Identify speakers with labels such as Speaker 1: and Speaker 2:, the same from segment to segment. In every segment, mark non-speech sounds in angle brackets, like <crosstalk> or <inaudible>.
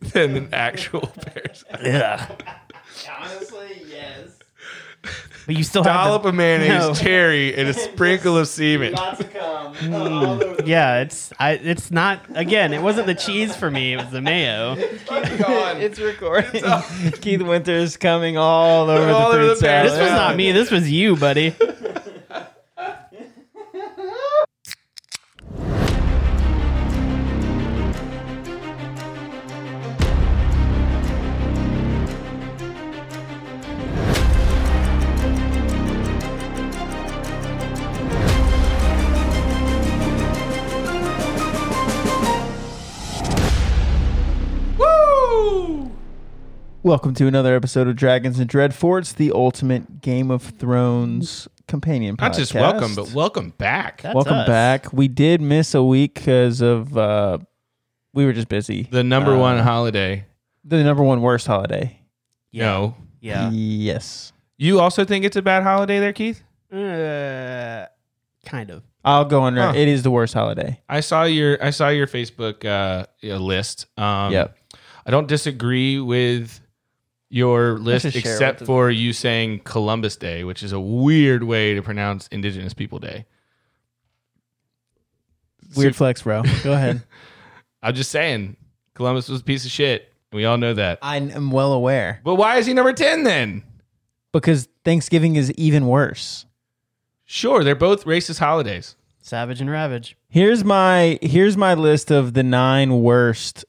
Speaker 1: than an actual <laughs> parasite.
Speaker 2: Yeah.
Speaker 3: Honestly, <laughs> yes.
Speaker 2: But you still have
Speaker 1: Dollop
Speaker 2: the,
Speaker 1: of mayonnaise,
Speaker 2: No.
Speaker 1: cherry,
Speaker 3: <laughs>
Speaker 1: and a sprinkle of semen.
Speaker 3: Lots of
Speaker 1: <laughs>
Speaker 3: cum. all over the-
Speaker 2: Yeah, it's I it's not again, it wasn't the cheese for me, it was the mayo.
Speaker 1: Keep going.
Speaker 3: It's recording. <laughs> Keith Winters coming all over
Speaker 1: All
Speaker 3: the
Speaker 1: over
Speaker 3: fruit
Speaker 1: the
Speaker 3: salad.
Speaker 2: This was not me, this was you, buddy.
Speaker 3: Welcome to another episode of Dragons and Dreadforts, the ultimate Game of Thrones companion podcast.
Speaker 1: Not just welcome, but welcome back.
Speaker 2: That's
Speaker 3: welcome
Speaker 2: us.
Speaker 3: back. We did miss a week because of uh, we were just busy.
Speaker 1: The number
Speaker 3: Uh,
Speaker 1: one holiday.
Speaker 3: The number one worst holiday.
Speaker 1: No.
Speaker 2: Yeah.
Speaker 3: Yes.
Speaker 1: You also think it's a bad holiday there, Keith?
Speaker 2: Uh, kind of.
Speaker 3: I'll go on. record.
Speaker 1: Huh.
Speaker 3: It is the worst holiday.
Speaker 1: I saw your I saw your Facebook uh, you know, list. Um,
Speaker 3: Yep.
Speaker 1: I don't disagree with your list
Speaker 3: just share
Speaker 1: except
Speaker 3: what the-
Speaker 1: for you saying Columbus Day, which is a weird way to pronounce Indigenous People Day.
Speaker 3: Weird flex, bro.
Speaker 1: <laughs>
Speaker 3: Go ahead.
Speaker 1: I'm just saying Columbus was a piece of shit. We all know that.
Speaker 3: I am well aware
Speaker 1: But why is he number 10 then?
Speaker 3: because Thanksgiving is even worse.
Speaker 1: Sure, they're both racist holidays.
Speaker 2: Savage and Ravage.
Speaker 3: Here's my here's my list of the nine worst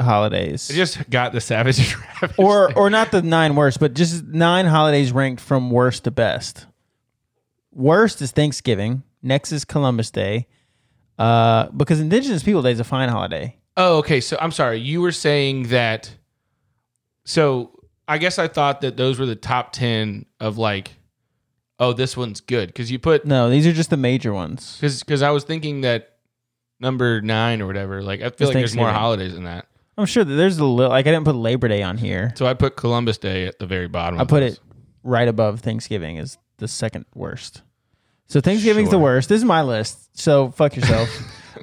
Speaker 3: holidays.
Speaker 1: I just got the savage and Ravage
Speaker 3: or
Speaker 1: thing.
Speaker 3: or not the nine worst, but just nine holidays ranked from worst to best. Worst is Thanksgiving. Next is Columbus Day, uh, because Indigenous People Day is a fine holiday.
Speaker 1: Oh, okay. So I'm sorry. You were saying that. So I guess I thought that those were the top 10 of like, oh, this one's good. Cause you put,
Speaker 3: No, these are just the major ones.
Speaker 1: cause, cause I was thinking that number nine or whatever, like, I feel
Speaker 3: It's
Speaker 1: like there's more
Speaker 3: Thanksgiving.
Speaker 1: holidays than that.
Speaker 3: I'm sure that there's a little. Like I didn't put Labor Day on here.
Speaker 1: So I put Columbus Day at the very bottom.
Speaker 3: I
Speaker 1: of
Speaker 3: put
Speaker 1: this.
Speaker 3: it right above Thanksgiving is the second worst. So Thanksgiving's the
Speaker 1: Sure.
Speaker 3: worst. This is my list. So fuck yourself.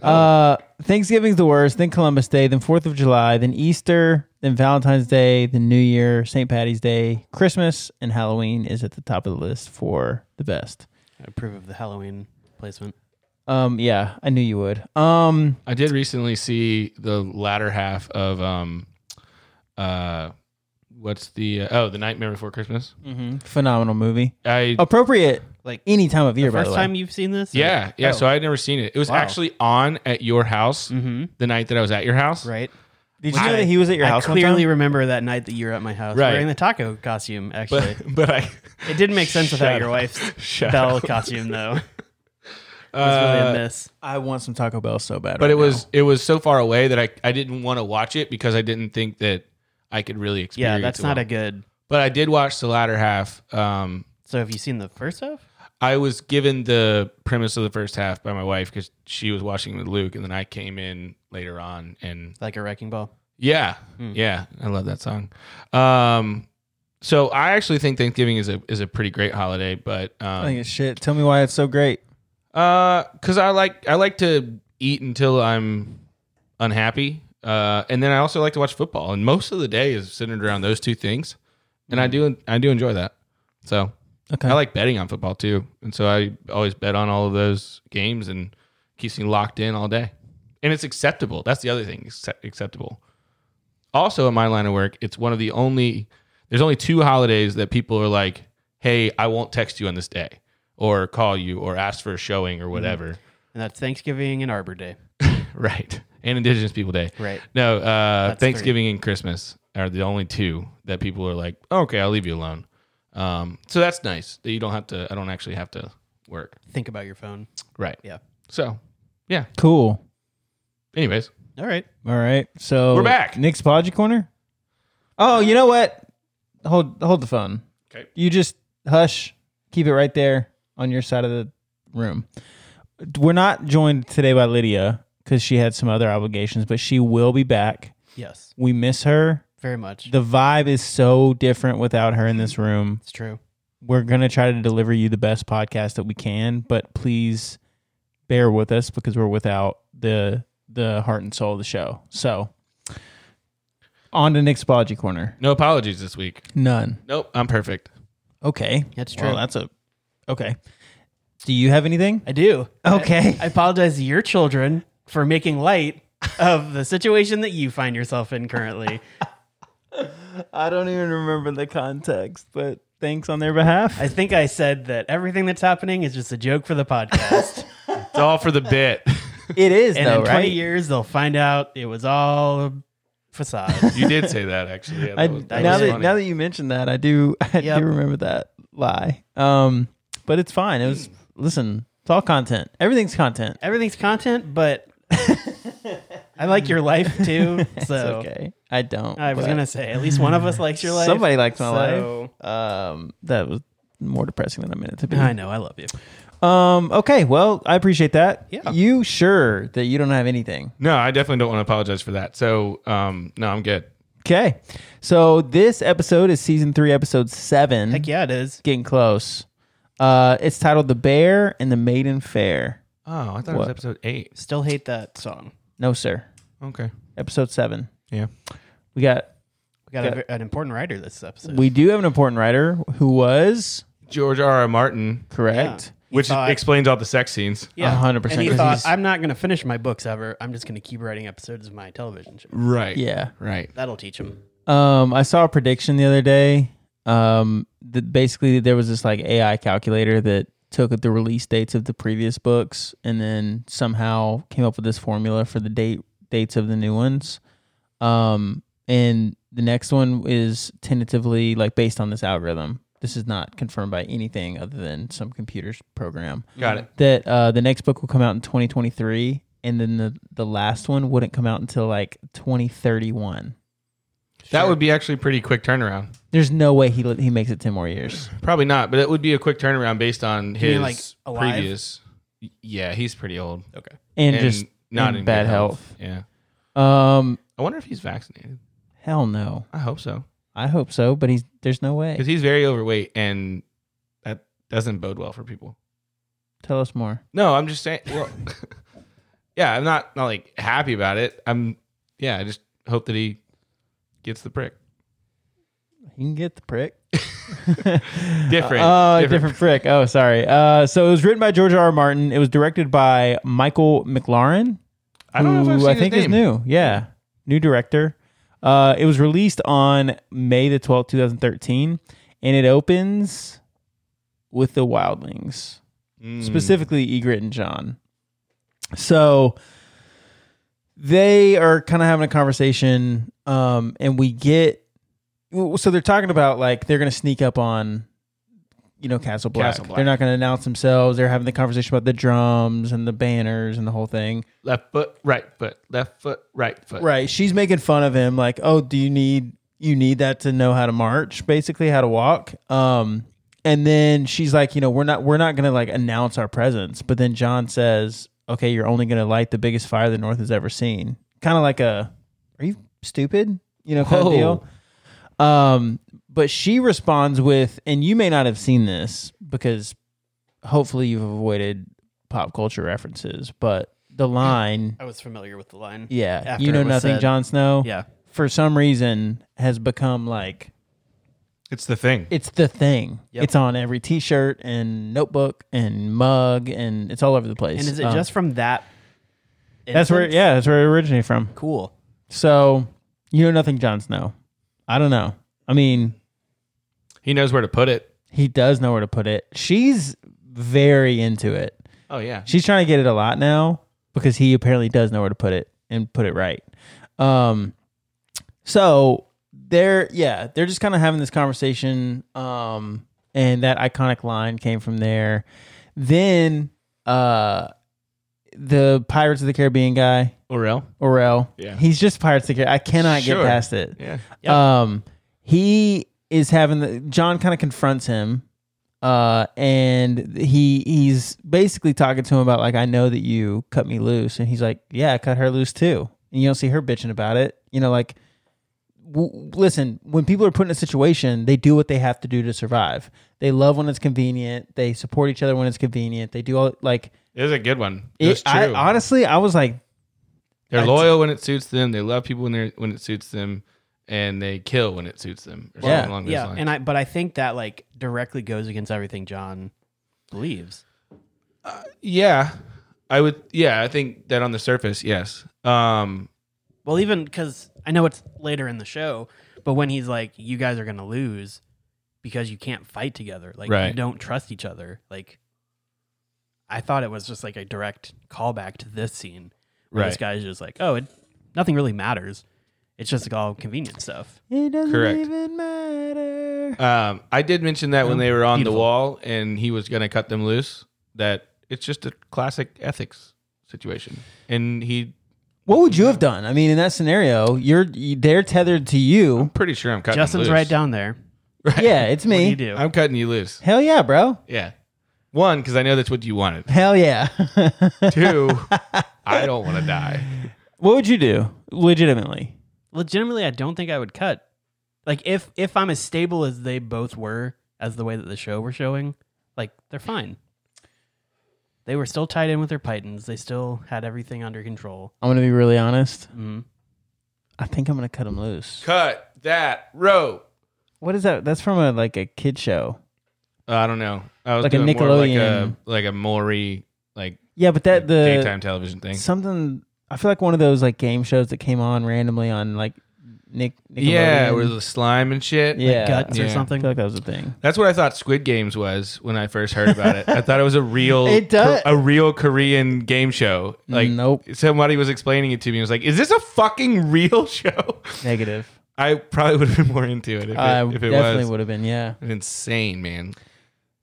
Speaker 3: uh, Thanksgiving's the worst. Then Columbus Day. Then Fourth of July. Then Easter. Then Valentine's Day. Then New Year. St. Patty's Day. Christmas and Halloween is at the top of the list for the best.
Speaker 2: I approve of the Halloween placement.
Speaker 3: Um, yeah, I knew you would. Um,
Speaker 1: I did recently see the latter half of, um, uh, what's the, uh, oh, The Nightmare Before Christmas.
Speaker 3: phenomenal movie.
Speaker 1: I,
Speaker 3: Appropriate
Speaker 2: Like
Speaker 3: any time of year. by
Speaker 2: first
Speaker 3: the way.
Speaker 2: time you've seen this?
Speaker 1: yeah, yeah.
Speaker 3: Oh.
Speaker 1: So I had never seen it. It was
Speaker 2: Wow.
Speaker 1: actually on at your house
Speaker 2: Mm-hmm.
Speaker 1: the night that I was at your house.
Speaker 2: Right.
Speaker 3: Did you
Speaker 1: I-
Speaker 3: know that he was at your
Speaker 2: I
Speaker 3: house? one time?
Speaker 2: clearly remember that night that you were at my house
Speaker 1: Right.
Speaker 2: wearing the taco costume. Actually,
Speaker 1: But <laughs> but I
Speaker 2: it didn't make sense
Speaker 1: <laughs>
Speaker 2: without
Speaker 1: Shut
Speaker 2: your
Speaker 1: up.
Speaker 2: wife's
Speaker 1: shut
Speaker 2: bell
Speaker 1: up.
Speaker 2: costume, though. <laughs> It was
Speaker 1: Uh,
Speaker 2: really a miss.
Speaker 3: I want some Taco Bell so bad.
Speaker 1: but
Speaker 3: right
Speaker 1: it was
Speaker 3: now.
Speaker 1: it was so far away that I I didn't want to watch it because I didn't think that I could really experience.
Speaker 2: Yeah, that's
Speaker 1: it
Speaker 2: not
Speaker 1: well.
Speaker 2: a good.
Speaker 1: But I did watch the latter half. Um,
Speaker 2: So have you seen the first half?
Speaker 1: I was given the premise of the first half by my wife because she was watching with Luke, and then I came in later on, and
Speaker 2: Like a wrecking ball.
Speaker 1: yeah,
Speaker 2: Hmm.
Speaker 1: yeah, I love that song. Um, so I actually think Thanksgiving is a is a pretty great holiday, but um,
Speaker 3: I think it's shit. Tell me why it's so great.
Speaker 1: Uh, cause I like I like to eat until I'm unhappy. Uh, and then I also like to watch football, and most of the day is centered around those two things. And I do I do enjoy that. So
Speaker 3: Okay.
Speaker 1: I like betting on football too, and so I always bet on all of those games and keeps me locked in all day. And it's acceptable. That's the other thing, accept- acceptable. Also, in my line of work, it's one of the only there's only two holidays that people are like, "Hey, I won't text you on this day." Or call you, or ask for a showing, or whatever.
Speaker 2: And that's Thanksgiving and Arbor Day.
Speaker 3: Mm-hmm.
Speaker 1: Right. <laughs> And Indigenous People Day.
Speaker 2: Right.
Speaker 1: No, uh,
Speaker 2: That's
Speaker 1: Thanksgiving and Christmas are the only two that people are like, oh, okay, I'll leave you alone. Um, so that's nice that you don't have to. I don't actually have to work.
Speaker 2: Think about your phone.
Speaker 1: Right.
Speaker 2: Yeah.
Speaker 1: So,
Speaker 3: Cool.
Speaker 1: anyways,
Speaker 2: All right.
Speaker 3: All right. So
Speaker 1: We're back.
Speaker 3: Nick's Podgy Corner. Oh, you know what? Hold hold the phone.
Speaker 1: Okay.
Speaker 3: You just hush. Keep it right there on your side of the room. We're not joined today by Lydia because she had some other obligations, but she will be back.
Speaker 2: Yes.
Speaker 3: We miss her.
Speaker 2: Very much.
Speaker 3: The vibe is so different without her in this room.
Speaker 2: it's true.
Speaker 3: we're going to try to deliver you the best podcast that we can, but please bear with us because we're without the the heart and soul of the show. So On to Nick's Podgy Corner.
Speaker 1: No apologies this week.
Speaker 3: None.
Speaker 1: Nope, I'm perfect.
Speaker 3: Okay.
Speaker 2: That's
Speaker 3: Well,
Speaker 2: true.
Speaker 3: that's a. Okay. Do you
Speaker 2: <laughs>
Speaker 3: have anything?
Speaker 2: I do.
Speaker 3: Okay.
Speaker 2: I apologize to your children for making light of the situation that you find yourself in <laughs> currently.
Speaker 3: I don't even remember the context, but thanks on their behalf.
Speaker 2: I think I said that everything that's happening is just a joke for the <laughs> podcast.
Speaker 1: It's all for the
Speaker 3: <laughs>
Speaker 1: bit.
Speaker 3: It is
Speaker 2: And
Speaker 3: though,
Speaker 2: in 20
Speaker 3: right?
Speaker 2: years, they'll find out it was all a <laughs> facade.
Speaker 1: You did say that actually. Yeah,
Speaker 3: I,
Speaker 1: was-
Speaker 3: now
Speaker 1: was
Speaker 3: that
Speaker 1: funny.
Speaker 3: now that you mentioned that, I do <laughs> I
Speaker 2: Yep.
Speaker 3: do remember that lie. Um, but it's fine. It was
Speaker 2: Mm.
Speaker 3: listen. It's all content. Everything's content.
Speaker 2: Everything's content, but I like your life <laughs> too.
Speaker 3: It's
Speaker 2: So
Speaker 3: okay. I don't.
Speaker 2: I was
Speaker 3: but
Speaker 2: going to say, at least one of us likes your life.
Speaker 3: Somebody likes my
Speaker 2: So-
Speaker 3: life. Um, that was more depressing than I meant it to be.
Speaker 2: I know. I love you.
Speaker 3: Um, okay. Well, I appreciate that.
Speaker 2: Yeah.
Speaker 3: You sure that you don't have anything?
Speaker 1: no, I definitely don't want to apologize for that. So, um, no, I'm good.
Speaker 3: Okay. So this episode is season three, episode seven.
Speaker 2: Heck yeah, it is.
Speaker 3: Getting close. Uh, it's titled "The Bear and the Maiden Fair."
Speaker 1: Oh, I thought it was episode eight.
Speaker 2: Still hate that song.
Speaker 3: No, sir.
Speaker 1: Okay.
Speaker 3: Episode seven.
Speaker 1: Yeah.
Speaker 3: We got.
Speaker 2: We got a, an important writer this episode.
Speaker 3: We do have an important writer who was
Speaker 1: George R. R. Martin,
Speaker 3: correct.
Speaker 2: He
Speaker 1: which
Speaker 2: thought-
Speaker 1: explames all the sex scenes.
Speaker 2: Yeah,
Speaker 3: 100%,
Speaker 2: And he
Speaker 3: 'cause
Speaker 2: thought,
Speaker 3: he's-
Speaker 2: I'm not going to finish my books ever. I'm just going to keep writing episodes of my television show.
Speaker 1: Right.
Speaker 3: Yeah.
Speaker 1: Right.
Speaker 2: That'll teach him.
Speaker 3: Um, I saw a prediction the other day. Um, that basically there was this like AI calculator that took the release dates of the previous books and then somehow came up with this formula for the date dates of the new ones. Um, and the next one is tentatively like based on this algorithm. This is not confirmed by anything other than some computer's program.
Speaker 1: Got it.
Speaker 3: That uh, the next book will come out in 2023, and then the the last one wouldn't come out until like 2031.
Speaker 2: Mm-hmm.
Speaker 1: That would be actually pretty quick turnaround.
Speaker 3: There's no way he he makes it ten more years.
Speaker 1: Probably not, but it would be a quick turnaround based on his
Speaker 2: mean, like, alive?
Speaker 1: previous. Yeah, he's pretty old
Speaker 2: Okay.
Speaker 3: And, just in
Speaker 1: good
Speaker 3: bad health.
Speaker 1: Yeah.
Speaker 3: um
Speaker 1: I wonder if he's vaccinated.
Speaker 3: hell no.
Speaker 1: I hope so.
Speaker 3: I hope so, but he's there's no way.
Speaker 1: Because he's very overweight and that doesn't bode well for people.
Speaker 3: Tell us more.
Speaker 1: No, I'm just saying
Speaker 3: <laughs>
Speaker 1: well Yeah, I'm not not like happy about it. I'm yeah, I just hope that he gets the prick.
Speaker 3: He can get the prick.
Speaker 1: Different.
Speaker 3: Oh, different. prick. Oh, sorry. Uh, so it was written by George R. R. Martin. It was directed by Michael McLaren,
Speaker 1: I don't know if I've
Speaker 3: who
Speaker 1: seen
Speaker 3: I
Speaker 1: his
Speaker 3: think is
Speaker 1: name.
Speaker 3: new. Yeah, new director. Uh, it was released on May the twelfth, two thousand thirteen, and it opens with the Wildlings.
Speaker 1: Mm.
Speaker 3: specifically Egret and John. So they are kind of having a conversation, um, and we get well, so they're talking about like they're going to sneak up on you know Castle Black.
Speaker 1: Castle Black.
Speaker 3: They're not going to announce themselves. They're having the conversation about the drums and the banners and the whole thing.
Speaker 1: left foot, right foot, left foot, right foot.
Speaker 3: Right. She's making fun of him, like, oh, do you need you need that to know how to march, basically, how to walk. Um, and then she's like, you know, we're not we're not gonna like announce our presence. But then John says, Okay, you're only gonna light the biggest fire the North has ever seen. Kind of like a are you stupid? You know, kind of
Speaker 1: Whoa.
Speaker 3: deal. Um, but she responds with, and you may not have seen this because hopefully you've avoided pop culture references, but the line
Speaker 2: I was familiar with the line.
Speaker 3: yeah,
Speaker 2: after
Speaker 3: you know
Speaker 2: it was
Speaker 3: nothing,
Speaker 2: said.
Speaker 3: Jon Snow.
Speaker 2: Yeah.
Speaker 3: for some reason has become like
Speaker 1: It's the thing.
Speaker 3: it's the thing.
Speaker 2: Yep.
Speaker 3: It's on every T-shirt and notebook and mug, and it's all over the place.
Speaker 2: And is it
Speaker 3: Um,
Speaker 2: just from that?
Speaker 3: that's where?
Speaker 2: instance?
Speaker 3: Yeah, that's where it originated from.
Speaker 2: Cool.
Speaker 3: So you know nothing, Jon Snow. I don't know. I mean,
Speaker 1: he knows where to put it.
Speaker 3: he does know where to put it. She's very into it.
Speaker 1: Oh yeah.
Speaker 3: She's trying to get it a lot now because he apparently does know where to put it and put it right. Um, so they're yeah, they're just kind of having this conversation. Um, and that iconic line came from there. Then uh, the Pirates of the Caribbean guy,
Speaker 1: Orel.
Speaker 3: Orel.
Speaker 1: Yeah.
Speaker 3: He's just Pirates of the Caribbean. I cannot
Speaker 1: Sure.
Speaker 3: get past it.
Speaker 1: Yeah.
Speaker 2: Yep.
Speaker 3: Um, he is having the John kind of confronts him, uh, and he he's basically talking to him about like I know that you cut me loose, and he's like, yeah, I cut her loose too, and you don't see her bitching about it, you know, like. W- listen, when people are put in a situation, they do what they have to do to survive. They love when it's convenient. They support each other when it's convenient. They do all like.
Speaker 1: It was a good one. It, was
Speaker 3: It,
Speaker 1: true.
Speaker 3: I, honestly, I was like,
Speaker 1: they're
Speaker 3: I-
Speaker 1: loyal when it suits them. They love people when they are when it suits them, and they kill when it suits them. Or
Speaker 3: Yeah.
Speaker 1: something along those
Speaker 2: yeah,
Speaker 1: lines.
Speaker 2: and I but I think that like directly goes against everything John believes.
Speaker 1: yeah, I would. Yeah, I think that on the surface, yes. Um,
Speaker 2: Well, even because I know it's later in the show, but when he's like, "You guys are gonna lose because you can't fight together. Like you
Speaker 1: Right.
Speaker 2: don't trust each other." Like I thought it was just like a direct callback to this scene. Where This
Speaker 1: Right.
Speaker 2: guy's just like, "Oh, it nothing really matters. It's just like all convenient stuff."
Speaker 3: It doesn't
Speaker 1: Correct.
Speaker 3: even matter.
Speaker 1: um, I did mention
Speaker 3: Oh,
Speaker 1: that when they were on
Speaker 2: Beautiful.
Speaker 1: the wall and he was going to cut them loose, that it's just a classic ethics situation, and he.
Speaker 3: What would you have done? I mean, in that scenario, you're you- they're tethered
Speaker 1: <laughs>
Speaker 3: to you.
Speaker 1: Pretty sure I'm cutting. him
Speaker 2: Justin's
Speaker 1: loose.
Speaker 2: right down there.
Speaker 3: Yeah, it's
Speaker 2: What do you
Speaker 3: me.
Speaker 2: do?
Speaker 1: I'm cutting you loose.
Speaker 3: Hell <laughs> yeah, bro.
Speaker 1: Yeah. One, because I know that's what you
Speaker 3: <laughs>
Speaker 1: wanted.
Speaker 3: Hell yeah. what
Speaker 1: Two, I don't want to die.
Speaker 3: would you do? Legitimately.
Speaker 2: legitimately i don't think i would cut like if if i'm as stable as they both were as the way that the show were showing like they're fine they were still tied in with their pythons they still had everything under control
Speaker 3: I'm gonna be really honest.
Speaker 2: mm.
Speaker 3: I think I'm gonna cut him loose.
Speaker 1: Cut that rope.
Speaker 3: What is that? That's from a like a kid show.
Speaker 1: Uh, I don't know. I was
Speaker 3: Like a
Speaker 1: doing more of like a
Speaker 3: Nickelodeon.
Speaker 1: like a Maury like
Speaker 3: Yeah, but that the
Speaker 1: daytime television thing.
Speaker 3: something. I feel like one of those like game shows that came on randomly on like Nick. Nickelodeon.
Speaker 1: Yeah, where the slime and shit.
Speaker 3: yeah.
Speaker 2: guts or
Speaker 1: Yeah.
Speaker 3: I
Speaker 2: something
Speaker 3: feel like that was a thing.
Speaker 1: That's what I thought Squid Games was when I first heard about it. I thought it was a real
Speaker 3: <laughs> It does-
Speaker 1: a real Korean game show. Like
Speaker 3: Nope.
Speaker 1: somebody was explaining it to me. I was like, "Is this a fucking real <laughs> show?"
Speaker 3: Negative.
Speaker 1: I probably would have been more into it if it,
Speaker 3: I
Speaker 1: if it
Speaker 3: definitely
Speaker 1: was.
Speaker 3: would have been. Yeah.
Speaker 1: It's insane, man.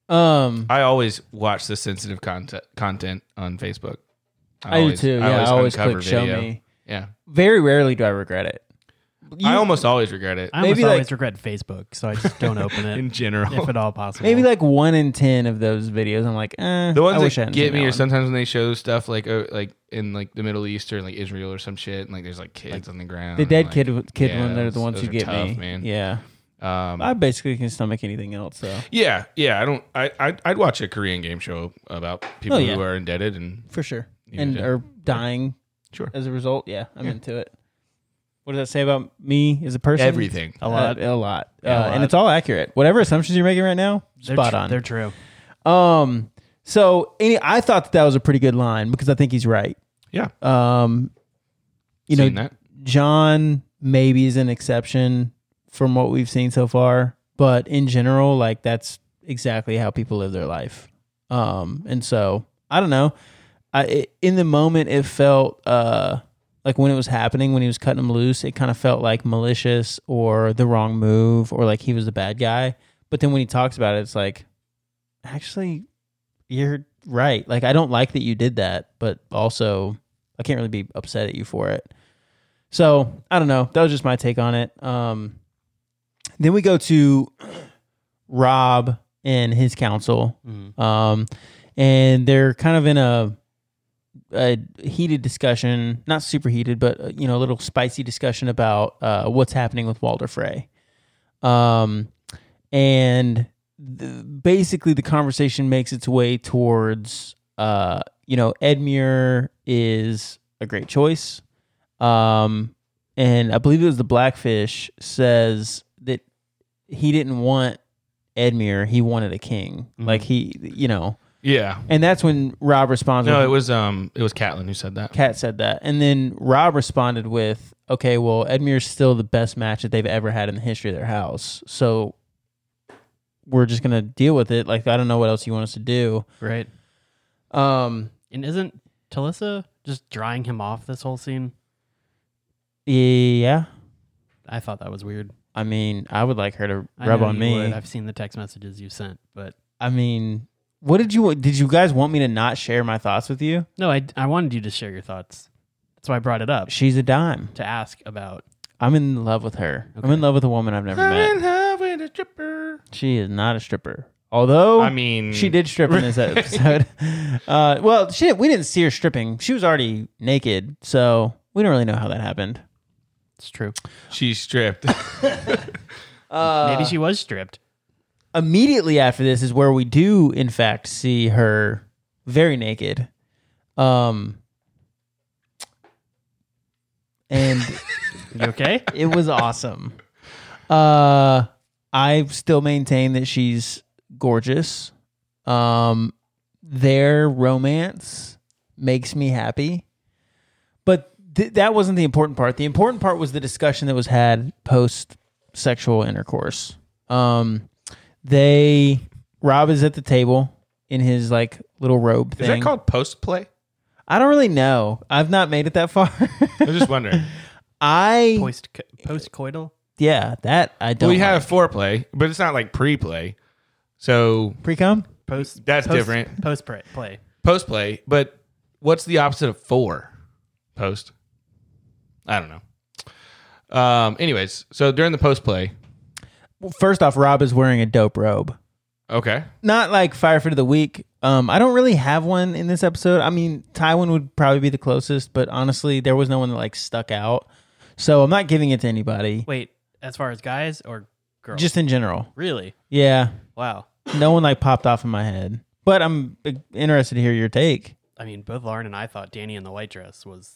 Speaker 3: Um.
Speaker 1: I always watch the sensitive content content on Facebook.
Speaker 3: I, do too. Yeah. I always click
Speaker 1: uncover
Speaker 3: show
Speaker 1: video.
Speaker 3: me.
Speaker 1: Yeah,
Speaker 3: Very rarely do I regret it.
Speaker 1: I
Speaker 3: You-
Speaker 1: almost always regret it
Speaker 2: i almost
Speaker 3: Maybe, like-
Speaker 2: always regret facebook so i just don't open
Speaker 3: <laughs>
Speaker 1: in
Speaker 2: it
Speaker 1: general.
Speaker 2: if at all possible
Speaker 3: Maybe like one in ten of those videos. I'm like, eh,
Speaker 1: The
Speaker 3: I
Speaker 1: ones
Speaker 3: wish I
Speaker 1: that
Speaker 3: hadn't
Speaker 1: get
Speaker 3: seen
Speaker 1: me
Speaker 3: that
Speaker 1: are
Speaker 3: one.
Speaker 1: sometimes when they show stuff like oh, like in like the Middle East or like Israel or some shit, and like there's like kids on the ground.
Speaker 3: The
Speaker 1: and,
Speaker 3: dead
Speaker 1: like,
Speaker 3: kid kid
Speaker 1: yeah,
Speaker 3: one. They're the
Speaker 1: those-
Speaker 3: ones who
Speaker 1: those are
Speaker 3: get
Speaker 1: tough,
Speaker 3: me.
Speaker 1: man.
Speaker 3: Yeah.
Speaker 1: Um,
Speaker 3: I basically can stomach anything else. So
Speaker 1: yeah, yeah. I don't. I I'd, I'd watch a Korean game show about people
Speaker 3: Oh, yeah.
Speaker 1: who are indebted and
Speaker 3: for sure,
Speaker 1: You
Speaker 3: and
Speaker 1: do.
Speaker 3: are dying.
Speaker 1: Sure.
Speaker 3: As a result, yeah, I'm into it. What does that say about me as a person?
Speaker 1: everything.
Speaker 2: a lot
Speaker 3: Uh, a lot. Uh,
Speaker 2: Yeah, a lot.
Speaker 3: and it's all accurate. Whatever assumptions you're making right now,
Speaker 2: they're,
Speaker 3: spot
Speaker 2: tr-
Speaker 3: on.
Speaker 2: they're true
Speaker 3: Um, so any, I thought that, that was a pretty good line because I think he's right.
Speaker 1: Yeah,
Speaker 3: Um, you
Speaker 1: Seen
Speaker 3: know,
Speaker 1: that.
Speaker 3: John maybe is an exception from what we've seen so far, but in general, like that's exactly how people live their life. Um, and so I don't know. I it, in the moment it felt uh like when it was happening when he was cutting him loose, it kind of felt like malicious or the wrong move or like he was the bad guy. But then when he talks about it, it's like actually you're right. Like I don't like that you did that, but also I can't really be upset at you for it. So I don't know. That was just my take on it. Um, then we go to <clears throat> Rob and his counsel,
Speaker 2: Mhm.
Speaker 3: um, and they're kind of in a, a heated discussion, not super heated, but uh, you know, a little spicy discussion about uh, what's happening with Walder Frey. Um, and th- basically, the conversation makes its way towards, uh, you know, Edmure is a great choice. Um, and I believe it was the Blackfish says that he didn't want Edmure, he wanted a king.
Speaker 2: Mhm.
Speaker 3: Like he, you know,
Speaker 1: Yeah.
Speaker 3: and that's when Rob responds.
Speaker 1: No,
Speaker 3: with-
Speaker 1: it was um, it was Catelyn who said that.
Speaker 3: Kat said that. And then Rob responded with, okay, well, Edmure's still the best match that they've ever had in the history of their house. So we're just going to deal with it. Like, I don't know what else you want us to do.
Speaker 2: right
Speaker 3: Um,
Speaker 2: and isn't talissa just drying him off this whole scene
Speaker 3: yeah.
Speaker 2: i thought that was weird
Speaker 3: I mean, I would like her to
Speaker 2: I
Speaker 3: rub
Speaker 2: know
Speaker 3: on
Speaker 2: you
Speaker 3: me.
Speaker 2: would. i've seen the text messages you sent but
Speaker 3: I mean, what did you, did you guys want me to not share my thoughts with you?
Speaker 2: No, I, I wanted you to share your thoughts. That's why I brought it up
Speaker 3: She's a dime.
Speaker 2: to ask about.
Speaker 3: I'm in love with her. I'm
Speaker 2: Okay.
Speaker 3: in love with a woman I've never met. She is not a stripper. Although,
Speaker 1: I mean,
Speaker 3: She did strip
Speaker 1: <laughs>
Speaker 3: in this episode. Uh, well, she didn't, we didn't see her stripping. She was already naked, so we don't really know how that happened.
Speaker 2: It's true.
Speaker 1: She stripped.
Speaker 3: Uh,
Speaker 2: Maybe she was stripped.
Speaker 3: Immediately after this is where we do, in fact, see her very naked. Um, and
Speaker 2: You
Speaker 3: <laughs>
Speaker 2: okay?
Speaker 3: It was awesome. Uh, I still maintain that she's gorgeous. Um, their romance makes me happy, but th- that wasn't the important part. The important part was the discussion that was had post sexual intercourse. Um, they Rob is at the table in his like little robe
Speaker 1: Is
Speaker 3: thing.
Speaker 1: that called post play?
Speaker 3: I don't really know. I've not made it that far. <laughs>
Speaker 1: I was just wondering.
Speaker 3: I
Speaker 2: Post post coital.
Speaker 3: yeah, that I <laughs> don't.
Speaker 1: well, you
Speaker 3: like.
Speaker 1: have foreplay, but it's not like pre-play. So
Speaker 3: pre cum.
Speaker 2: Post
Speaker 1: That's
Speaker 2: post-
Speaker 1: different.
Speaker 2: Post pre- play.
Speaker 1: post-play, but what's the opposite of for? Post. I don't know. Um. Anyways, so during the post-play,
Speaker 3: Well, first off, Rob is wearing a dope robe.
Speaker 1: okay,
Speaker 3: Not like firefighter of the week. Um, I don't really have one in this episode. I mean, Tywin would probably be the closest, but honestly, there was no one that like stuck out. So I'm not giving it to anybody.
Speaker 2: Wait, as far as guys or girls?
Speaker 3: Just in general,
Speaker 2: really?
Speaker 3: yeah.
Speaker 2: Wow.
Speaker 3: No one like popped off in my head, but I'm uh, interested to hear your take.
Speaker 2: I mean, both Lauren and I thought Danny in the white dress was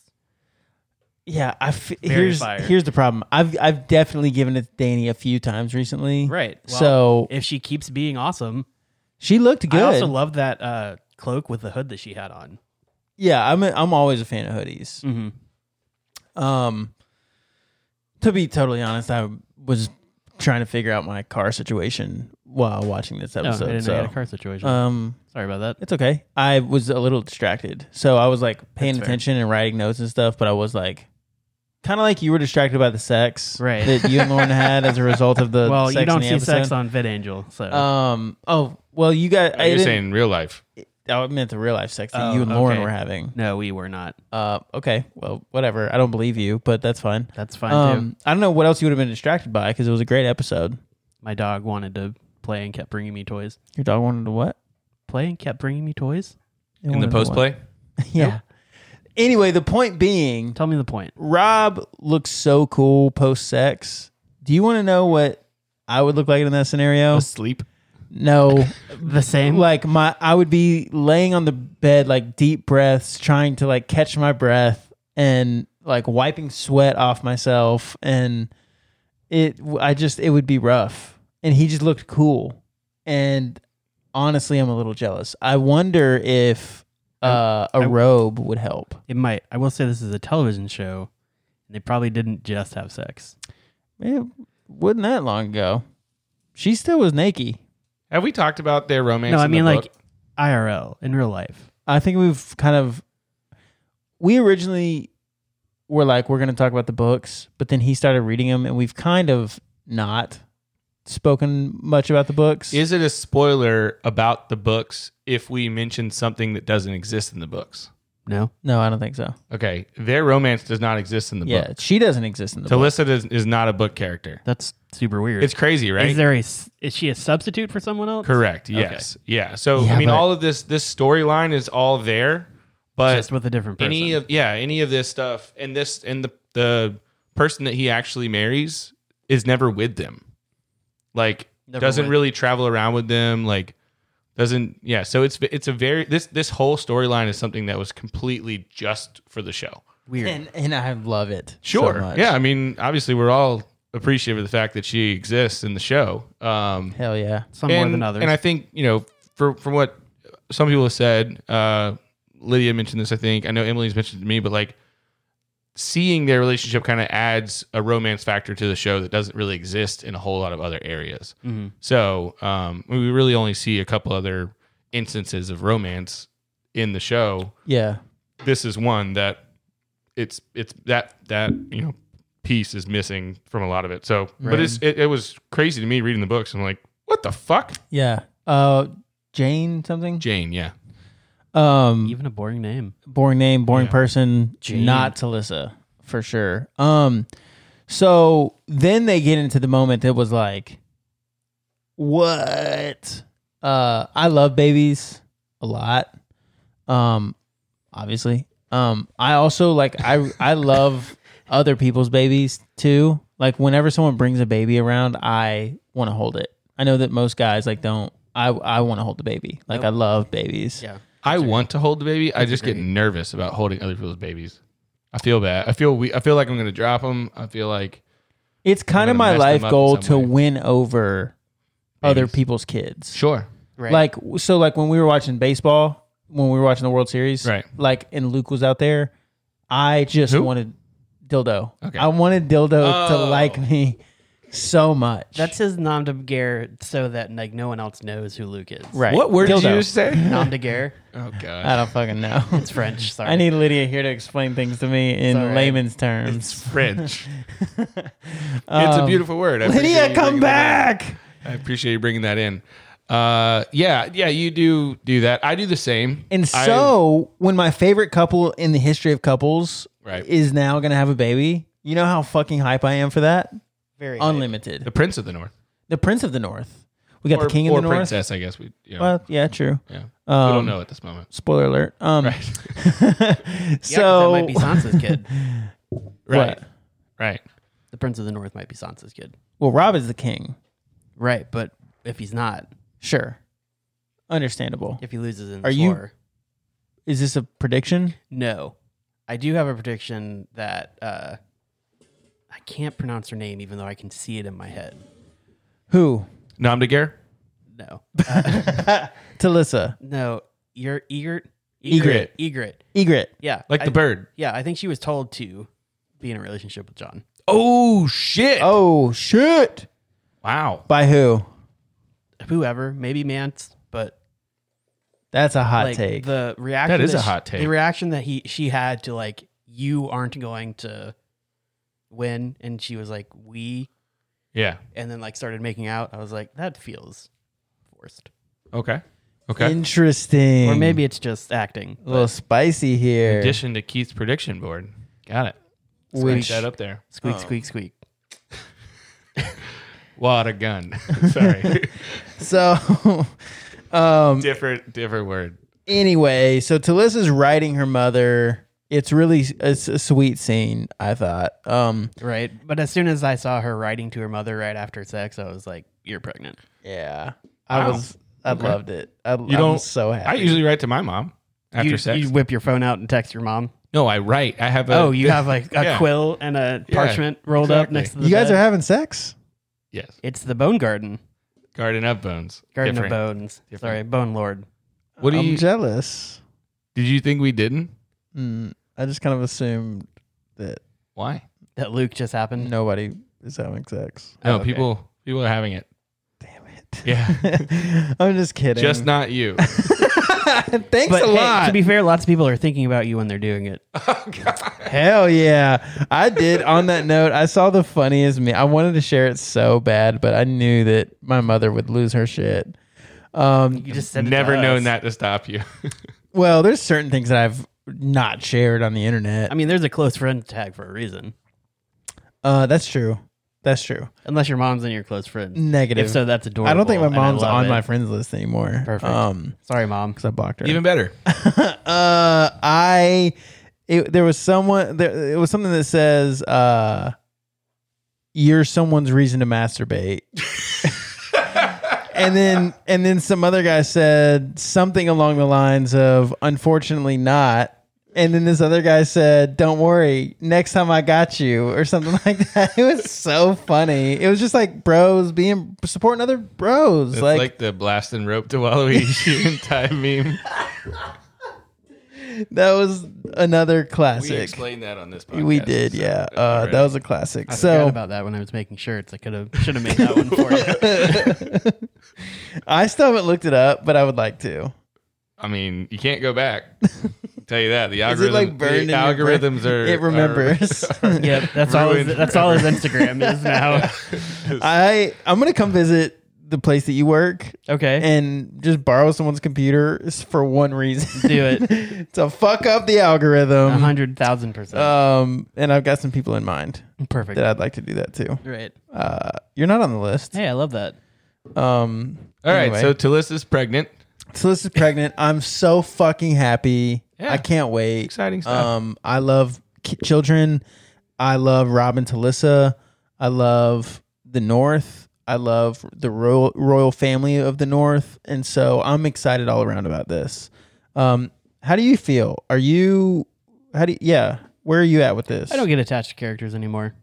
Speaker 3: Yeah, I f-
Speaker 2: Very
Speaker 3: here's
Speaker 2: fire.
Speaker 3: here's the problem. I've I've definitely given it to Danny a few times recently.
Speaker 2: right. Well,
Speaker 3: so
Speaker 2: if she keeps being awesome,
Speaker 3: she looked good.
Speaker 2: I also love that uh, cloak with the hood that she had on.
Speaker 3: yeah, I'm a, I'm always a fan of hoodies.
Speaker 2: Mm-hmm.
Speaker 3: Um, to be totally honest, I was trying to figure out my car situation while watching this
Speaker 2: No, I
Speaker 3: episode.
Speaker 2: didn't know Oh, you had a
Speaker 3: so,
Speaker 2: car situation.
Speaker 3: um,
Speaker 2: Sorry about that.
Speaker 3: it's okay. I was a little distracted, so I was like paying
Speaker 2: That's fair.
Speaker 3: attention and writing notes and stuff. But I was like, kind of like you were distracted by the sex
Speaker 2: Right.
Speaker 3: that you
Speaker 2: <laughs>
Speaker 3: and Lauren had as a result of the
Speaker 2: well, you
Speaker 3: sex in
Speaker 2: don't
Speaker 3: the
Speaker 2: see sex
Speaker 3: episode.
Speaker 2: on VidAngel, so
Speaker 3: Um. Oh well, you got. I,
Speaker 1: you're
Speaker 3: didn't-
Speaker 1: saying real life.
Speaker 3: I meant the real life sex that
Speaker 2: Oh,
Speaker 3: you and Lauren
Speaker 2: okay.
Speaker 3: were having.
Speaker 2: no, we were not.
Speaker 3: Uh. Okay. Well, whatever. I don't believe you, but that's fine.
Speaker 2: That's fine too.
Speaker 3: Um, I don't know what else you would have been distracted by because it was a great episode.
Speaker 2: My dog wanted to play and kept bringing me toys.
Speaker 3: Your dog wanted to what?
Speaker 2: Play and kept bringing me toys.
Speaker 3: It
Speaker 1: In
Speaker 3: wanted
Speaker 1: the
Speaker 3: to
Speaker 1: post
Speaker 3: what?
Speaker 1: play,
Speaker 3: yeah. Anyway, the point being,
Speaker 2: Tell me the point.
Speaker 3: Rob looks so cool post sex. Do you want to know what I would look like in that scenario?
Speaker 1: Oh, sleep. <laughs>
Speaker 3: No,
Speaker 2: The same.
Speaker 3: like my, I would be laying on the bed, like deep breaths, trying to like catch my breath and like wiping sweat off myself, and it, I just, it would be rough. And he just looked cool, and honestly, I'm a little jealous. I wonder if uh, a
Speaker 2: I-
Speaker 3: robe would help.
Speaker 2: It might. I will say this is a television show, and they probably didn't just have sex.
Speaker 3: It wasn't that long ago. She still was naked.
Speaker 1: Have we talked about their romance?
Speaker 2: no, I
Speaker 1: in the
Speaker 2: mean
Speaker 1: book?
Speaker 2: like IRL in real life.
Speaker 3: I think we've kind of we originally were like we're going to talk about the books, but then he started reading them, and we've kind of not spoken much about the books.
Speaker 1: Is it a spoiler about the books if we mention something that doesn't exist in the books?
Speaker 2: No,
Speaker 3: no, I don't think so.
Speaker 1: Okay, their romance does not exist in the
Speaker 3: Yeah,
Speaker 1: book.
Speaker 3: she doesn't exist in the book.
Speaker 1: Talissa is, is not a book character.
Speaker 2: that's super weird.
Speaker 1: It's crazy, right?
Speaker 2: Is there a s- is she a substitute for someone else?
Speaker 1: Correct. Yes. Yeah. So
Speaker 3: Yeah,
Speaker 1: I mean,
Speaker 3: but-
Speaker 1: all of this this storyline is all there, but
Speaker 2: Just with a different person.
Speaker 1: any of yeah, any of this stuff and this and the the person that he actually marries is never with them. Like
Speaker 2: Never
Speaker 1: doesn't
Speaker 2: with.
Speaker 1: really travel around with them. Like doesn't yeah. So it's it's a very this this whole storyline is something that was completely just for the show.
Speaker 2: weird.
Speaker 3: And and I love it. so
Speaker 1: Sure.
Speaker 3: much.
Speaker 1: Yeah. I mean, obviously, we're all appreciative of the fact that she exists in the show. Um,
Speaker 3: Hell yeah.
Speaker 2: Some
Speaker 1: and,
Speaker 2: more than others.
Speaker 1: And I think you know, for from what some people have said, uh, Lydia mentioned this. I think I know Emily's mentioned it to me, but like seeing their relationship kind of adds a romance factor to the show that doesn't really exist in a whole lot of other areas.
Speaker 2: Mm-hmm.
Speaker 1: So um, we really only see a couple other instances of romance in the show.
Speaker 3: Yeah.
Speaker 1: This is one that it's it's that that you know piece is missing from a lot of it. So, but
Speaker 3: Right.
Speaker 1: it's it, it was crazy to me reading the books. I'm like, what the fuck?
Speaker 3: Yeah. Uh, Jane something.
Speaker 1: Jane, yeah.
Speaker 3: um,
Speaker 2: Even a boring name.
Speaker 3: boring name, boring
Speaker 1: Yeah.
Speaker 3: person,
Speaker 2: Gene.
Speaker 3: not Talissa for sure. Um, so then they get into the moment that was like, what? Uh, I love babies a lot. Um, obviously. Um, I also like I
Speaker 2: <laughs>
Speaker 3: I love other people's babies too. Like whenever someone brings a baby around, I want to hold it. I know that most guys like don't. I I want to hold the baby. Like I love babies.
Speaker 2: Yeah.
Speaker 1: I want to hold the baby. I just get nervous about holding other people's babies. I feel bad. I feel we. I feel like I'm gonna drop them. I feel like
Speaker 3: It's kind
Speaker 1: gonna
Speaker 3: of
Speaker 1: mess
Speaker 3: my
Speaker 1: them
Speaker 3: life
Speaker 1: up in
Speaker 3: goal
Speaker 1: some
Speaker 3: to
Speaker 1: way.
Speaker 3: win over other
Speaker 1: Babies.
Speaker 3: people's kids.
Speaker 1: sure.
Speaker 2: Right.
Speaker 3: Like so, like when we were watching baseball, when we were watching the World Series,
Speaker 1: Right.
Speaker 3: Like and Luke was out there, I just
Speaker 1: Who?
Speaker 3: wanted dildo.
Speaker 1: Okay.
Speaker 3: I wanted dildo to
Speaker 1: Oh.
Speaker 3: like me so much.
Speaker 2: that's his nom de guerre, so that like no one else knows who Luke is.
Speaker 3: right. Dildo. <laughs>
Speaker 1: say?
Speaker 2: <laughs> Nom de guerre.
Speaker 1: <laughs> Oh
Speaker 3: I
Speaker 1: god.
Speaker 3: don't
Speaker 1: <laughs>
Speaker 3: fucking know.
Speaker 2: It's French. Sorry.
Speaker 3: I need Lydia here to explain things to me in
Speaker 2: all right.
Speaker 3: layman's terms.
Speaker 1: It's
Speaker 3: <laughs>
Speaker 1: French. it's a beautiful word. I appreciate
Speaker 3: Um, Lydia,
Speaker 1: you
Speaker 3: come
Speaker 1: bringing that in.
Speaker 3: back.
Speaker 1: I appreciate you bringing that in. Uh, yeah, yeah, you do do that. I do the same.
Speaker 3: And
Speaker 1: I-
Speaker 3: so, when my favorite couple in the history of couples
Speaker 1: Right.
Speaker 3: is now going to have a baby, you know how fucking hype I am for that?
Speaker 2: Very
Speaker 3: Unlimited.
Speaker 1: the Prince of the North,
Speaker 3: The Prince of the North. We got
Speaker 1: or,
Speaker 3: the King of
Speaker 1: or
Speaker 3: the North.
Speaker 1: Princess, I guess we. You know,
Speaker 3: Well, yeah, true.
Speaker 1: yeah, we
Speaker 3: Um,
Speaker 1: don't know at this moment. <laughs>
Speaker 3: Spoiler alert. Um,
Speaker 1: Right, <laughs>
Speaker 2: Yeah, 'cause
Speaker 3: so,
Speaker 2: that might be Sansa's kid.
Speaker 1: <laughs> right, right.
Speaker 2: The Prince of the North might be Sansa's kid.
Speaker 3: well, Rob is the king.
Speaker 2: Right, but if he's not,
Speaker 3: Sure. Understandable.
Speaker 2: if he loses in
Speaker 3: Are
Speaker 2: this
Speaker 3: you-
Speaker 2: war,
Speaker 3: Is this a prediction?
Speaker 2: no. I do have a prediction that uh, I can't pronounce her name, even though I can see it in my head.
Speaker 3: Who?
Speaker 1: Nom de guerre. <laughs>
Speaker 2: No,
Speaker 3: Talissa.
Speaker 2: no, you're Egret,
Speaker 1: Egret.
Speaker 2: Egret.
Speaker 3: Egret.
Speaker 2: Yeah,
Speaker 1: like
Speaker 2: I-
Speaker 1: the bird.
Speaker 2: Yeah, I think she was told to be in a relationship with John.
Speaker 1: Oh shit!
Speaker 3: Oh, shit.
Speaker 1: wow.
Speaker 3: By who?
Speaker 2: Whoever, maybe Mance, but
Speaker 3: That's a hot
Speaker 2: like
Speaker 3: take.
Speaker 2: the reaction
Speaker 1: That is a
Speaker 2: she-
Speaker 1: hot take.
Speaker 2: The reaction that he she had to like you aren't going to win, and she was like we,
Speaker 1: Yeah.
Speaker 2: and then like started making out. I was like that feels forced,
Speaker 1: Okay. Okay. In
Speaker 3: Interesting.
Speaker 2: or maybe it's just acting.
Speaker 3: a little spicy here.
Speaker 1: addition to Keith's prediction board, got it. Put
Speaker 3: Which-
Speaker 1: that up Oh. there.
Speaker 2: Squeak, squeak, squeak.
Speaker 1: What a gun. <laughs> Sorry.
Speaker 3: so, <laughs> um,
Speaker 1: different different word.
Speaker 3: anyway, so Talissa's writing her mother. It's really it's a sweet scene. I thought. Um,
Speaker 2: Right, but as soon as I saw her writing to her mother right after sex, I was like, "You're pregnant."
Speaker 3: yeah, I
Speaker 1: Wow.
Speaker 3: was. I
Speaker 1: Okay.
Speaker 3: loved it. I, you
Speaker 1: don't-
Speaker 3: so happy.
Speaker 1: I usually write to my mom after
Speaker 2: you,
Speaker 1: sex.
Speaker 2: you whip your phone out and text your mom.
Speaker 1: no, I write. I have a
Speaker 2: oh, you have like
Speaker 1: <laughs>
Speaker 2: a
Speaker 1: Yeah.
Speaker 2: quill and a
Speaker 1: Yeah,
Speaker 2: parchment rolled up
Speaker 1: exactly.
Speaker 2: next to the.
Speaker 3: you guys
Speaker 2: bed.
Speaker 3: are having sex.
Speaker 1: Yes.
Speaker 2: It's the Bone Garden,
Speaker 1: Garden of Bones.
Speaker 2: Garden
Speaker 1: Different.
Speaker 2: of Bones. Sorry, Bone Lord.
Speaker 1: What do
Speaker 3: I'm
Speaker 1: you
Speaker 3: jealous.
Speaker 1: did you think we didn't?
Speaker 3: Mm, I just kind of assumed that
Speaker 1: Why?
Speaker 2: That Luke just happened.
Speaker 3: nobody is having sex. <laughs>
Speaker 1: No,
Speaker 3: Okay.
Speaker 1: people people are having it.
Speaker 3: Damn it.
Speaker 1: <laughs> Yeah.
Speaker 3: <laughs> I'm just kidding.
Speaker 1: Just not you.
Speaker 3: Thanks
Speaker 2: But
Speaker 3: a
Speaker 2: hey,
Speaker 3: lot.
Speaker 2: to be fair, lots of people are thinking about you when they're doing it.
Speaker 3: Hell yeah. I did. On that note, I saw the funniest me. I wanted to share it so bad, but I knew that my mother would lose her shit. Um,
Speaker 2: You just said it to
Speaker 1: Never
Speaker 2: us.
Speaker 1: known that to stop you.
Speaker 3: well, there's certain things that I've not shared on the internet.
Speaker 2: I mean, there's a close friend tag for a reason.
Speaker 3: Uh, that's true. That's true.
Speaker 2: Unless your mom's in your close friend.
Speaker 3: Negative.
Speaker 2: If so, that's adorable.
Speaker 3: I don't think my
Speaker 2: and I
Speaker 3: mom's
Speaker 2: love
Speaker 3: on
Speaker 2: it.
Speaker 3: my friends list anymore.
Speaker 2: Perfect.
Speaker 3: Um,
Speaker 2: Sorry, mom.
Speaker 3: because I blocked
Speaker 1: <laughs>
Speaker 3: her.
Speaker 1: Even better.
Speaker 3: <laughs> uh, I it, there was someone there. It was something that says, uh, "You're someone's reason to masturbate." <laughs> and then and then some other guy said something along the lines of, "Unfortunately, not." And then this other guy said, "Don't worry, next time I got you," or something <laughs> like that. It was so funny. It was just like bros being supporting other bros.
Speaker 1: It's like, the blast and rope to Waluigi <laughs> and time meme.
Speaker 3: that was another
Speaker 1: We
Speaker 3: classic.
Speaker 1: explained that on this podcast.
Speaker 3: We did,
Speaker 1: so
Speaker 3: yeah.
Speaker 1: that's
Speaker 3: Uh,
Speaker 1: alright.
Speaker 3: that was a classic.
Speaker 2: I forgot
Speaker 3: so
Speaker 2: about that when I was making shirts. I could have should have made that one for <laughs> you.
Speaker 3: <laughs> I still haven't looked it up, but I would like to.
Speaker 1: I mean, you can't go
Speaker 3: <laughs>
Speaker 1: back. tell you that. The
Speaker 3: Is it,
Speaker 1: algorithm
Speaker 3: like, burned
Speaker 1: the
Speaker 3: in your brain?
Speaker 1: algorithms are
Speaker 3: It remembers.
Speaker 1: are- are-
Speaker 2: yeah, that's all. His,
Speaker 1: Ruined
Speaker 2: that's all his Instagram is <laughs> now.
Speaker 3: <laughs> I I'm gonna come visit the place that you work
Speaker 2: Okay,
Speaker 3: and just borrow someone's computer s- for one reason
Speaker 2: <laughs> do it.
Speaker 3: <laughs>
Speaker 2: Uh-huh.
Speaker 3: to fuck up the
Speaker 2: A
Speaker 3: algorithm.
Speaker 2: hundred thousand percent.
Speaker 3: Um, and I've got some people in mind
Speaker 2: uh, Perfect.
Speaker 3: that I'd like to do that too.
Speaker 2: Right.
Speaker 3: Uh, you're not on the list.
Speaker 2: Hey, I love that.
Speaker 3: Um,
Speaker 1: All right,
Speaker 3: anyway.
Speaker 1: so Talissa's pregnant.
Speaker 3: So this is pregnant. I'm so fucking happy.
Speaker 1: Yeah.
Speaker 3: I can't wait.
Speaker 1: Exciting stuff.
Speaker 3: <laughs> Um, I love ki- children. I love Robin Talissa. I love the North. I love the royal royal family of the North, and so I'm excited all around about this. Um, how do you feel? Are you? How do? You, yeah. Where are you at with this?
Speaker 2: I don't get attached to characters anymore.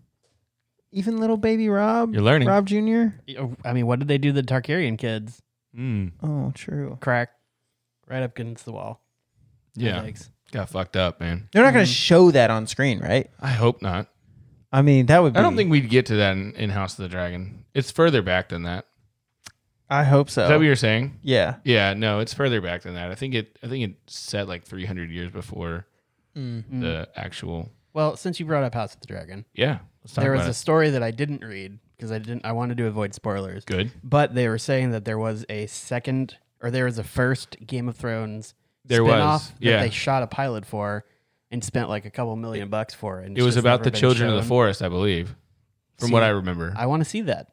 Speaker 3: even little baby Rob.
Speaker 1: You're learning.
Speaker 3: Rob Junior.
Speaker 2: oh, I mean, what did they do to the Targaryen kids?
Speaker 1: Mm,
Speaker 3: Oh, true.
Speaker 2: Crack right up against the wall. No
Speaker 1: yeah,
Speaker 2: thanks.
Speaker 1: got fucked up, man.
Speaker 3: They're not going to show that on screen, right?
Speaker 1: I hope not.
Speaker 3: I mean, that would. be...
Speaker 1: I don't think we'd get to that in, in House of the Dragon. It's further back than that.
Speaker 3: I hope so.
Speaker 1: Is that what you're saying?
Speaker 3: yeah.
Speaker 1: Yeah, no, it's further back than that. I think it. I think it set like 300 years before
Speaker 3: Hmm.
Speaker 1: the actual.
Speaker 2: Well, since you brought up House of the Dragon,
Speaker 1: Yeah, let's talk
Speaker 2: there was
Speaker 1: about
Speaker 2: a
Speaker 1: it.
Speaker 2: story that I didn't read because I didn't. I wanted to avoid spoilers.
Speaker 1: good.
Speaker 2: But they were saying that there was a second, or there was a first Game of Thrones.
Speaker 1: There was,
Speaker 2: spin-off
Speaker 1: yeah.
Speaker 2: That they shot a pilot for, and spent like a couple million bucks for. And
Speaker 1: It was about the children of the
Speaker 2: four.
Speaker 1: forest, I believe, from what I remember.
Speaker 2: I want to see that.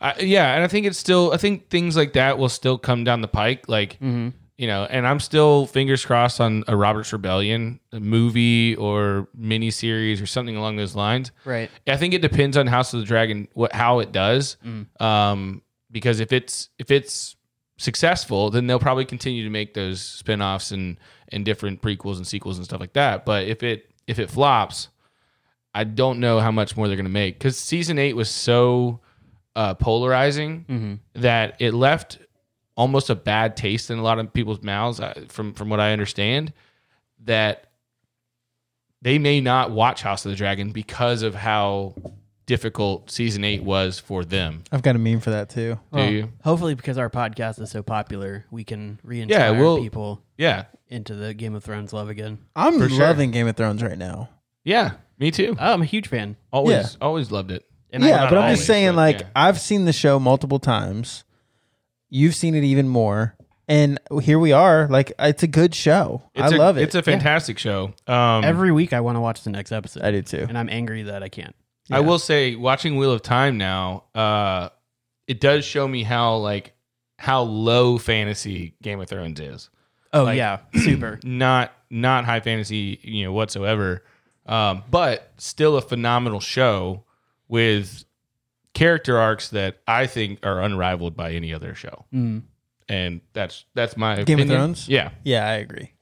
Speaker 1: I, yeah, and I think it's still. I think things like that will still come down the pike. Like you know, and I'm still fingers crossed on a Robert's Rebellion a movie or miniseries or something along those lines.
Speaker 2: Right.
Speaker 1: I think it depends on House of the Dragon what how it does. Um, because if it's if it's successful, then they'll probably continue to make those spin-offs and and different prequels and sequels and stuff like that. But if it if it flops, I don't know how much more they're gonna make because season eight was so uh, polarizing that it left almost a bad taste in a lot of people's mouths. uh, From from what I understand, that they may not watch House of the Dragon because of how difficult season eight was for them.
Speaker 3: I've got a meme for that too.
Speaker 1: Do you?
Speaker 2: Hopefully, because our podcast is so popular, we can
Speaker 1: Yeah,
Speaker 2: re-inspire
Speaker 1: we'll-
Speaker 2: people
Speaker 1: Yeah,
Speaker 2: into the Game of Thrones love again.
Speaker 3: I'm
Speaker 1: For sure.
Speaker 3: loving Game of Thrones right now.
Speaker 1: yeah, me too.
Speaker 2: Oh, I'm a huge fan.
Speaker 1: Always,
Speaker 3: yeah.
Speaker 1: always loved it.
Speaker 2: And
Speaker 3: yeah,
Speaker 2: I,
Speaker 1: not
Speaker 3: but I'm
Speaker 1: always,
Speaker 3: just saying,
Speaker 1: but
Speaker 3: like,
Speaker 1: yeah.
Speaker 3: I've seen the show multiple times. You've seen it even more, and here we are. Like, it's a good show.
Speaker 1: It's
Speaker 3: I
Speaker 1: a-
Speaker 3: love it.
Speaker 1: It's a fantastic show. Um,
Speaker 2: every week I want to watch the next episode.
Speaker 3: I do too.
Speaker 2: and I'm angry that I can't.
Speaker 1: I will say, watching Wheel of Time now, uh, it does show me how like how low fantasy Game of Thrones is.
Speaker 2: Oh yeah, <clears throat> super.
Speaker 1: not not high fantasy you know whatsoever um, but still a phenomenal show with character arcs that i think are unrivaled by any other show and that's that's my
Speaker 3: Mm. Game of
Speaker 1: opinion.
Speaker 3: Thrones?
Speaker 1: yeah
Speaker 3: Yeah, I agree.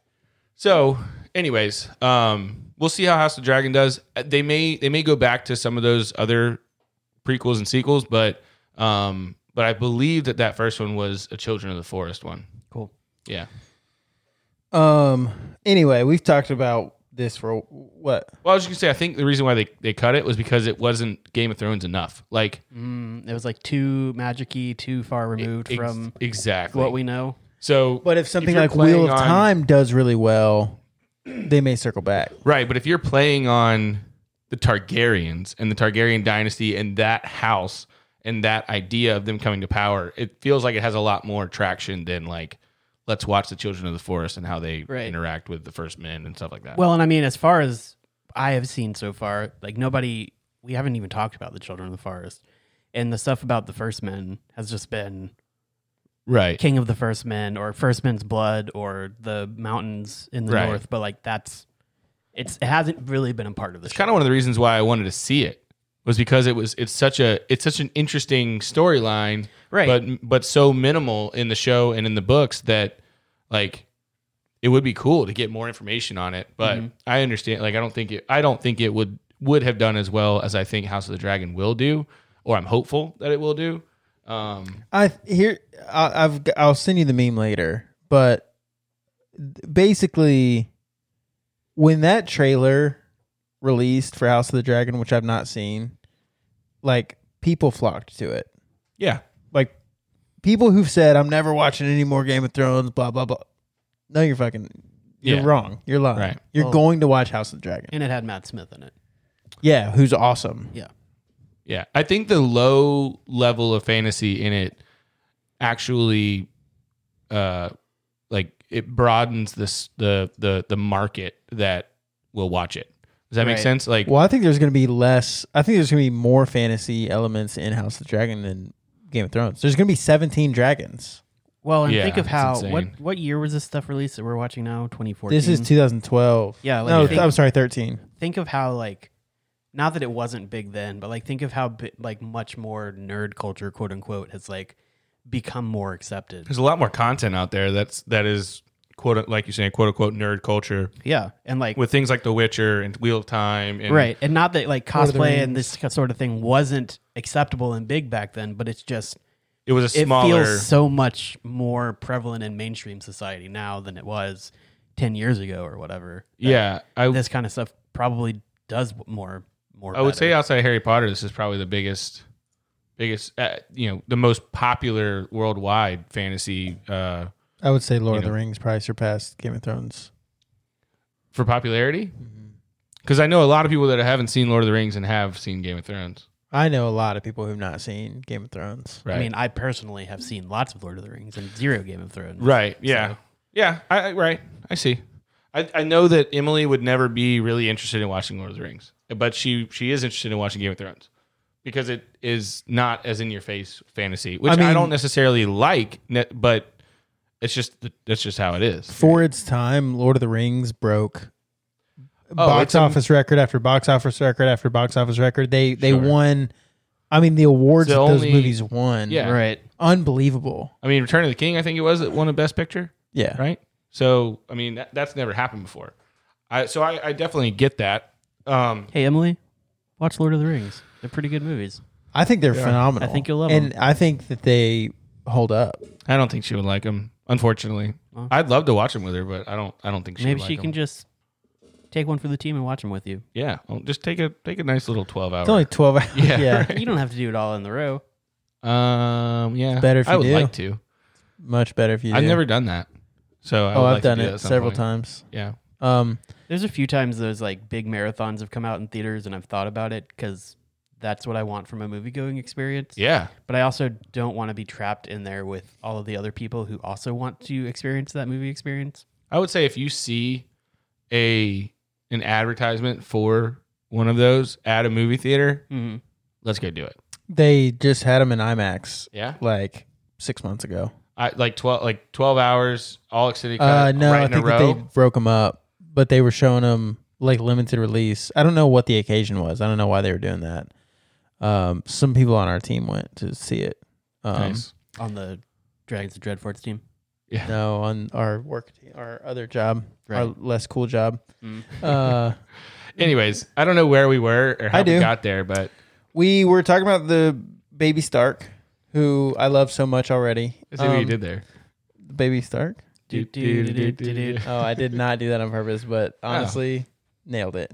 Speaker 1: so anyways um, we'll see how house of dragon does Uh, they may they may go back to some of those other prequels and sequels but um but i believe that that first one was a children of the forest one
Speaker 2: Cool.
Speaker 1: yeah
Speaker 3: Um. Anyway, we've talked about this for what?
Speaker 1: Well, I was just gonna say, I think the reason why they, they cut it was because it wasn't Game of Thrones enough. Like
Speaker 2: Mm, it was like too magicy, too far removed
Speaker 1: ex-
Speaker 2: from
Speaker 1: exactly
Speaker 2: what we know.
Speaker 1: so,
Speaker 3: But if
Speaker 1: if
Speaker 3: something
Speaker 1: you're
Speaker 3: like Wheel
Speaker 1: playing
Speaker 3: of
Speaker 1: on-
Speaker 3: Time does really well, they may circle back.
Speaker 1: right? But if you're playing on the Targaryens and the Targaryen dynasty and that house and that idea of them coming to power, it feels like it has a lot more traction than like let's watch the Children of the Forest and how they
Speaker 2: Right.
Speaker 1: interact with the First Men and stuff like that.
Speaker 2: Well, and I mean, as far as I have seen so far, like nobody, we haven't even talked about the Children of the Forest, and the stuff about the First Men has just been
Speaker 1: right?
Speaker 2: King of the First Men or First Men's Blood or the mountains in the
Speaker 1: Right.
Speaker 2: north. But like that's, it's it hasn't really been a part of the
Speaker 1: It's
Speaker 2: show.
Speaker 1: kind of one of the reasons why I wanted to see it was because it was it's such a it's such an interesting storyline,
Speaker 2: Right.
Speaker 1: But but so minimal in the show and in the books that like it would be cool to get more information on it. But I understand, like I don't think it I don't think it would would have done as well as I think House of the Dragon will do, or I'm hopeful that it will do. Um,
Speaker 3: I here I, I've g- I'll send you the meme later, but basically, when that trailer released for House of the Dragon, which I've not seen, like people flocked to it.
Speaker 1: yeah,
Speaker 3: Like people who've said, "I'm never watching any more Game of Thrones," blah blah blah. No, you're fucking. You're
Speaker 1: Yeah.
Speaker 3: wrong. You're lying.
Speaker 1: Right.
Speaker 3: You're going to watch House of the Dragon.
Speaker 2: and it had Matt Smith in it.
Speaker 3: Yeah, who's awesome.
Speaker 2: Yeah.
Speaker 1: Yeah, I think the low level of fantasy in it actually, uh, like it broadens this the the the market that will watch it. Does that make
Speaker 2: Right.
Speaker 1: sense? Like,
Speaker 3: Well, I think there's going to be less. I think there's going to be more fantasy elements in House of the Dragon than Game of Thrones. There's going to be 17 dragons.
Speaker 2: Well, and
Speaker 1: Yeah,
Speaker 2: think of
Speaker 1: it's
Speaker 2: how
Speaker 1: insane.
Speaker 2: what what year was this stuff released that we're watching now? Twenty fourteen.
Speaker 3: This
Speaker 1: Mm-hmm.
Speaker 3: is 2012.
Speaker 2: Yeah, like,
Speaker 3: no,
Speaker 2: think-
Speaker 3: I'm sorry, 13.
Speaker 2: think of how like not that it wasn't big then, but like think of how bi- like much more nerd culture, quote unquote, has like become more accepted.
Speaker 1: there's a lot more content out there that's that is quote like you're saying quote unquote nerd culture
Speaker 2: Yeah, and like
Speaker 1: with things like The Witcher and Wheel of Time and
Speaker 2: right, and not that like
Speaker 4: Lord of the
Speaker 2: cosplay and this sort of thing wasn't acceptable and big back then, but it's just
Speaker 1: it was a
Speaker 2: it
Speaker 1: smaller
Speaker 2: feels so much more prevalent in mainstream society now than it was ten years ago or whatever. that
Speaker 1: yeah I
Speaker 2: this kind of stuff probably does more more.
Speaker 1: I would say
Speaker 2: better.
Speaker 1: outside of Harry Potter this is probably the biggest biggest uh, you know the most popular worldwide fantasy uh
Speaker 3: I would say Lord
Speaker 1: You
Speaker 3: of the
Speaker 1: know.
Speaker 3: Rings probably surpassed Game of Thrones.
Speaker 1: for popularity because I know a lot of people that haven't seen Lord of the Rings and have seen Game of Thrones
Speaker 3: I know a lot of people who've not seen Game of Thrones.
Speaker 1: right
Speaker 2: I mean, I personally have seen lots of Lord of the Rings and zero Game of Thrones.
Speaker 1: Right. Yeah.
Speaker 2: So-
Speaker 1: Yeah. I, I right. I see. I, I know that Emily would never be really interested in watching Lord of the Rings, but she she is interested in watching Game of Thrones because it is not as in your face fantasy, which I,
Speaker 3: I mean-
Speaker 1: don't necessarily like, ne- but it's just th- that's just how it is.
Speaker 3: For its time, Lord of the Rings broke box
Speaker 1: Oh, it's a-
Speaker 3: office record after box office record after box office record. They they
Speaker 1: Sure.
Speaker 3: won. I mean, the awards
Speaker 1: It's
Speaker 3: that
Speaker 1: the
Speaker 3: those
Speaker 1: only-
Speaker 3: movies won.
Speaker 1: Yeah.
Speaker 2: Right.
Speaker 3: unbelievable.
Speaker 1: I mean, Return of the King, I think it was that won a Best Picture.
Speaker 3: Yeah,
Speaker 1: right? So I mean, that, that's never happened before. I so I, I definitely get that. Um,
Speaker 2: Hey Emily, watch Lord of the Rings. They're pretty good movies.
Speaker 3: I think they're phenomenal.
Speaker 2: I think you'll love
Speaker 3: and I think that they hold up.
Speaker 1: I don't think she would like him. Unfortunately,
Speaker 2: Well.
Speaker 1: I'd love to watch him with her, but I don't. I don't think she.
Speaker 2: Maybe
Speaker 1: would
Speaker 2: she
Speaker 1: like
Speaker 2: can
Speaker 1: him.
Speaker 2: just take one for the team and watch them
Speaker 1: <laughs>
Speaker 2: with you.
Speaker 1: Yeah, well, just take a take a nice little twelve hour.
Speaker 3: It's only twelve hours.
Speaker 1: <laughs> Yeah,
Speaker 2: You don't have to do it all in the row.
Speaker 1: um, yeah,
Speaker 3: better if
Speaker 1: I
Speaker 3: you
Speaker 1: would
Speaker 3: do.
Speaker 1: like to.
Speaker 3: much better if you.
Speaker 1: I've
Speaker 3: do.
Speaker 1: never done that, so I
Speaker 3: Oh,
Speaker 1: would
Speaker 3: I've
Speaker 1: like to
Speaker 3: done
Speaker 1: do that
Speaker 3: it
Speaker 1: at some
Speaker 3: several
Speaker 1: point.
Speaker 3: times.
Speaker 1: Yeah,
Speaker 3: Um,
Speaker 2: There's a few times those like big marathons have come out in theaters, and I've thought about it because that's what I want from a movie going experience.
Speaker 1: yeah,
Speaker 2: But I also don't want to be trapped in there with all of the other people who also want to experience that movie experience.
Speaker 1: I would say if you see a an advertisement for one of those at a movie theater,
Speaker 2: Mm-hmm.
Speaker 1: let's go do it.
Speaker 3: they just had them in IMAX
Speaker 1: Yeah,
Speaker 3: like six months ago.
Speaker 1: I like twelve like twelve hours all extended
Speaker 3: Uh,
Speaker 1: cut
Speaker 3: no,
Speaker 1: right
Speaker 3: I
Speaker 1: in a
Speaker 3: think that they
Speaker 1: row.
Speaker 3: broke them up, but they were showing them like limited release. I don't know what the occasion was. I don't know why they were doing that. Um, some people on our team went to see it. Um,
Speaker 1: Nice.
Speaker 2: On the Dragons of Dreadforts team.
Speaker 3: No, on our work, te- our other job, our
Speaker 2: Right.
Speaker 3: less cool job.
Speaker 2: Mm.
Speaker 3: Uh,
Speaker 1: Anyways, I don't know where we were or how
Speaker 3: I
Speaker 1: we
Speaker 3: do.
Speaker 1: got there, but
Speaker 3: we were talking about the baby Stark, who I love so much already.
Speaker 1: I see what you
Speaker 3: Um,
Speaker 1: did there.
Speaker 3: Baby Stark.
Speaker 2: Do, do, do, do, do, do.
Speaker 3: Oh, I
Speaker 1: <laughs>
Speaker 3: did not do that on purpose, but
Speaker 1: Oh.
Speaker 3: honestly, nailed it.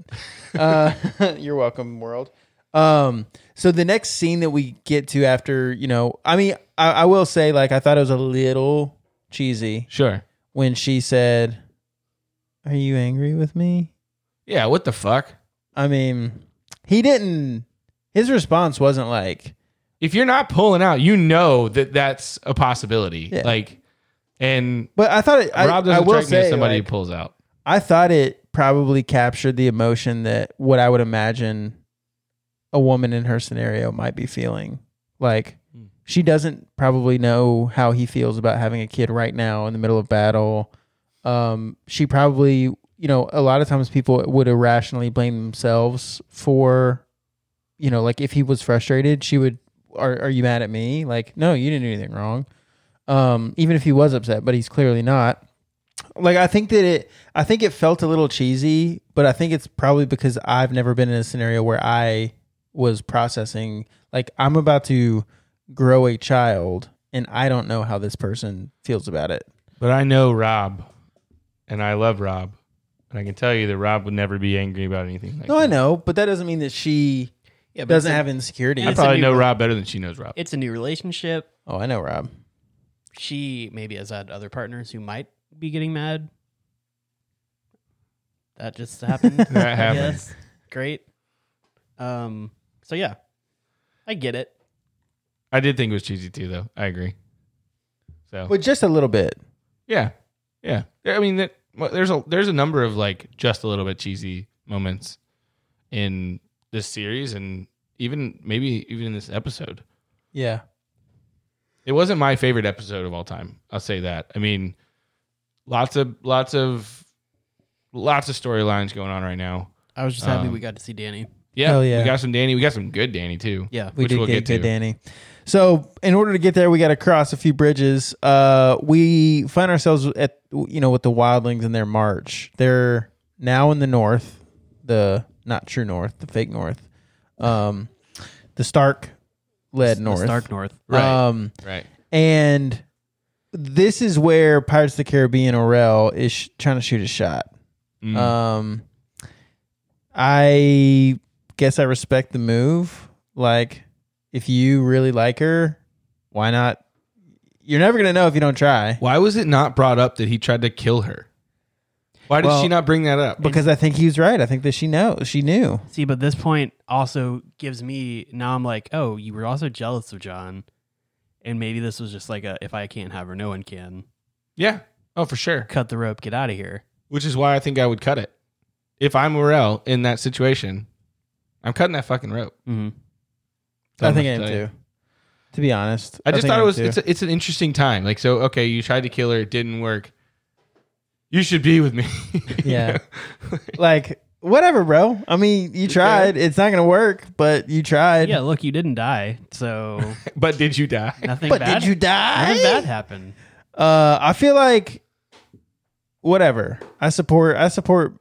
Speaker 3: Uh, <laughs> you're welcome, world. Um, so the next scene that we get to after, you know, I mean, I, I will say, like, I thought it was a little cheesy
Speaker 1: Sure.
Speaker 3: when she said, "Are you angry with me?"
Speaker 1: Yeah. What the fuck?
Speaker 3: I mean, he didn't. His response wasn't like,
Speaker 1: if you're not pulling out, you know that that's a possibility.
Speaker 3: Yeah.
Speaker 1: Like, and
Speaker 3: but I thought it. I,
Speaker 1: Rob
Speaker 3: I
Speaker 1: doesn't
Speaker 3: will
Speaker 1: strike me
Speaker 3: say,
Speaker 1: as somebody
Speaker 3: like,
Speaker 1: who pulls out.
Speaker 3: I thought it probably captured the emotion that what I would imagine a woman in her scenario might be feeling. Like
Speaker 1: Mm.
Speaker 3: she doesn't probably know how he feels about having a kid right now in the middle of battle. Um, she probably, you know, a lot of times people would irrationally blame themselves for, you know, like if he was frustrated, she would, are, are you mad at me? Like, no, you didn't do anything wrong. Um, even if he was upset, but he's clearly not like I think that it I think it felt a little cheesy, but I think it's probably because I've never been in a scenario where I was processing like I'm about to grow a child and I don't know how this person feels about it.
Speaker 1: But I know Rob, and I love Rob, and I can tell you that Rob would never be angry about anything. Like
Speaker 3: No,
Speaker 1: that.
Speaker 3: I know, but that doesn't mean that she
Speaker 2: Yeah, but
Speaker 3: doesn't
Speaker 2: it's a-
Speaker 3: have insecurities.
Speaker 2: I
Speaker 1: I probably
Speaker 2: new
Speaker 1: know
Speaker 2: one.
Speaker 1: Rob better than she knows Rob.
Speaker 2: It's a new relationship.
Speaker 3: oh, I know, Rob.
Speaker 2: She maybe has had other partners who might be getting mad. That
Speaker 3: <laughs>
Speaker 2: just happened.
Speaker 1: That happened.
Speaker 2: Yes. Great. Um. So yeah, I get it.
Speaker 1: I did think it was cheesy too, though. I agree. So
Speaker 3: But just a little bit.
Speaker 1: yeah, yeah. I mean, that, well, there's a there's a number of like just a little bit cheesy moments in this series, and even maybe even in this episode.
Speaker 3: Yeah.
Speaker 1: It wasn't my favorite episode of all time. I'll say that. I mean, lots of lots of lots of storylines going on right now.
Speaker 2: I was just happy
Speaker 1: Um,
Speaker 2: we got to see Danny.
Speaker 1: Yeah,
Speaker 3: Hell yeah.
Speaker 1: we got some Danny. We got some good Danny too.
Speaker 2: Yeah.
Speaker 3: We
Speaker 1: Which
Speaker 3: did
Speaker 1: we'll
Speaker 3: get,
Speaker 1: get
Speaker 3: good
Speaker 1: to.
Speaker 3: Danny. So in order to get there, we got to cross a few bridges. Uh, we find ourselves at you know with the wildlings in their march. They're now in the north, the not true north, the fake north, um, the Stark led north.
Speaker 2: Stark North.
Speaker 1: Right.
Speaker 3: Um,
Speaker 1: right.
Speaker 3: and this is where Pirates of the Caribbean Orel is sh- trying to shoot a shot.
Speaker 1: Mm.
Speaker 3: Um, I guess I respect the move. Like, if you really like her, why not? You're never gonna know if you don't try.
Speaker 1: Why was it not brought up that he tried to kill her? Why did
Speaker 3: Well,
Speaker 1: she not bring that up?
Speaker 3: Because I think he was right. I think that she knows. She knew.
Speaker 2: See, but this point also gives me now I'm like, oh, you were also jealous of John. And maybe this was just like a if I can't have her, no one can.
Speaker 1: yeah. Oh, for sure.
Speaker 2: Cut the rope, get out of here.
Speaker 1: Which is why I think I would cut it. If I'm Morel in that situation, I'm cutting that fucking rope.
Speaker 2: Mm-hmm.
Speaker 3: I think I
Speaker 1: Don't have
Speaker 3: am
Speaker 1: to tell you.
Speaker 3: too. To be honest,
Speaker 1: I just
Speaker 3: think
Speaker 1: thought it
Speaker 3: am
Speaker 1: was
Speaker 3: too.
Speaker 1: it's, a, it's an interesting time. Like so, okay, you tried to kill her, it didn't work. You should be with me. <laughs>
Speaker 3: Yeah. like whatever, bro. I mean, you tried. It's not gonna work, but you tried.
Speaker 2: Yeah, look, you didn't die,
Speaker 3: <laughs>
Speaker 2: so
Speaker 1: but did you die?
Speaker 2: nothing
Speaker 3: But
Speaker 2: bad.
Speaker 3: did you
Speaker 2: nothing
Speaker 3: die?
Speaker 2: bad happened.
Speaker 3: Uh, I feel like whatever. I support. I support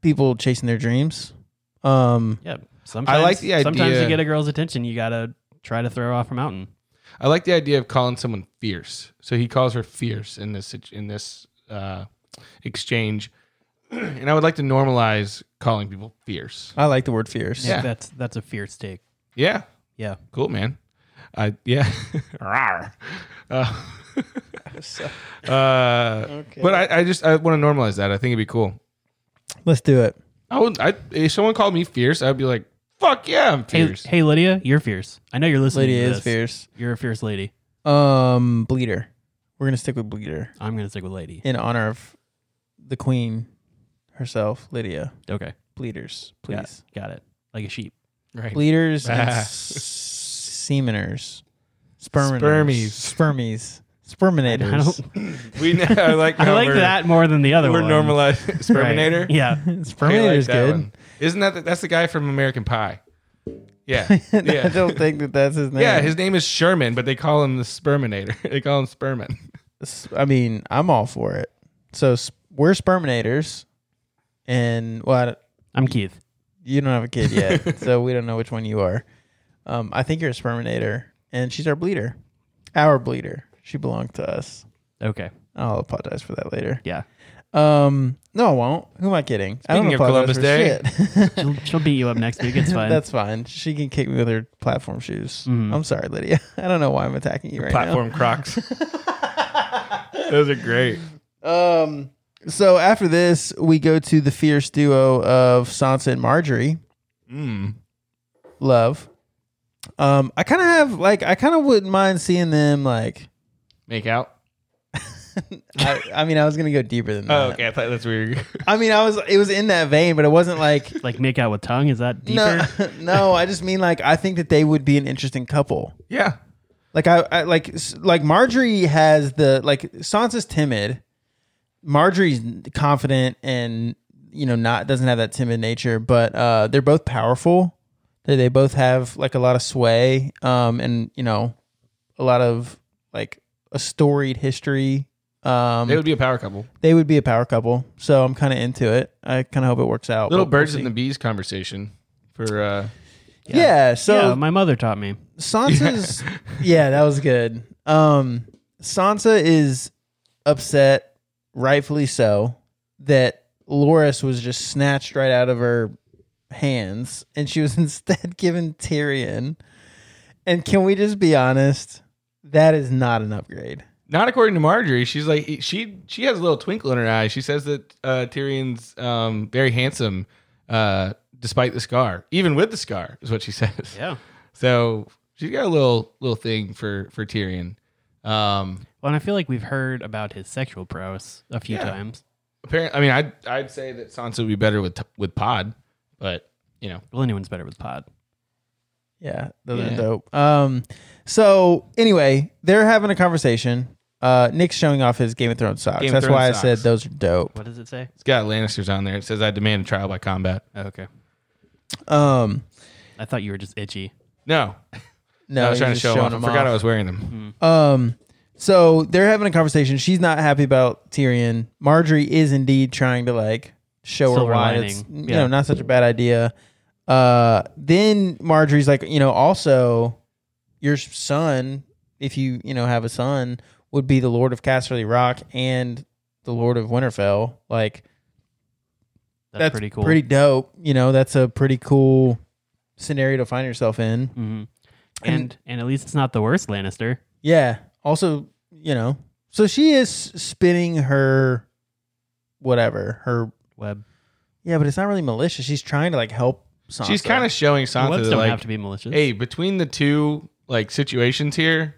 Speaker 3: people chasing their dreams. Um,
Speaker 2: Yeah. Sometimes
Speaker 1: like the
Speaker 2: sometimes
Speaker 1: idea-
Speaker 2: to get a girl's attention, you gotta try to throw her off a mountain.
Speaker 1: I like the idea of calling someone fierce. So he calls her fierce in this situ- in this uh, exchange, <clears throat> and I would like to normalize calling people fierce.
Speaker 3: I like the word fierce.
Speaker 1: Yeah.
Speaker 2: That's that's a fierce take.
Speaker 1: Yeah,
Speaker 2: Yeah.
Speaker 1: cool, man. I yeah. <laughs> Rawr.
Speaker 2: <laughs>
Speaker 1: Uh, <laughs> uh, But I, I just I want to normalize that. I think it'd be cool.
Speaker 3: Let's do it.
Speaker 1: I would. I, if someone called me fierce, I'd be like, "Fuck yeah, I'm
Speaker 2: Hey, <laughs>
Speaker 1: fierce."
Speaker 2: hey Lydia, you're fierce. I know you're listening
Speaker 3: Lady
Speaker 2: to
Speaker 3: is
Speaker 2: this.
Speaker 3: fierce.
Speaker 2: You're a fierce lady.
Speaker 3: Um, bleeder. We're gonna stick with bleeder
Speaker 2: I'm gonna stick with lady.
Speaker 3: in honor of the queen herself, Lydia.
Speaker 2: Okay.
Speaker 3: Bleeders,
Speaker 2: Got-
Speaker 3: please.
Speaker 2: Got it. Like a sheep.
Speaker 1: Right.
Speaker 3: Bleeders and
Speaker 1: Ah.
Speaker 3: s- seminers, sperminers,
Speaker 1: Spermies.
Speaker 3: spermies, sperminators.
Speaker 2: <laughs> I don't
Speaker 1: We <laughs> I like.
Speaker 2: I
Speaker 1: how
Speaker 2: like
Speaker 1: we're-
Speaker 2: that more than the other
Speaker 1: We're
Speaker 2: one.
Speaker 1: normalizing
Speaker 2: Right.
Speaker 1: Sperminator.
Speaker 2: <laughs> Yeah.
Speaker 1: <laughs> I like
Speaker 3: Sperminator's
Speaker 1: that
Speaker 3: good.
Speaker 1: one. Isn't that the, that's the guy from American Pie?
Speaker 2: <laughs>
Speaker 1: Yeah,
Speaker 3: <laughs> I
Speaker 1: yeah,
Speaker 3: don't think that that's his name.
Speaker 1: yeah. His name is Sherman, but they call him the Sperminator. <laughs> they call him Sperman.
Speaker 3: S- I mean, I'm all for it. So s- we're sperminators, and well, I don't-
Speaker 2: I'm Keith.
Speaker 3: you don't have a kid
Speaker 1: <laughs>
Speaker 3: yet, so we don't know which one you are. Um, I think you're a sperminator, and she's our bleeder, our bleeder. She belonged to us.
Speaker 2: Okay.
Speaker 3: I'll apologize for that later.
Speaker 2: Yeah.
Speaker 3: Um, no, I won't. Who am I kidding? I don't
Speaker 1: Speaking of
Speaker 3: apologize
Speaker 1: Columbus
Speaker 3: for shit.
Speaker 1: <laughs>
Speaker 2: She'll, she'll beat you up next week. <laughs> It's fine.
Speaker 3: <laughs> That's fine. She can kick me with her platform shoes.
Speaker 2: Mhm.
Speaker 3: I'm sorry, Lydia. <laughs> I don't know why I'm attacking you right
Speaker 1: Platform
Speaker 2: <laughs>
Speaker 1: Crocs. Those are great.
Speaker 3: now. Um, so after this, we go to the fierce duo of Sansa and Marjorie.
Speaker 1: Mm.
Speaker 3: Love. Um, I kind of have like I kind of wouldn't mind seeing them like.
Speaker 1: Make out.
Speaker 3: I, I mean, I was gonna go deeper than that.
Speaker 1: <laughs> Oh, okay. I thought that's weird. <laughs>
Speaker 3: I mean, I was it was in that vein, but it wasn't like
Speaker 2: like make out with tongue. Is that deeper?
Speaker 3: no, <laughs> no. I just mean like I think that they would be an interesting couple.
Speaker 1: yeah.
Speaker 3: Like I, I like s- like Marjorie has the like Sansa's timid. Marjorie's confident and you know not doesn't have that timid nature, but uh they're both powerful. They they both have like a lot of sway um and you know a lot of like a storied history. Um
Speaker 1: They would be a power couple.
Speaker 3: be a power couple. So I'm kind of into it. I kind of hope it works out.
Speaker 1: Little
Speaker 3: but we'll
Speaker 1: birds
Speaker 3: see.
Speaker 1: and the bees conversation for uh
Speaker 3: Yeah, so
Speaker 2: yeah, my mother taught me.
Speaker 1: <laughs>
Speaker 3: Sansa's yeah, that was good. Um Sansa is upset, rightfully so, that Loris was just snatched right out of her hands and she was <laughs> instead given Tyrion. And can we just be honest? That is not an upgrade.
Speaker 1: not according to Marjorie. She's like she she has a little twinkle in her eye. She says that uh, Tyrion's um, very handsome, uh, despite the scar, even with the scar, is what she <laughs> says.
Speaker 2: Yeah.
Speaker 1: So she's got a little little thing for for Tyrion. Um,
Speaker 2: Well, and I feel like we've heard about his sexual prowess a few
Speaker 1: Yeah.
Speaker 2: times.
Speaker 1: apparently, I mean, I'd I'd say that Sansa would be better with with Pod, but you know,
Speaker 2: Well, anyone's better with pod.
Speaker 3: Yeah, those
Speaker 1: Yeah.
Speaker 3: are dope. Um, so anyway, they're having a conversation. Uh, Nick's showing off his Game of Thrones socks.
Speaker 1: Game of
Speaker 3: That's
Speaker 1: Thrones
Speaker 3: why I
Speaker 1: socks.
Speaker 3: said those are dope.
Speaker 2: What does it say?
Speaker 1: it's got Lannisters on there. It says I demand a trial by combat.
Speaker 2: Oh, okay.
Speaker 3: Um,
Speaker 2: I thought you were just itchy.
Speaker 1: No,
Speaker 3: no,
Speaker 1: I was
Speaker 3: you're
Speaker 1: trying to
Speaker 3: just
Speaker 1: show 'em off.
Speaker 3: showing
Speaker 1: I
Speaker 3: them
Speaker 1: forgot I was wearing them.
Speaker 3: Um, so they're having a conversation. She's not happy about Tyrion. Marjorie is indeed trying to like show
Speaker 2: Silver
Speaker 3: her why
Speaker 2: lining.
Speaker 3: it's you
Speaker 2: Yeah.
Speaker 3: know not such a bad idea. Uh, then Marjorie's like, you know, also your son, if you you know have a son, would be the Lord of Casterly Rock and the Lord of Winterfell. Like
Speaker 2: That's, pretty cool.
Speaker 3: pretty dope. You know, that's a pretty cool scenario to find yourself in.
Speaker 2: Mhm.
Speaker 3: And-
Speaker 2: And and at least it's not the worst Lannister.
Speaker 3: Yeah. Also, you know, so she is spinning her whatever her.
Speaker 2: Web
Speaker 3: Yeah, but it's not really malicious. She's trying to like help. Sansa.
Speaker 1: She's kind of showing Sansa
Speaker 2: webs
Speaker 1: that,
Speaker 2: don't
Speaker 1: like,
Speaker 2: have to be malicious.
Speaker 1: hey, between the two like situations here,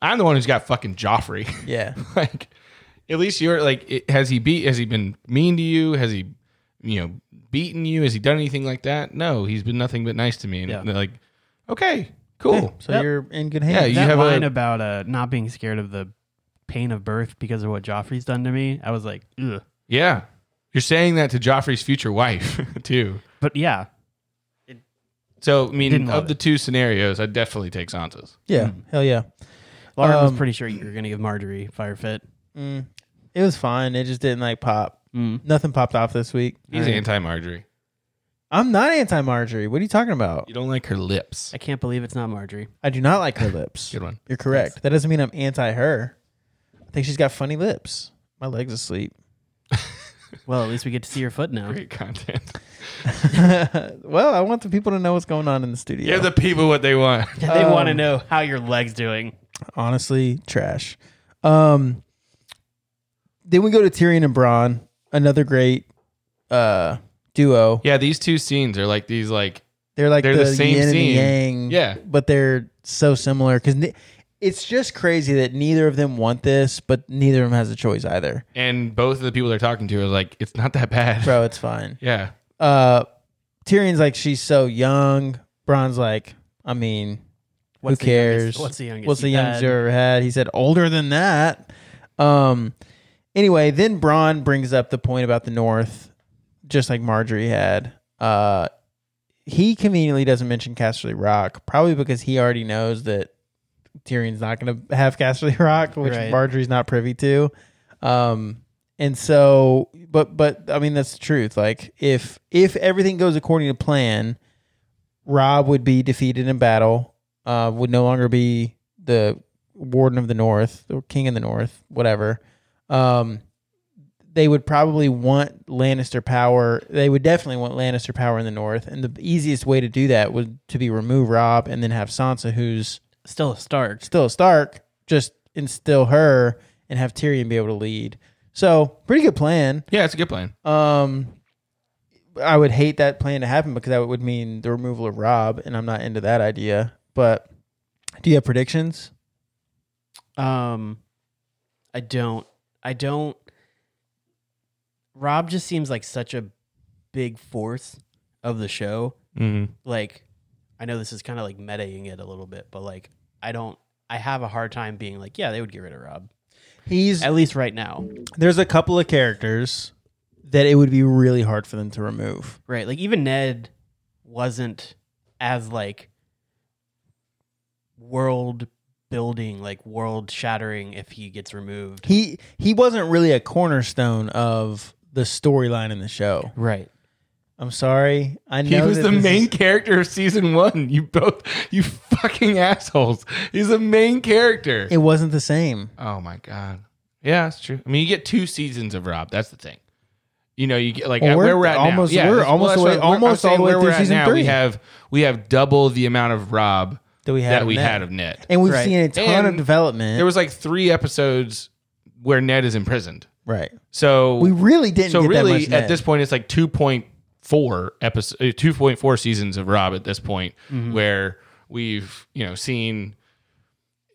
Speaker 1: I'm the one who's got fucking Joffrey. <laughs>
Speaker 3: yeah.
Speaker 1: like at least you're like it, has he beat has he been mean to you has he you know beaten you has he done anything like that no he's been nothing but nice to me and
Speaker 2: Yeah.
Speaker 1: they're like okay cool
Speaker 3: Okay, so
Speaker 2: Yep.
Speaker 3: you're in good
Speaker 1: Yeah,
Speaker 3: hands.
Speaker 1: you
Speaker 2: that
Speaker 1: have
Speaker 2: line
Speaker 1: a-
Speaker 2: about uh, not being scared of the pain of birth because of what Joffrey's done to me. I was like, ugh.
Speaker 1: yeah you're saying that to Joffrey's future wife <laughs> too
Speaker 2: But yeah,
Speaker 1: so I mean
Speaker 2: Didn't love
Speaker 1: of the two scenarios I definitely take Sansa's
Speaker 3: Yeah. Hell yeah.
Speaker 2: Lauren was
Speaker 3: Um,
Speaker 2: pretty sure you were going to give Marjorie fire fit.
Speaker 3: Mm, it was fine. It just didn't like pop.
Speaker 2: Mm.
Speaker 3: Nothing popped off this week.
Speaker 1: he's
Speaker 2: Alright.
Speaker 1: anti Marjorie
Speaker 3: I'm not anti Marjorie. What are you talking about?
Speaker 1: you don't like her lips
Speaker 2: I can't believe it's not Marjorie.
Speaker 3: I do not like her lips.
Speaker 1: good one
Speaker 3: You're correct. That doesn't mean I'm anti her. I think she's got funny lips. My legs asleep. <laughs>
Speaker 2: Well, at least we get to see her foot now.
Speaker 1: great <laughs> content
Speaker 3: well, I want the people to know what's going on in the studio.
Speaker 1: give the people what they want
Speaker 2: They want to
Speaker 3: Um,
Speaker 2: know how your leg's doing.
Speaker 3: honestly trash. Um, then we go to Tyrion and Bronn, another great uh duo.
Speaker 1: yeah these two scenes are like these like
Speaker 3: They're like
Speaker 1: They're
Speaker 3: the,
Speaker 1: the same
Speaker 3: yin and the
Speaker 1: scene.
Speaker 3: yang.
Speaker 1: Yeah.
Speaker 3: but they're so similar because it's just crazy that neither of them want this, but neither of them has a
Speaker 1: <laughs>
Speaker 3: choice either.
Speaker 1: and both of the people they're talking to are like it's not that bad
Speaker 3: Bro, it's fine.
Speaker 1: <laughs> yeah
Speaker 3: Uh, Tyrion's like she's so young. Bronn's like, I mean,
Speaker 2: What's
Speaker 3: who
Speaker 2: the youngest-
Speaker 3: cares?
Speaker 2: what's the youngest?
Speaker 3: What's the
Speaker 2: you've
Speaker 3: youngest
Speaker 2: had?
Speaker 3: you ever had? He said older than that. Um. Anyway, then Braun brings up the point about the North, just like Marjorie had. Uh, he conveniently doesn't mention Casterly Rock, probably because he already knows that Tyrion's not going to have Casterly <laughs> Rock, which
Speaker 2: Right.
Speaker 3: Marjorie's not privy to. Um, and so, but but I mean that's the truth. Like if if everything goes according to plan, Rob would be defeated in battle, uh, would no longer be the warden of the north or king of the north, whatever. Um, they would probably want Lannister power. They would definitely want Lannister power in the north, and the easiest way to do that would to be remove Rob and then have Sansa, who's
Speaker 2: Still a Stark.
Speaker 3: still a Stark, just instill her and have Tyrion be able to lead. So pretty good plan.
Speaker 1: yeah it's a good plan
Speaker 3: Um, I would hate that plan to happen because that would mean the removal of Rob, and I'm not into that idea. But do you have predictions?
Speaker 2: Um, I don't. I don't. Rob just seems like such a big force of the show.
Speaker 1: mm-hmm.
Speaker 2: Like, I know this is kind of like metaing it a little bit, but like, I don't. I have a hard time being like, yeah, they would get rid of Rob
Speaker 3: He's
Speaker 2: at least right now,
Speaker 3: there's a couple of characters that it would be really hard for them to remove.
Speaker 2: right? Like, even Ned wasn't as like world building, like world shattering if he gets removed,
Speaker 3: He he wasn't really a cornerstone of the storyline in the show.
Speaker 2: right?
Speaker 3: I'm sorry, I know
Speaker 1: He was
Speaker 3: that
Speaker 1: the
Speaker 3: this
Speaker 1: main
Speaker 3: is-
Speaker 1: character of season one. You both, you fucking assholes. He's the main character.
Speaker 3: it wasn't the same.
Speaker 1: oh my god. Yeah, that's true. I mean, you get two seasons of Rob. That's the thing. You know, you get like
Speaker 3: Well,
Speaker 1: at-
Speaker 3: we're
Speaker 1: where we're at
Speaker 3: almost-
Speaker 1: now.
Speaker 3: we're
Speaker 1: that's-
Speaker 3: almost
Speaker 1: that's
Speaker 3: away-
Speaker 1: what I'm- I'm
Speaker 3: almost all
Speaker 1: saying
Speaker 3: the way
Speaker 1: where
Speaker 3: through
Speaker 1: we're at
Speaker 3: season
Speaker 1: now,
Speaker 3: three.
Speaker 1: We have we have double the amount of Rob
Speaker 3: That we had
Speaker 1: that
Speaker 3: of
Speaker 1: we
Speaker 3: Ned.
Speaker 1: had of Ned.
Speaker 3: And we've
Speaker 2: Right.
Speaker 3: seen a ton of
Speaker 1: And
Speaker 3: development.
Speaker 1: there was like three episodes where Ned is imprisoned.
Speaker 3: right.
Speaker 1: So
Speaker 3: We really didn't.
Speaker 1: so
Speaker 3: get that
Speaker 1: really
Speaker 3: much
Speaker 1: at
Speaker 3: Ned.
Speaker 1: this point uh, it's like 2.4 episode 2.4 seasons of rob at this point
Speaker 3: Mm-hmm.
Speaker 1: where we've you know seen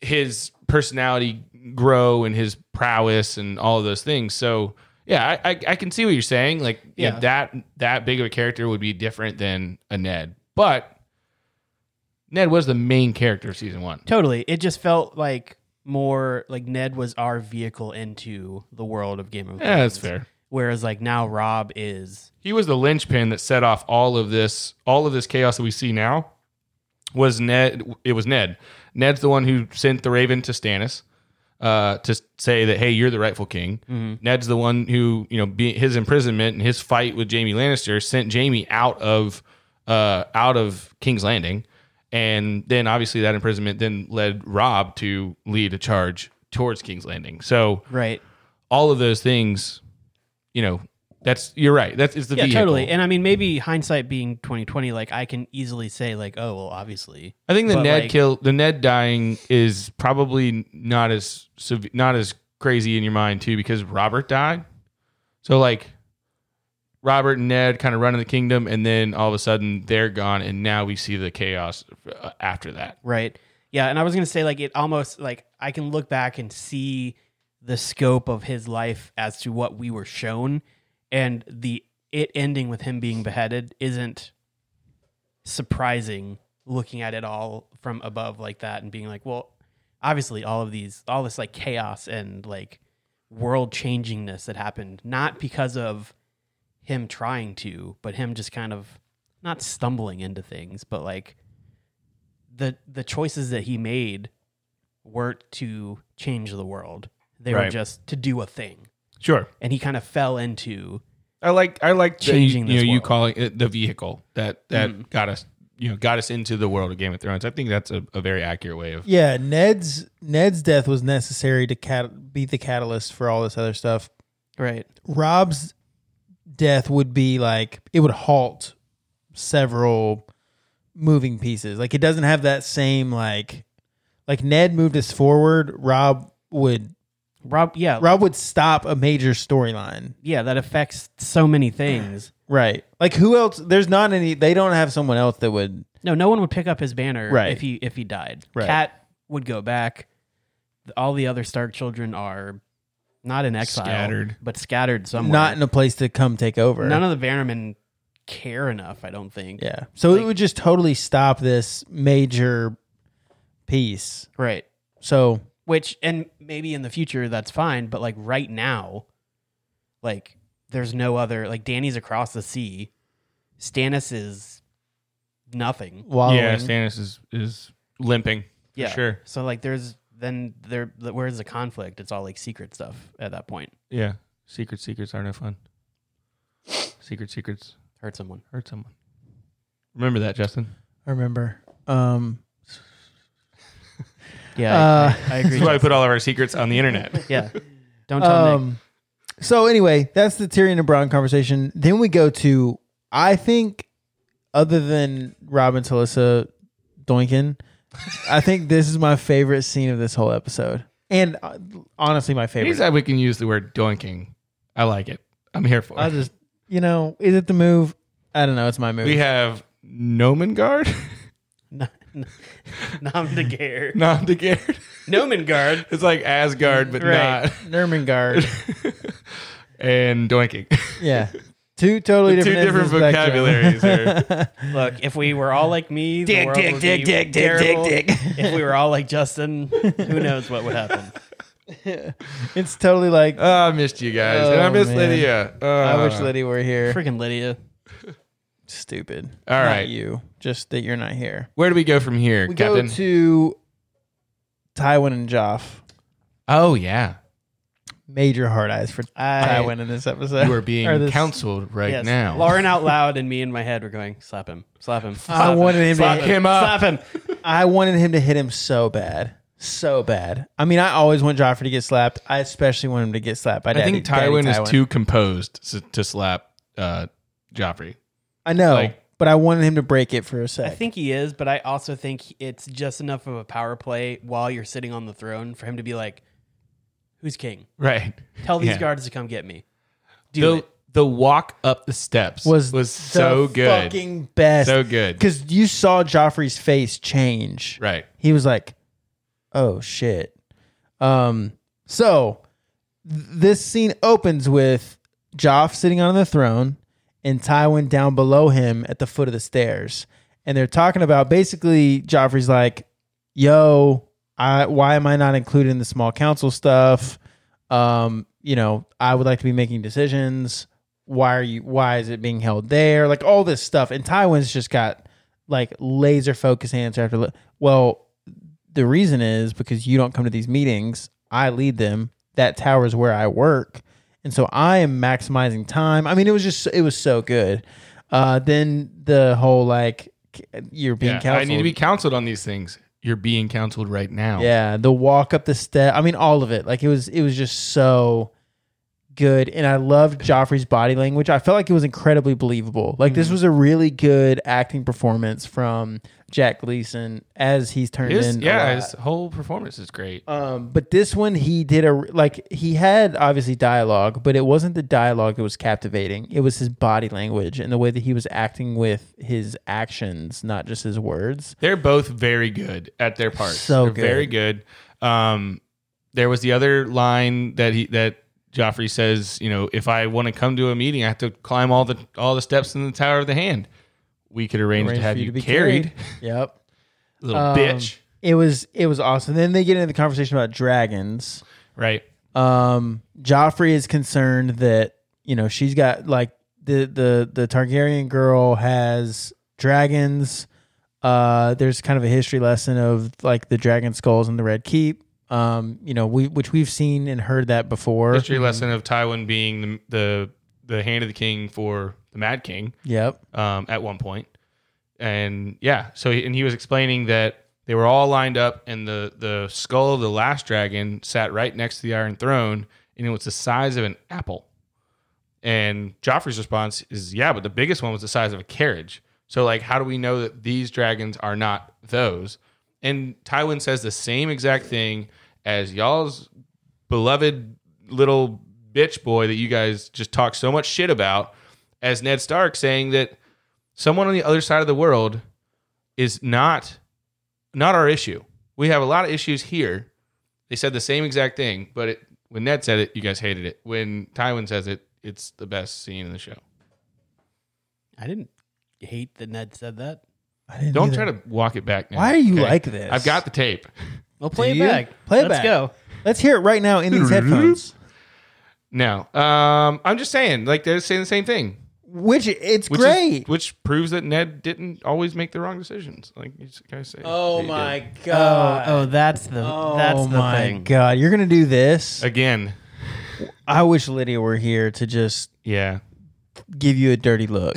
Speaker 1: his personality grow and his prowess and all of those things so yeah i i, I can see what you're saying like yeah.
Speaker 2: Yeah.
Speaker 1: that that big of a character would be different than a ned but ned was the main character of season one
Speaker 2: Totally. It just felt like more like Ned was our vehicle into the world of Game of Thrones.
Speaker 1: yeah that's fair
Speaker 2: Whereas like now Rob is
Speaker 1: he was the linchpin that set off all of this all of this chaos that we see now was ned it was ned ned's the one who sent the raven to stannis uh, to say that hey you're the rightful king
Speaker 2: Mm-hmm.
Speaker 1: ned's the one who you know be, his imprisonment and his fight with jamie lannister sent jamie out of uh, out of king's landing and then obviously that imprisonment then led rob to lead a charge towards king's landing so
Speaker 2: right.
Speaker 1: all of those things, you know, that's you're right. That's it's the
Speaker 2: Yeah,
Speaker 1: vehicle.
Speaker 2: totally. And I mean, maybe hindsight being twenty twenty, like I can easily say, like, oh well, obviously,
Speaker 1: I think the
Speaker 2: But,
Speaker 1: Ned
Speaker 2: like-
Speaker 1: kill, the Ned dying is probably not as sev- not as crazy in your mind too because Robert died. So like Robert and Ned kind of running the kingdom, and then all of a sudden they're gone, and now we see the chaos uh, after that.
Speaker 2: right? Yeah. And I was gonna say, like, it almost like I can look back and see the scope of his life as to what we were shown, and the it ending with him being beheaded isn't surprising looking at it all from above like that and being like, well, obviously all of these, all this like chaos and like world changingness that happened, not because of him trying to, but him just kind of not stumbling into things, but like the the choices that he made weren't to change the world. They were
Speaker 1: Right.
Speaker 2: just to do a thing.
Speaker 1: Sure,
Speaker 2: And he kind of fell into
Speaker 1: I like I like
Speaker 2: Changing
Speaker 1: changing Mm-hmm. you,
Speaker 2: this
Speaker 1: know you
Speaker 2: world.
Speaker 1: calling it the vehicle that that got us you know got us into the world of Game of Thrones. I think that's a, a very accurate way of
Speaker 3: Yeah, Ned's Ned's death was necessary to cat, be the catalyst for all this other stuff.
Speaker 2: Right.
Speaker 3: Rob's death would be like it would halt several moving pieces. Like it doesn't have that same like like Ned moved us forward, Rob would
Speaker 2: Rob yeah,
Speaker 3: Rob would stop a major storyline.
Speaker 2: yeah, that affects so many things.
Speaker 3: Right. Like who else there's not any they don't have someone else that would
Speaker 2: No, no one would pick up his banner
Speaker 3: Right.
Speaker 2: if he if he died.
Speaker 3: Right.
Speaker 2: Cat would go back. All the other Stark children are not in exile,
Speaker 1: Scattered.
Speaker 2: but scattered somewhere.
Speaker 3: not in a place to come take over.
Speaker 2: None of the Bannermen care enough, I don't think.
Speaker 3: yeah. So it
Speaker 2: like-
Speaker 3: would just totally stop this major piece.
Speaker 2: Right.
Speaker 3: So
Speaker 2: Which and maybe in the future that's fine, but like right now, like there's no other like Danny's across the sea. Stannis is nothing.
Speaker 3: wallowing.
Speaker 1: Yeah, Stannis is is limping.
Speaker 2: Yeah.
Speaker 1: for sure.
Speaker 2: So like there's then there where's the conflict? It's all like secret stuff at that point.
Speaker 1: Yeah, secret secrets are no fun. Secret secrets
Speaker 2: Hurt someone.
Speaker 1: hurt someone. Remember that, Justin.
Speaker 3: I remember. Um
Speaker 2: Yeah,
Speaker 3: Uh,
Speaker 2: I, I, I agree.
Speaker 3: <laughs>
Speaker 1: That's why we put all of our secrets on the internet.
Speaker 2: yeah, don't tell Nick.
Speaker 3: Um, so anyway, that's the Tyrion and Braun conversation. Then we go to I think other than Robin Talissa Doinkin, I think this is my favorite scene of this whole episode. And uh, honestly my favorite.
Speaker 1: Anytime we can use the word doinking, I like it. I'm here for
Speaker 3: I
Speaker 1: it.
Speaker 3: just you know, is it the move? I don't know, it's my move.
Speaker 1: We have Nomengard,
Speaker 2: <laughs>
Speaker 1: <laughs>
Speaker 2: N- n- <laughs> Nom
Speaker 3: <laughs>
Speaker 2: de guerre.
Speaker 1: Nomdegard.
Speaker 2: Nomengard.
Speaker 1: It's like Asgard, but
Speaker 2: Right.
Speaker 1: <laughs>
Speaker 3: Nurmengard.
Speaker 1: not. and doinking.
Speaker 3: yeah. Two
Speaker 1: <laughs>
Speaker 3: totally
Speaker 1: Two
Speaker 3: different ends
Speaker 1: different
Speaker 3: of the spectrum.
Speaker 1: vocabularies. <laughs> Are,
Speaker 2: Look, if we were all like me, the world would be terrible. If we were all like
Speaker 3: <laughs>
Speaker 2: Justin, who knows what would happen?
Speaker 3: <laughs> It's totally like
Speaker 1: oh, I missed you guys, and I
Speaker 3: Oh,
Speaker 1: miss
Speaker 3: man.
Speaker 1: Lydia. Uh,
Speaker 3: I wish Liddy were here.
Speaker 2: Freaking Lydia.
Speaker 3: Stupid.
Speaker 1: All
Speaker 3: Not
Speaker 1: right.
Speaker 3: you. Just that you're not here.
Speaker 1: Where do we go from here,
Speaker 3: We
Speaker 1: Captain?
Speaker 3: go to Tywin and Joff.
Speaker 1: oh yeah,
Speaker 3: Major hard eyes for
Speaker 2: I-
Speaker 3: Tywin in this episode.
Speaker 1: you <laughs> are
Speaker 2: <laughs>
Speaker 1: being
Speaker 3: Or this-
Speaker 1: counseled right
Speaker 2: Yes.
Speaker 1: now.
Speaker 2: Lauren out loud and me in my head were going, slap him, slap him. Slap
Speaker 3: I
Speaker 2: him,
Speaker 3: wanted him
Speaker 2: slap
Speaker 3: to-
Speaker 1: Him up.
Speaker 2: Slap him.
Speaker 3: I wanted him to hit him so bad. So bad. I mean, I always want Joffrey to get slapped. I especially want him to get slapped by
Speaker 1: I
Speaker 3: Daddy.
Speaker 1: think
Speaker 3: Daddy
Speaker 1: Tywin, is too composed s- to slap uh, Joffrey.
Speaker 3: I know,
Speaker 1: like-
Speaker 3: but I wanted him to break it for a sec.
Speaker 2: I think he is, but I also think it's just enough of a power play while you're sitting on the throne for him to be like, who's king?
Speaker 1: Right.
Speaker 2: Tell these
Speaker 1: Yeah.
Speaker 2: guards to come get me. Do
Speaker 1: The,
Speaker 2: it.
Speaker 1: the walk up the steps was, was
Speaker 3: the
Speaker 1: so good.
Speaker 3: fucking best.
Speaker 1: So good.
Speaker 3: Because you saw Joffrey's face change.
Speaker 1: right.
Speaker 3: he was like, "Oh shit." Um, so th- this scene opens with Joff sitting on the throne and Tywin down below him at the foot of the stairs, and they're talking about basically Joffrey's like, "Yo, I why am I not included in the small council stuff?" Um, you know, I would like to be making decisions. Why are you? Why is it being held there? Like all this stuff. And Tywin's just got like laser focused answer after. li- Well, the reason is because you don't come to these meetings. I lead them. That tower is where I work, and so I am maximizing time. I mean, it was just it was so good. Uh, then the whole like c- you're being
Speaker 1: Yeah,
Speaker 3: counseled.
Speaker 1: I need to be counseled on these things. You're being counseled right now.
Speaker 3: Yeah, the walk up the step. I mean, all of it. Like it was, it was just so good, and I loved Joffrey's body language. I felt like it was incredibly believable. Like
Speaker 1: Mm.
Speaker 3: this was a really good acting performance from Jack Gleason as he's turned
Speaker 1: His,
Speaker 3: in. a
Speaker 1: yeah,
Speaker 3: lot.
Speaker 1: his whole performance is great.
Speaker 3: Um, but this one he did a like he had obviously dialogue, but it wasn't the dialogue that was captivating. It was his body language and the way that he was acting with his actions, not just his words.
Speaker 1: They're both very good at their parts.
Speaker 3: So
Speaker 1: They're
Speaker 3: good.
Speaker 1: very good. Um, there was the other line that he that Joffrey says, you know, if I want to come to a meeting, I have to climb all the all the steps in the Tower of the Hand. We could arrange, to have
Speaker 3: For
Speaker 1: you, carried,
Speaker 3: Yep.
Speaker 1: <laughs> little
Speaker 3: Um,
Speaker 1: bitch.
Speaker 3: It was it was awesome. Then they get into the conversation about dragons.
Speaker 1: Right.
Speaker 3: Um, Joffrey is concerned that you know she's got like the the the Targaryen girl has dragons. Uh, there's kind of a history lesson of like the dragon skulls in the Red Keep. Um, you know, we which we've seen and heard that before.
Speaker 1: History lesson of Tywin being the, the the hand of the king for the Mad King.
Speaker 3: Yep.
Speaker 1: um, at one point. And yeah, so he- and he was explaining that they were all lined up, and the the skull of the last dragon sat right next to the Iron Throne, and it was the size of an apple. And Joffrey's response is, "Yeah, but the biggest one was the size of a carriage. So like, how do we know that these dragons are not those?" And Tywin says the same exact thing as y'all's beloved little bitch boy that you guys just talk so much shit about as Ned Stark saying that someone on the other side of the world is not not our issue. We have a lot of issues here. They said the same exact thing, but it, when Ned said it, you guys hated it. When Tywin says it, it's the best scene in the show.
Speaker 2: I didn't hate that Ned said that.
Speaker 3: I didn't
Speaker 1: Don't
Speaker 3: either.
Speaker 1: try to walk it back now.
Speaker 3: Why are you like this?
Speaker 1: I've got the tape.
Speaker 2: Well, play
Speaker 3: Do
Speaker 2: it
Speaker 3: you?
Speaker 2: back.
Speaker 3: Play it
Speaker 2: Let's
Speaker 3: back.
Speaker 2: go.
Speaker 3: Let's hear it right now in these headphones.
Speaker 1: No, um, I'm just saying, like they're saying the same thing,
Speaker 3: Which it's
Speaker 1: which is-
Speaker 3: great.
Speaker 1: which proves that Ned didn't always make the wrong decisions. Like you guys say. he did.
Speaker 2: Oh, oh, that's the that's
Speaker 3: oh
Speaker 2: the
Speaker 3: my
Speaker 2: thing.
Speaker 3: god! You're gonna do this?
Speaker 1: again.
Speaker 3: I wish Lydia were here to just
Speaker 1: Yeah,
Speaker 3: give you a
Speaker 1: <laughs>
Speaker 3: dirty look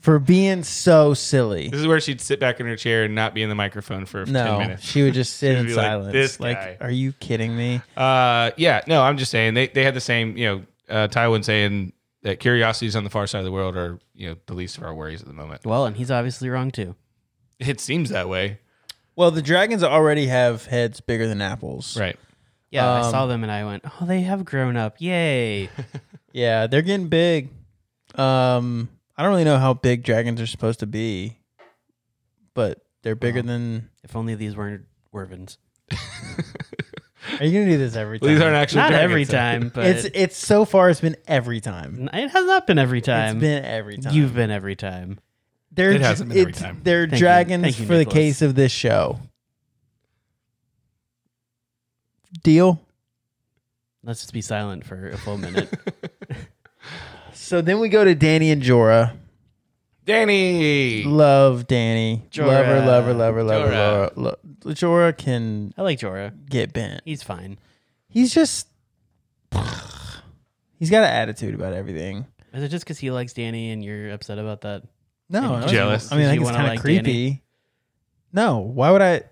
Speaker 3: for being so silly.
Speaker 1: This is where she'd sit back in her chair and not be in the microphone for 10
Speaker 3: No,
Speaker 1: minutes.
Speaker 3: she
Speaker 1: <laughs>
Speaker 3: would just sit
Speaker 1: She'd
Speaker 3: in
Speaker 1: be like,
Speaker 3: silence. Like,
Speaker 1: "This guy."
Speaker 3: are you kidding me?
Speaker 1: Uh, yeah, no, I'm just saying they, they had the same, you know, uh, Tywin saying that curiosities on the far side of the world are, you know, the least of our worries at the moment.
Speaker 2: Well, and he's obviously wrong too.
Speaker 1: It seems that way.
Speaker 3: Well, the dragons already have heads bigger than apples.
Speaker 1: Right.
Speaker 2: Yeah, I
Speaker 3: Um,
Speaker 2: saw them and I went, "Oh, they have grown up! Yay!" <laughs>
Speaker 3: Yeah, they're getting big. Um, I don't really know how big dragons are supposed to be, but they're bigger than.
Speaker 2: if only these weren't Wervins.
Speaker 3: Are you gonna do this every time?
Speaker 1: These aren't actually
Speaker 2: Not
Speaker 1: dragons,
Speaker 2: every
Speaker 1: though. <laughs>
Speaker 2: time, but
Speaker 3: It's it's so far. It's been every time.
Speaker 2: it has not been every time.
Speaker 3: It's been every time.
Speaker 2: You've been every time.
Speaker 3: They're
Speaker 1: It
Speaker 3: ju-
Speaker 1: hasn't been every
Speaker 3: it's-
Speaker 1: time.
Speaker 3: They're
Speaker 2: Thank you.
Speaker 3: dragons
Speaker 2: Thank you,
Speaker 3: for the
Speaker 2: Nicholas.
Speaker 3: case of this show. Deal.
Speaker 2: Let's just be silent for a full
Speaker 3: <laughs>
Speaker 2: minute.
Speaker 3: So then we go to Danny and Jorah.
Speaker 1: Danny.
Speaker 3: Love Danny. Lover,
Speaker 2: Jorah.
Speaker 3: lover, lover, lover,
Speaker 1: Jorah.
Speaker 3: lover. Lo- Jorah can
Speaker 2: I like Jorah.
Speaker 3: get bent.
Speaker 2: He's fine.
Speaker 3: He's just. <sighs> He's got an attitude about everything.
Speaker 2: Is it just because he likes Danny and you're upset about that?
Speaker 3: No,
Speaker 2: Danny
Speaker 3: I don't-
Speaker 1: Jealous.
Speaker 3: I mean, I
Speaker 2: You
Speaker 3: think it's
Speaker 2: wanna
Speaker 3: kind of
Speaker 2: like
Speaker 3: creepy.
Speaker 2: Danny?
Speaker 3: No, why would I?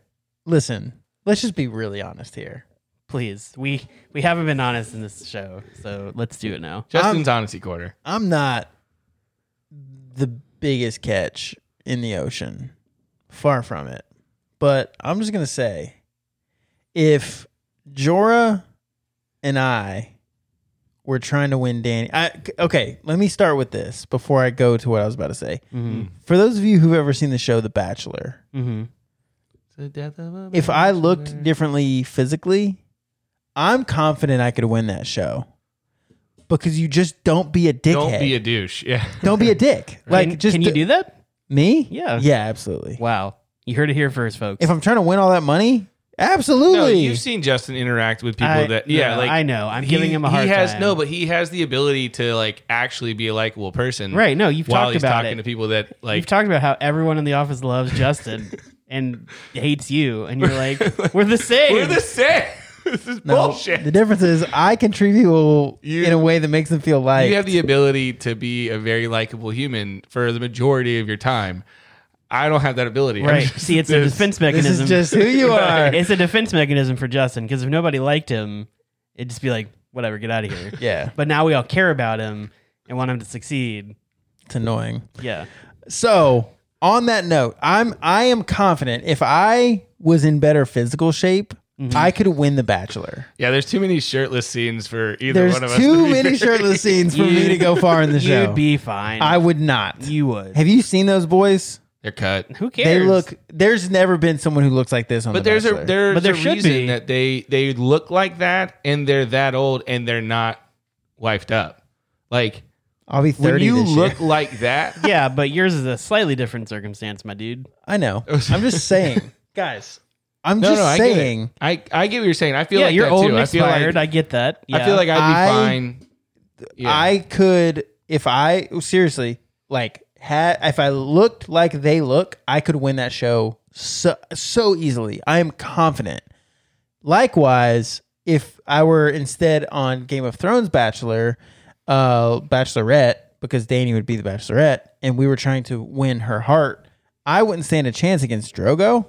Speaker 3: Listen, let's just be really honest here.
Speaker 2: Please, we we haven't been honest in this show, so let's do it now.
Speaker 1: Justin's honesty quarter.
Speaker 3: I'm not the biggest catch in the ocean. Far from it. But I'm just going to say if Jorah and I were trying to win Danny. I, okay, let me start with this before I go to what I was about to say.
Speaker 2: Mm-hmm.
Speaker 3: For those of you who've ever seen the show The Bachelor,
Speaker 2: Mm-hmm.
Speaker 3: if I looked differently physically, I'm confident I could win that show. Because you just don't be a dickhead.
Speaker 1: Don't be a douche. Yeah. <laughs>
Speaker 3: Don't be a dick. Like
Speaker 2: can,
Speaker 3: just
Speaker 2: can you do that?
Speaker 3: me?
Speaker 2: Yeah.
Speaker 3: Yeah, absolutely.
Speaker 2: Wow, you heard it here first, folks.
Speaker 3: If I'm trying to win all that money,
Speaker 1: No,
Speaker 3: Absolutely.
Speaker 1: you've seen Justin interact with people
Speaker 2: I-
Speaker 1: that yeah,
Speaker 2: no,
Speaker 1: like
Speaker 2: I know. I'm
Speaker 1: he-
Speaker 2: giving him a hard
Speaker 1: He has
Speaker 2: time.
Speaker 1: no, but he has the ability to like actually be a likable person,
Speaker 2: Right, no, you've
Speaker 1: while
Speaker 2: talked
Speaker 1: he's
Speaker 2: about
Speaker 1: talking
Speaker 2: it.
Speaker 1: to people that like
Speaker 2: You've talked about how everyone in the office
Speaker 1: <laughs>
Speaker 2: loves Justin and hates you, and you're like, we're the same.
Speaker 1: we're the same. <laughs> this is
Speaker 3: No,
Speaker 1: bullshit.
Speaker 3: The <laughs> difference is I can treat people
Speaker 1: You-
Speaker 3: in a way that makes them feel like
Speaker 1: you have the ability to be a very likable human for the majority of your time. I don't have that ability. I'm
Speaker 2: right.
Speaker 1: just
Speaker 2: See, it's a
Speaker 1: this-
Speaker 2: defense
Speaker 3: this
Speaker 2: mechanism.
Speaker 3: is just who
Speaker 1: <laughs>
Speaker 3: you are.
Speaker 2: it's a defense mechanism for Justin because if nobody liked him, it'd just be like, whatever, get out of
Speaker 1: <laughs>
Speaker 2: here.
Speaker 3: yeah,
Speaker 2: But now we all care about him and want him to succeed.
Speaker 3: it's annoying.
Speaker 2: Yeah.
Speaker 3: So on that note, I'm I am confident if I was in better physical shape,
Speaker 1: Mm-hmm.
Speaker 3: I could win the Bachelor.
Speaker 1: Yeah, there's too many shirtless scenes for either
Speaker 3: There's
Speaker 1: one of us. to
Speaker 3: too
Speaker 1: be <laughs>
Speaker 3: many
Speaker 1: fair.
Speaker 3: shirtless scenes for me
Speaker 2: You'd-
Speaker 3: to go far
Speaker 1: <laughs>
Speaker 3: in the show.
Speaker 2: You'd be fine.
Speaker 3: I would not.
Speaker 2: you would.
Speaker 3: Have you seen those boys?
Speaker 1: They're cut.
Speaker 2: Who cares?
Speaker 3: They look. There's never been someone who looks like this on.
Speaker 1: But
Speaker 3: the
Speaker 1: there's a
Speaker 3: Bachelor.
Speaker 1: there's
Speaker 2: But there
Speaker 1: a
Speaker 2: should
Speaker 1: reason
Speaker 2: be.
Speaker 1: that they they look like that and they're that old and they're not wifed up. Like
Speaker 3: I'll be
Speaker 1: when
Speaker 3: thirty.
Speaker 1: you
Speaker 3: this
Speaker 1: look
Speaker 3: year.
Speaker 1: like
Speaker 3: <laughs>
Speaker 1: that,
Speaker 2: Yeah, but yours is a slightly different circumstance, my dude.
Speaker 3: I know. <laughs> I'm just saying.
Speaker 2: Guys.
Speaker 3: I'm
Speaker 1: no,
Speaker 3: just
Speaker 1: no, I get it.
Speaker 3: saying.
Speaker 1: I I get what you're saying. I feel
Speaker 2: Yeah,
Speaker 1: like
Speaker 2: you're
Speaker 1: that
Speaker 2: old
Speaker 1: too.
Speaker 2: and
Speaker 1: I feel
Speaker 2: expired.
Speaker 1: like
Speaker 2: I get that. Yeah.
Speaker 1: I feel like I'd be
Speaker 3: I-
Speaker 1: fine. Yeah.
Speaker 3: I could if I seriously like had if I looked like they look, I could win that show so so easily. I am confident. Likewise, if I were instead on Game of Thrones Bachelor, uh Bachelorette, because Danny would be the Bachelorette, and we were trying to win her heart, I wouldn't stand a chance against Drogo,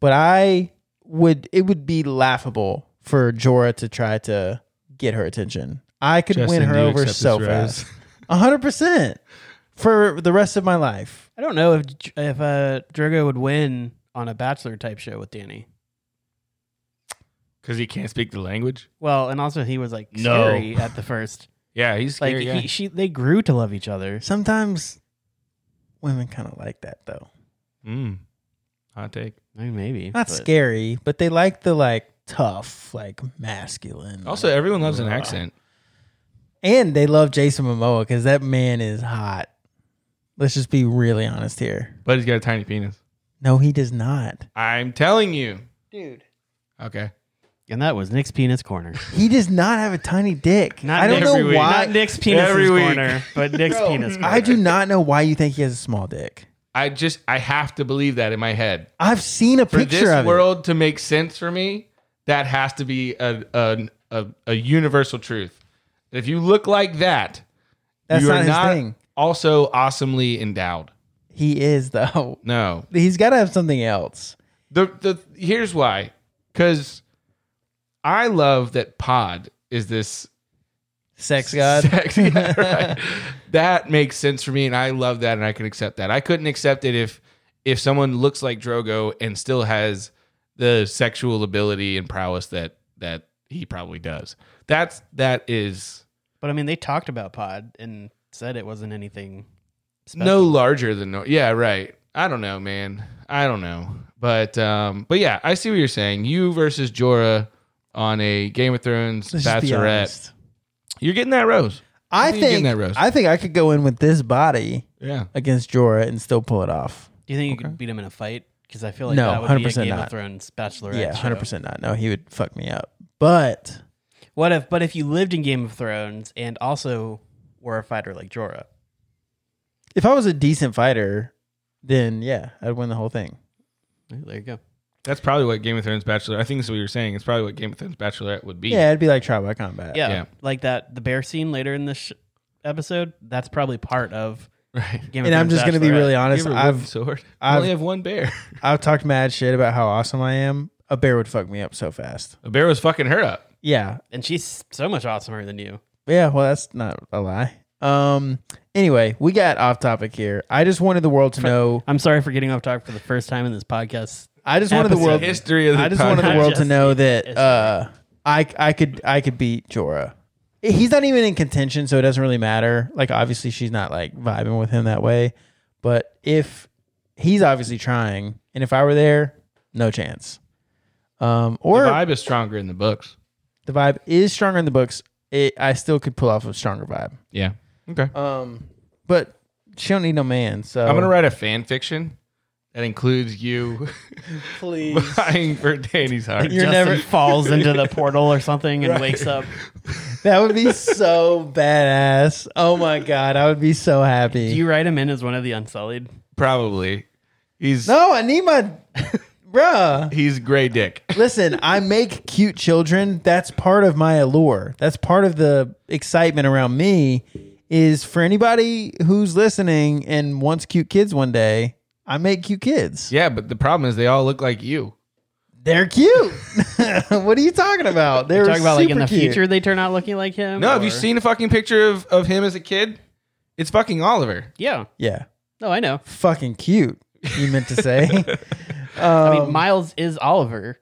Speaker 3: but I would it would be laughable for Jorah to try to get her attention. I could
Speaker 1: Justin,
Speaker 3: win her
Speaker 1: do you
Speaker 3: over
Speaker 1: accept
Speaker 3: so
Speaker 1: this rose?
Speaker 3: fast. A hundred percent for the rest of my life.
Speaker 2: I don't know if if uh, Drogo would win on a bachelor type show with Danny.
Speaker 1: because he can't speak the language.
Speaker 2: Well, and also he was like
Speaker 1: No.
Speaker 2: scary at the first.
Speaker 1: Yeah, he's
Speaker 2: Like
Speaker 1: scary guy.
Speaker 2: he, she, they grew to love each other.
Speaker 3: Sometimes women kind of like that though.
Speaker 1: Mm. Hot take.
Speaker 2: I mean, maybe
Speaker 3: Not
Speaker 2: but-
Speaker 3: scary, but they like the like tough, like masculine.
Speaker 1: Also,
Speaker 3: like,
Speaker 1: everyone loves an
Speaker 3: raw.
Speaker 1: accent.
Speaker 3: and they love Jason Momoa because that man is hot. Let's just be really honest here.
Speaker 1: But he's got a tiny penis.
Speaker 3: No, he does not.
Speaker 1: I'm telling you. Dude. Okay.
Speaker 2: And that was Nick's penis corner.
Speaker 3: He does not have a tiny dick.
Speaker 2: Not
Speaker 3: I don't
Speaker 2: every
Speaker 3: know
Speaker 1: week.
Speaker 3: why.
Speaker 2: Not Nick's penis
Speaker 1: Every week.
Speaker 2: corner, but Nick's
Speaker 3: Bro,
Speaker 2: penis. Corner.
Speaker 3: I do not know why you think he has a small dick.
Speaker 1: I just I have to believe that in my head.
Speaker 3: I've seen a
Speaker 1: For
Speaker 3: picture
Speaker 1: this
Speaker 3: of it.
Speaker 1: world to make sense for me, that has to be a a, a, a universal truth. If you look like that,
Speaker 3: That's
Speaker 1: you
Speaker 3: not
Speaker 1: are
Speaker 3: his
Speaker 1: not
Speaker 3: thing.
Speaker 1: also awesomely endowed.
Speaker 3: He is though. <laughs>
Speaker 1: No.
Speaker 3: He's got to have something else.
Speaker 1: The the here's why. Cause I love that Pod is this
Speaker 3: Sex god.
Speaker 1: Sex,
Speaker 3: <laughs>
Speaker 1: yeah, right. that makes sense for me, and I love that, and I can accept that. I couldn't accept it if if someone looks like Drogo and still has the sexual ability and prowess that that he probably does. That's that is
Speaker 2: But I mean, they talked about Pod and said it wasn't anything. Special.
Speaker 1: no larger than no. Yeah, right. I don't know, man. I don't know, but um, but yeah, I see what you're saying. You versus Jorah on a Game of Thrones
Speaker 3: Let's just be
Speaker 1: bachelorette.
Speaker 3: honest.
Speaker 1: You're getting that rose.
Speaker 3: I
Speaker 1: think you're getting
Speaker 3: think
Speaker 1: that roast.
Speaker 3: I think I could go in with this body
Speaker 1: Yeah.
Speaker 3: against Jorah and still pull it off.
Speaker 2: Do you think you could beat him in a fight? Because I feel like
Speaker 3: No,
Speaker 2: that would be a
Speaker 3: 100%
Speaker 2: Game
Speaker 3: not.
Speaker 2: of Thrones bachelorette.
Speaker 3: yeah,
Speaker 2: show.
Speaker 3: hundred percent not. No, he would fuck me up. But
Speaker 2: What if? But if you lived in Game of Thrones and also were a fighter like Jorah,
Speaker 3: if I was a decent fighter, then yeah, I'd win the whole thing.
Speaker 2: there you go.
Speaker 1: That's probably what Game of Thrones Bachelor. I think that's what you're saying. It's probably what Game of Thrones Bachelorette would be.
Speaker 3: Yeah, it'd be like trial by combat.
Speaker 2: Yeah,
Speaker 1: Yeah.
Speaker 2: like that. The bear scene later in this sh- episode. That's probably part of
Speaker 1: <laughs> Right.
Speaker 2: Game of
Speaker 3: And I'm
Speaker 2: Thrones
Speaker 3: just gonna be
Speaker 2: bachelorette.
Speaker 3: really honest. I've
Speaker 1: sword.
Speaker 3: I
Speaker 1: I
Speaker 3: only
Speaker 1: only have one bear. <laughs>
Speaker 3: I've talked mad shit about how awesome I am. A bear would fuck me up so fast.
Speaker 1: A bear was fucking her up.
Speaker 3: Yeah,
Speaker 2: And she's so much awesomer than you.
Speaker 3: Yeah, well, that's not a lie. Um. Anyway, we got off topic here. I just wanted the world to know.
Speaker 2: I'm sorry for getting off topic for the first time in this podcast.
Speaker 3: I just wanted the
Speaker 2: Episode.
Speaker 3: world.
Speaker 1: History of the
Speaker 3: I just wanted the
Speaker 2: podcast.
Speaker 3: world to know that
Speaker 2: History.
Speaker 3: uh, I I could I could beat Jorah. He's not even in contention, so it doesn't really matter. Like, obviously, she's not like vibing with him that way. But if he's obviously trying, and if I were there, no chance. Um.
Speaker 1: The
Speaker 3: Or
Speaker 1: vibe is stronger in the books.
Speaker 3: the vibe is stronger in the books. It, I still could pull off a stronger vibe.
Speaker 1: Yeah. Okay.
Speaker 3: Um, but she don't need no man. So
Speaker 1: I'm gonna write a fan fiction That includes you
Speaker 3: <laughs> Please.
Speaker 1: <laughs> buying for Danny's heart.
Speaker 3: You're
Speaker 2: Justin
Speaker 3: never-
Speaker 2: falls into the portal or something and
Speaker 3: <laughs>
Speaker 2: wakes up.
Speaker 3: That would be so badass. Oh my god, I would be so happy.
Speaker 2: Do you write him in as one of the Unsullied?
Speaker 1: Probably. He's
Speaker 3: no, I need my bruh.
Speaker 1: he's gray dick.
Speaker 3: Listen, I make cute children. That's part of my allure. That's part of the excitement around me. Is for anybody who's listening and wants cute kids one day. I make cute kids.
Speaker 1: Yeah, but the problem is they all look like you.
Speaker 3: They're cute. <laughs> what are you talking about? They're
Speaker 2: Talk about like in
Speaker 3: super
Speaker 2: the
Speaker 3: cute.
Speaker 2: future they turn out looking like him.
Speaker 1: No, have you
Speaker 2: or-
Speaker 1: seen a fucking picture of, of him as a kid? It's fucking Oliver.
Speaker 2: Yeah.
Speaker 3: Yeah,
Speaker 2: No, I know.
Speaker 3: fucking cute. You meant to say?
Speaker 2: <laughs>
Speaker 3: Um,
Speaker 2: I mean, Miles is Oliver.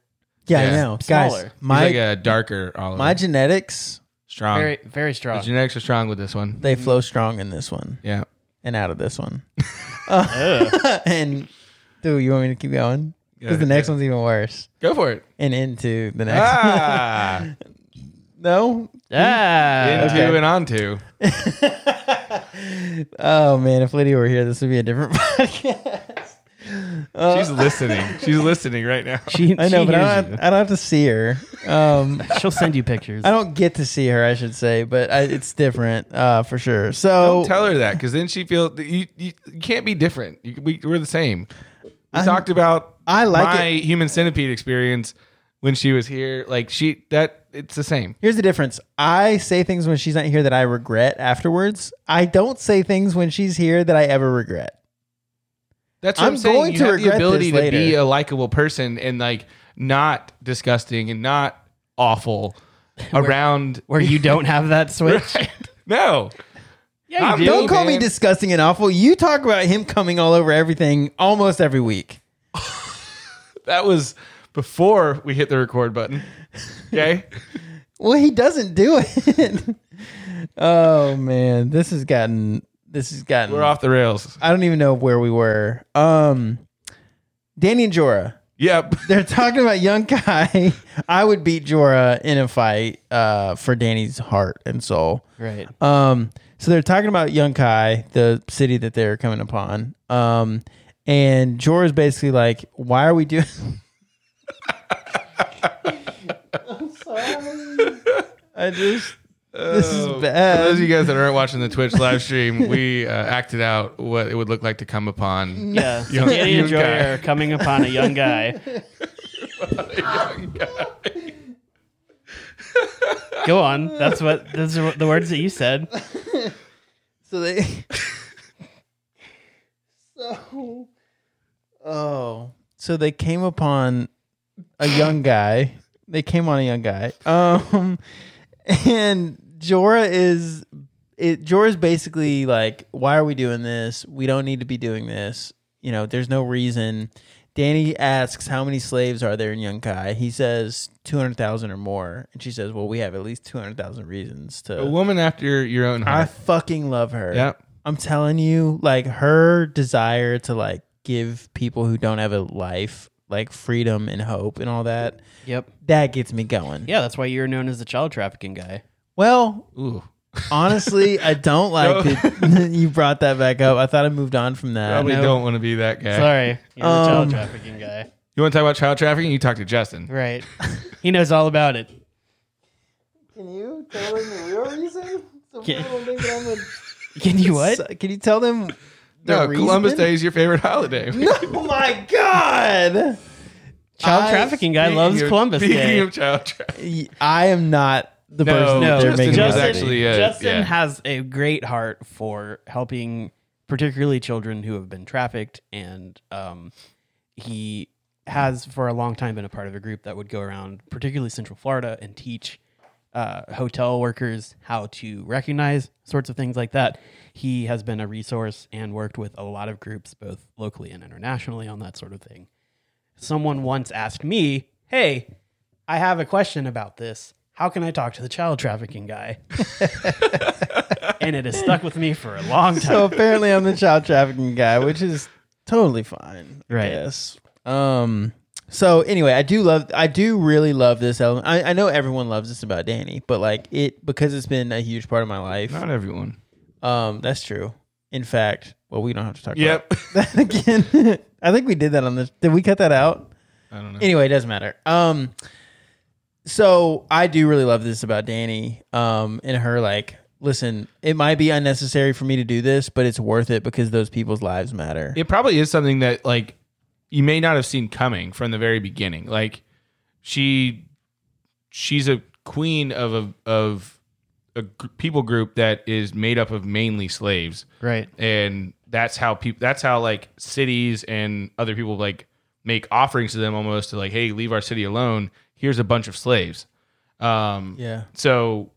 Speaker 3: yeah, I
Speaker 1: Yeah.
Speaker 3: know, guys.
Speaker 2: Smaller.
Speaker 3: My
Speaker 1: he's like a darker Oliver.
Speaker 3: my genetics
Speaker 1: strong.
Speaker 2: very, very strong.
Speaker 1: the genetics are strong with this one.
Speaker 2: Mm-hmm.
Speaker 3: they flow strong in this one
Speaker 1: Yeah.
Speaker 3: and out of
Speaker 2: <laughs>
Speaker 3: this one. Uh, <laughs> and dude, you want me to keep going? Because the next one's even worse.
Speaker 1: Go for it.
Speaker 3: And into the next.
Speaker 1: Ah.
Speaker 3: <laughs> no.
Speaker 2: ah,
Speaker 1: Into and onto.
Speaker 3: Oh man, if Lydia were here, this would be a different <laughs> podcast.
Speaker 1: She's listening. She's listening right now.
Speaker 2: she,
Speaker 3: I know,
Speaker 2: she
Speaker 3: but I
Speaker 2: hears
Speaker 3: don't, I don't have to see her. Um, <laughs>
Speaker 2: you. she'll send you pictures.
Speaker 3: I don't get to see her, I should say, but I, it's different uh, for sure. So
Speaker 1: Don't tell her that because then she feels you, you, you can't be different. You, we, we're the same. We
Speaker 3: I'm-
Speaker 1: talked about
Speaker 3: I like
Speaker 1: my
Speaker 3: it.
Speaker 1: human centipede experience when she was here. Like she that it's the same.
Speaker 3: Here's the difference. I say things when she's not here that I regret afterwards. I don't say things when she's here that I ever regret.
Speaker 1: That's what I'm,
Speaker 3: I'm
Speaker 1: saying.
Speaker 3: going
Speaker 1: you
Speaker 3: to
Speaker 1: have the
Speaker 3: regret
Speaker 1: ability
Speaker 3: this
Speaker 1: to be
Speaker 3: later.
Speaker 1: a likable person and like not disgusting and not awful around.
Speaker 2: Where you don't have
Speaker 3: <laughs>
Speaker 2: that switch.
Speaker 1: <laughs> no,
Speaker 2: Yeah, you
Speaker 1: I'm
Speaker 2: do.
Speaker 1: dope.
Speaker 3: Don't call me
Speaker 1: man.
Speaker 3: disgusting and awful. You talk about him coming all over everything almost every week.
Speaker 1: that was before we hit the record button. Okay,
Speaker 3: Well, he doesn't do it. <laughs> oh man, this has gotten this has gotten
Speaker 1: we're off the rails.
Speaker 3: I don't even know where we were. Um Danny and Jorah.
Speaker 1: Yep.
Speaker 3: They're talking about young Kai. <laughs> I would beat Jorah in a fight uh, for Danny's heart and soul.
Speaker 2: Right.
Speaker 3: Um, so they're talking about Yunkai, the city that they're coming upon. Um, and Jorah's basically like, "Why are we doing?" <laughs> I'm sorry. <laughs> I just this is
Speaker 1: Oh, For
Speaker 3: bad.
Speaker 1: those of you guys that aren't watching the Twitch live stream, we uh, acted out what it would look like to come upon.
Speaker 2: Yeah.
Speaker 1: Young-
Speaker 2: So Danny and
Speaker 1: young
Speaker 2: Joy
Speaker 1: guy.
Speaker 2: are coming upon a young
Speaker 3: <laughs>
Speaker 2: guy. Go on. That's what those are the words that you said.
Speaker 3: so they. <laughs> so, oh, so they came upon a young guy. They came on a young guy. Um, and Jorah is it. Jorah's basically like, "Why are we doing this? We don't need to be doing this. You know, there's no reason." Danny asks, "How many slaves are there in Young Kai?" He says, 200,000 or more." And she says, "Well, we have at least 200,000 reasons to."
Speaker 1: A woman after your own
Speaker 3: I
Speaker 1: heart.
Speaker 3: fucking love her.
Speaker 1: yep.
Speaker 3: I'm telling you, like her desire to like give people who don't have a life like freedom and hope and all that,
Speaker 2: Yep.
Speaker 3: that gets me going.
Speaker 2: Yeah, that's why you're known as the child trafficking guy.
Speaker 3: Well,
Speaker 1: Ooh.
Speaker 3: honestly, I
Speaker 1: <laughs>
Speaker 3: don't like that you brought that back up. I thought I moved on from that.
Speaker 1: Probably
Speaker 2: know.
Speaker 1: don't want to be that guy.
Speaker 2: Sorry. You're the
Speaker 3: Um,
Speaker 2: child trafficking guy.
Speaker 1: You want to talk about child trafficking? You talk to Justin.
Speaker 3: <laughs>
Speaker 2: Right. He knows all about it.
Speaker 3: Can you tell them the real reason? Some
Speaker 2: Can- people
Speaker 3: think I'm a
Speaker 2: <laughs> Can you what?
Speaker 3: Can you tell them <laughs> the
Speaker 1: No, Columbus
Speaker 3: reason?
Speaker 1: Day is your favorite holiday.
Speaker 3: Oh my
Speaker 1: <laughs>
Speaker 3: god.
Speaker 2: Child
Speaker 3: I-
Speaker 2: trafficking guy loves
Speaker 1: Speaking of-
Speaker 2: Columbus
Speaker 1: speaking
Speaker 2: Day.
Speaker 1: of child trafficking.
Speaker 3: I am not the
Speaker 1: No,
Speaker 2: no,
Speaker 3: person that they're
Speaker 1: Justin
Speaker 3: making
Speaker 1: was
Speaker 3: out to be.
Speaker 1: actually a-
Speaker 2: Justin
Speaker 1: yeah.
Speaker 2: has a great heart for helping, particularly children who have been trafficked, and um, he has for a long time been a part of a group that would go around, particularly Central Florida, and teach uh, hotel workers how to recognize sorts of things like that. He has been a resource and worked with a lot of groups, both locally and internationally, on that sort of thing. Someone once asked me, "Hey, I have a question about this. How can I talk to the child trafficking guy?" <laughs> and it has stuck with me for a long time.
Speaker 3: so apparently I'm the child trafficking guy, which is totally fine.
Speaker 2: Right.
Speaker 3: Yes. Um so anyway, I do love I do really love this element. I, I know everyone loves this about Danny, but like it because it's been a huge part of my life.
Speaker 1: Not everyone.
Speaker 3: Um that's true. In fact, Well, we don't have to talk
Speaker 1: Yep.
Speaker 3: about <laughs> that again. I think we did that on this. Did we cut that out?
Speaker 1: I don't know.
Speaker 3: Anyway, it doesn't matter. Um, so I do really love this about Danny. Um, and her like, listen, it might be unnecessary for me to do this, but it's worth it because those people's lives matter.
Speaker 1: it probably is something that like you may not have seen coming from the very beginning. Like she she's a queen of a of a gr- people group that is made up of mainly slaves
Speaker 2: Right.
Speaker 1: and that's how people that's how like cities and other people like make offerings to them almost to like hey leave our city alone here's a bunch of slaves um
Speaker 3: Yeah,
Speaker 1: so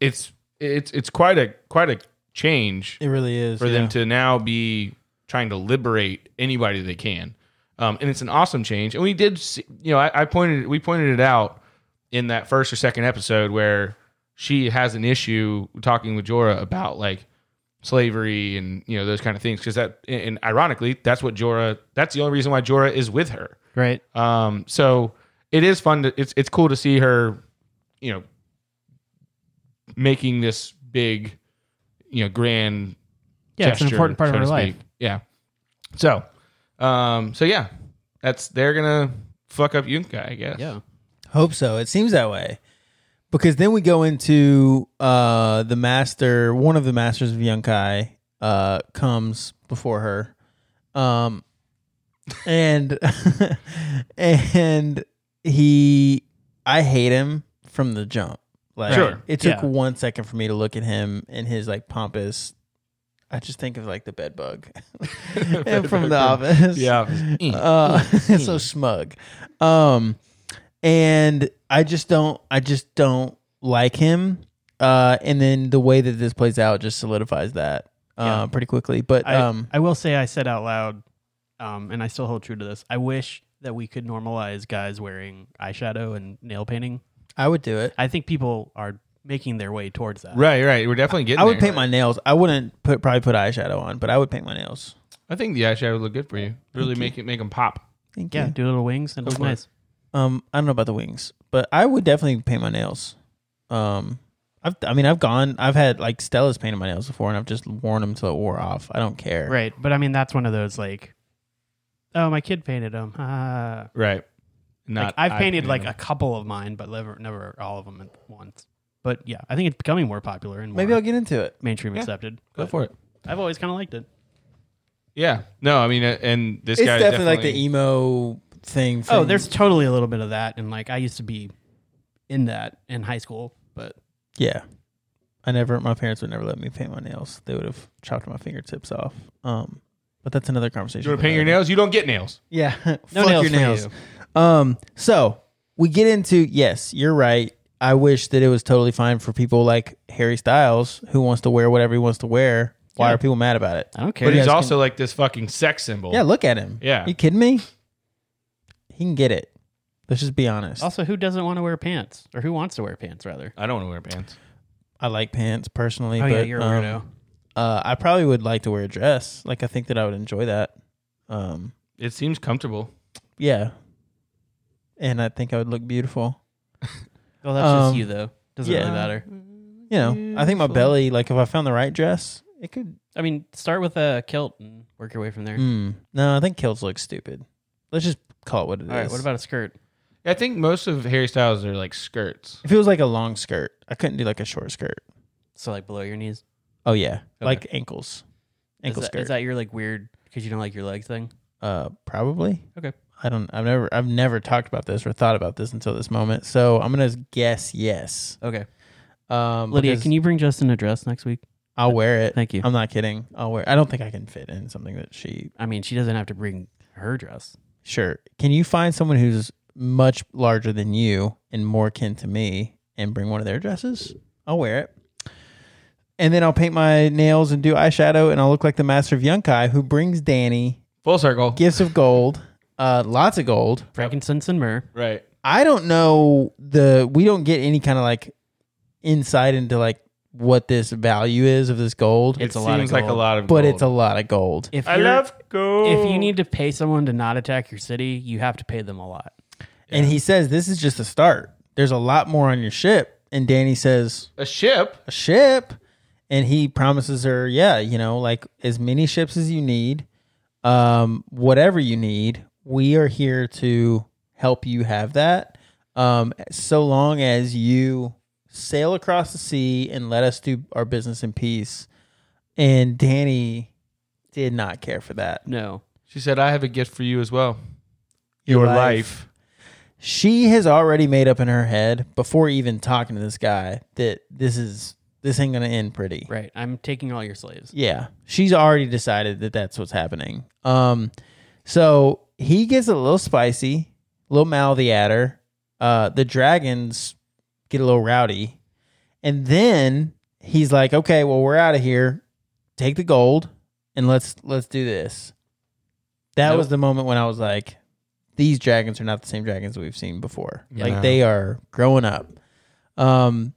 Speaker 1: it's it's it's quite a quite a change
Speaker 3: it really is
Speaker 1: for them to now be trying to liberate anybody they can. Um, and it's an awesome change. And we did, see, you know, I, I pointed we pointed it out in that first or second episode where she has an issue talking with Jorah about like slavery and you know those kind of things because that and ironically that's what Jorah that's the only reason why Jorah is with her.
Speaker 2: Right.
Speaker 1: Um, so it is fun to it's it's cool to see her, you know, making this big, you know, grand.
Speaker 2: Yeah, it's an
Speaker 1: gesture,
Speaker 2: important part of
Speaker 1: so
Speaker 2: her
Speaker 1: to
Speaker 2: life.
Speaker 1: speak. Yeah. So, um, so yeah, that's they're gonna fuck up Yunka, I guess.
Speaker 2: Yeah.
Speaker 3: Hope so. It seems that way. Because then we go into uh the master, one of the masters of Yunkai uh comes before her. Um and <laughs> and he I hate him from the jump. Like
Speaker 1: Sure.
Speaker 3: it took
Speaker 2: Yeah.
Speaker 3: one second for me to look at him and his like pompous I just think of like the
Speaker 1: <laughs>
Speaker 3: bed bug <laughs>
Speaker 1: Bed
Speaker 3: from
Speaker 1: bug.
Speaker 3: the office.
Speaker 1: Yeah.
Speaker 3: Uh, <laughs> so smug. Um, and I just don't. I just don't like him. Uh, and then the way that this plays out just solidifies that. Uh,
Speaker 2: Yeah.
Speaker 3: pretty quickly. But
Speaker 2: I,
Speaker 3: um,
Speaker 2: I will say I said out loud, um, and I still hold true to this. I wish that we could normalize guys wearing eyeshadow and nail painting.
Speaker 3: I would do it.
Speaker 2: I think people are making their way towards that.
Speaker 1: Right, right. We're definitely getting.
Speaker 3: I would
Speaker 1: there.
Speaker 3: paint my nails. I wouldn't put probably put eyeshadow on, but I would paint my nails.
Speaker 1: I think the eyeshadow would look good for you. Really make it make them pop.
Speaker 3: Thank
Speaker 2: Yeah,
Speaker 3: you.
Speaker 2: do little wings and it looks
Speaker 1: for it.
Speaker 2: nice.
Speaker 3: Um, I don't know about the wings, but I would definitely paint my nails. Um, I've I mean I've gone I've had like Stella's painted my nails before, and I've just worn them till it wore off. I don't care.
Speaker 2: Right, but I mean that's one of those like, oh, my kid painted them. Ah.
Speaker 1: Right.
Speaker 2: Like,
Speaker 1: Not.
Speaker 2: I've painted
Speaker 1: I-
Speaker 2: like a couple of mine, but never never all of them at once. But yeah, I think it's becoming more popular and more
Speaker 3: Maybe I'll get into it.
Speaker 2: mainstream
Speaker 1: Yeah.
Speaker 2: accepted.
Speaker 1: Go
Speaker 2: But
Speaker 1: for it.
Speaker 2: I've always kind of liked it.
Speaker 1: Yeah. No, I mean, uh, and this
Speaker 3: it's
Speaker 1: guy
Speaker 3: definitely, like the emo thing. From,
Speaker 2: Oh, there's totally a little bit of that, and like I used to be in that in high school, but
Speaker 3: yeah. I never. My parents would never let me paint my nails. They would have chopped my fingertips off. Um, but that's another conversation.
Speaker 1: You want to paint your
Speaker 3: nails?
Speaker 1: nails? You don't get nails.
Speaker 3: Yeah, <laughs> fuck
Speaker 2: no nails
Speaker 3: your
Speaker 2: for
Speaker 3: nails.
Speaker 2: you.
Speaker 3: Um, so we get into yes, you're right. I wish that it was totally fine for people like Harry Styles who wants to wear whatever he wants to wear. Why
Speaker 2: Yeah.
Speaker 3: are people mad about it?
Speaker 2: I don't care.
Speaker 1: But he's
Speaker 3: guys
Speaker 1: also like this fucking sex symbol.
Speaker 3: Yeah, look at him.
Speaker 1: Yeah.
Speaker 3: you kidding me? He can get it. Let's just be honest.
Speaker 2: Also, who doesn't want to wear pants, or who wants to wear pants rather?
Speaker 1: I don't want to wear pants.
Speaker 3: I like pants personally.
Speaker 2: Oh
Speaker 3: but,
Speaker 2: yeah, you're a
Speaker 3: um,
Speaker 2: weirdo.
Speaker 3: Uh, I probably would like to wear a dress. Like I think that I would enjoy that. Um,
Speaker 1: It seems comfortable.
Speaker 3: yeah, and I think I would look beautiful.
Speaker 2: well, that's
Speaker 3: um,
Speaker 2: just you though. Doesn't
Speaker 3: yeah.
Speaker 2: really matter.
Speaker 3: You know, I think my
Speaker 1: Beautiful.
Speaker 3: belly. Like if I found the right dress, it could.
Speaker 2: I mean, start with a kilt and work your way from there.
Speaker 3: Mm, no, I think kilts look stupid. Let's just call it what it is.
Speaker 2: All right, what about a skirt?
Speaker 1: I think most of Harry Styles are like skirts.
Speaker 3: if it was like a long skirt? I couldn't do like a short skirt.
Speaker 2: So like below your knees.
Speaker 3: Oh yeah, like ankles, ankle
Speaker 2: is that,
Speaker 3: skirt.
Speaker 2: is that your like weird because you don't like your legs thing?
Speaker 3: uh, probably.
Speaker 2: Okay.
Speaker 3: I don't. I've never. I've never talked about this or thought about this until this moment. So I'm gonna guess yes.
Speaker 2: Okay,
Speaker 3: Um,
Speaker 2: Lydia,
Speaker 3: because
Speaker 2: can you bring Justin a dress next week?
Speaker 3: I'll wear it.
Speaker 2: Thank you.
Speaker 3: I'm not kidding. I'll wear. I don't think I can fit in something that she.
Speaker 2: I mean, she doesn't have to bring her dress.
Speaker 3: Sure. Can you find someone who's much larger than you and more kin to me and bring one of their dresses? I'll wear it. And then I'll paint my nails and do eyeshadow and I'll look like the master of Yunkai who brings Danny
Speaker 1: Full circle.
Speaker 3: gifts of gold, uh, lots of gold.
Speaker 2: Frankincense and myrrh.
Speaker 1: right.
Speaker 3: I don't know the we don't get any kind of like insight into like what this value is of this gold,
Speaker 2: It's
Speaker 1: it
Speaker 2: a lot of
Speaker 1: seems like a
Speaker 2: gold.
Speaker 1: lot of
Speaker 3: but
Speaker 1: gold.
Speaker 3: it's a lot of gold.
Speaker 2: If
Speaker 1: I
Speaker 2: you're-
Speaker 1: love gold.
Speaker 2: if you need to pay someone to not attack your city, you have to pay them a lot.
Speaker 3: And he says, This is just the start. There's a lot more on your ship. And Danny says,
Speaker 1: a ship,
Speaker 3: A ship? and he promises her, yeah, you know, like as many ships as you need, um, whatever you need, we are here to help you have that. Um, so long as you sail across the sea and let us do our business in peace. And Danny did not care for that.
Speaker 2: No.
Speaker 1: She said, I have a gift for you as well.
Speaker 3: Your life. she has already made up in her head before even talking to this guy that this is this ain't gonna end pretty.
Speaker 2: Right. I'm taking all your slaves.
Speaker 3: Yeah, she's already decided that that's what's happening. Um, so he gets a little spicy, a little mouthy at her. Uh, the dragons get a little rowdy, and then he's like, "Okay, well, we're out of here. Take the gold, and let's let's do this." That
Speaker 2: Nope.
Speaker 3: was the moment when I was like, "These dragons are not the same dragons we've seen before.
Speaker 1: Yeah.
Speaker 3: Like they are growing up." Um,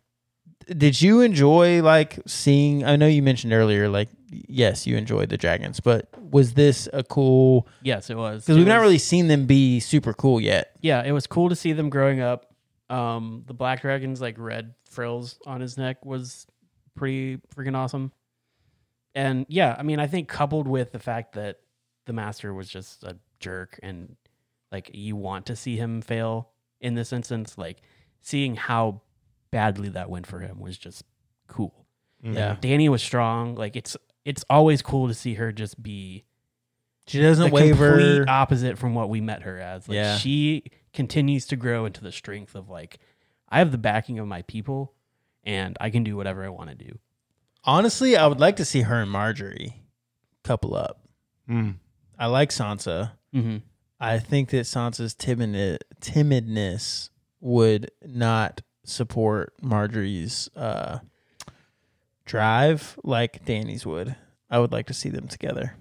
Speaker 3: did you enjoy like seeing i know you mentioned earlier like yes you enjoyed the dragons but was this a cool
Speaker 2: Yes, it was.
Speaker 3: because
Speaker 2: It
Speaker 3: we've not
Speaker 2: was-
Speaker 3: really seen them be super cool yet
Speaker 2: Yeah, it was cool to see them growing up. Um, the black dragon's like red frills on his neck was pretty freaking awesome. And yeah, I mean, I think coupled with the fact that the master was just a jerk and like you want to see him fail in this instance, like seeing how badly that went for him was just cool.
Speaker 3: Yeah.
Speaker 2: Danny was strong. Like it's it's always cool to see her just be
Speaker 3: she doesn't
Speaker 2: the
Speaker 3: waver
Speaker 2: complete uh, opposite from what we met her as. Like
Speaker 3: Yeah.
Speaker 2: she continues to grow into the strength of like I have the backing of my people and I can do whatever I want to do.
Speaker 3: honestly i would like to see her and marjorie couple up
Speaker 1: Mm.
Speaker 3: i like sansa
Speaker 2: Mm-hmm.
Speaker 3: i think that sansa's timid- timidness would not support marjorie's uh drive like danny's would i would like to see them together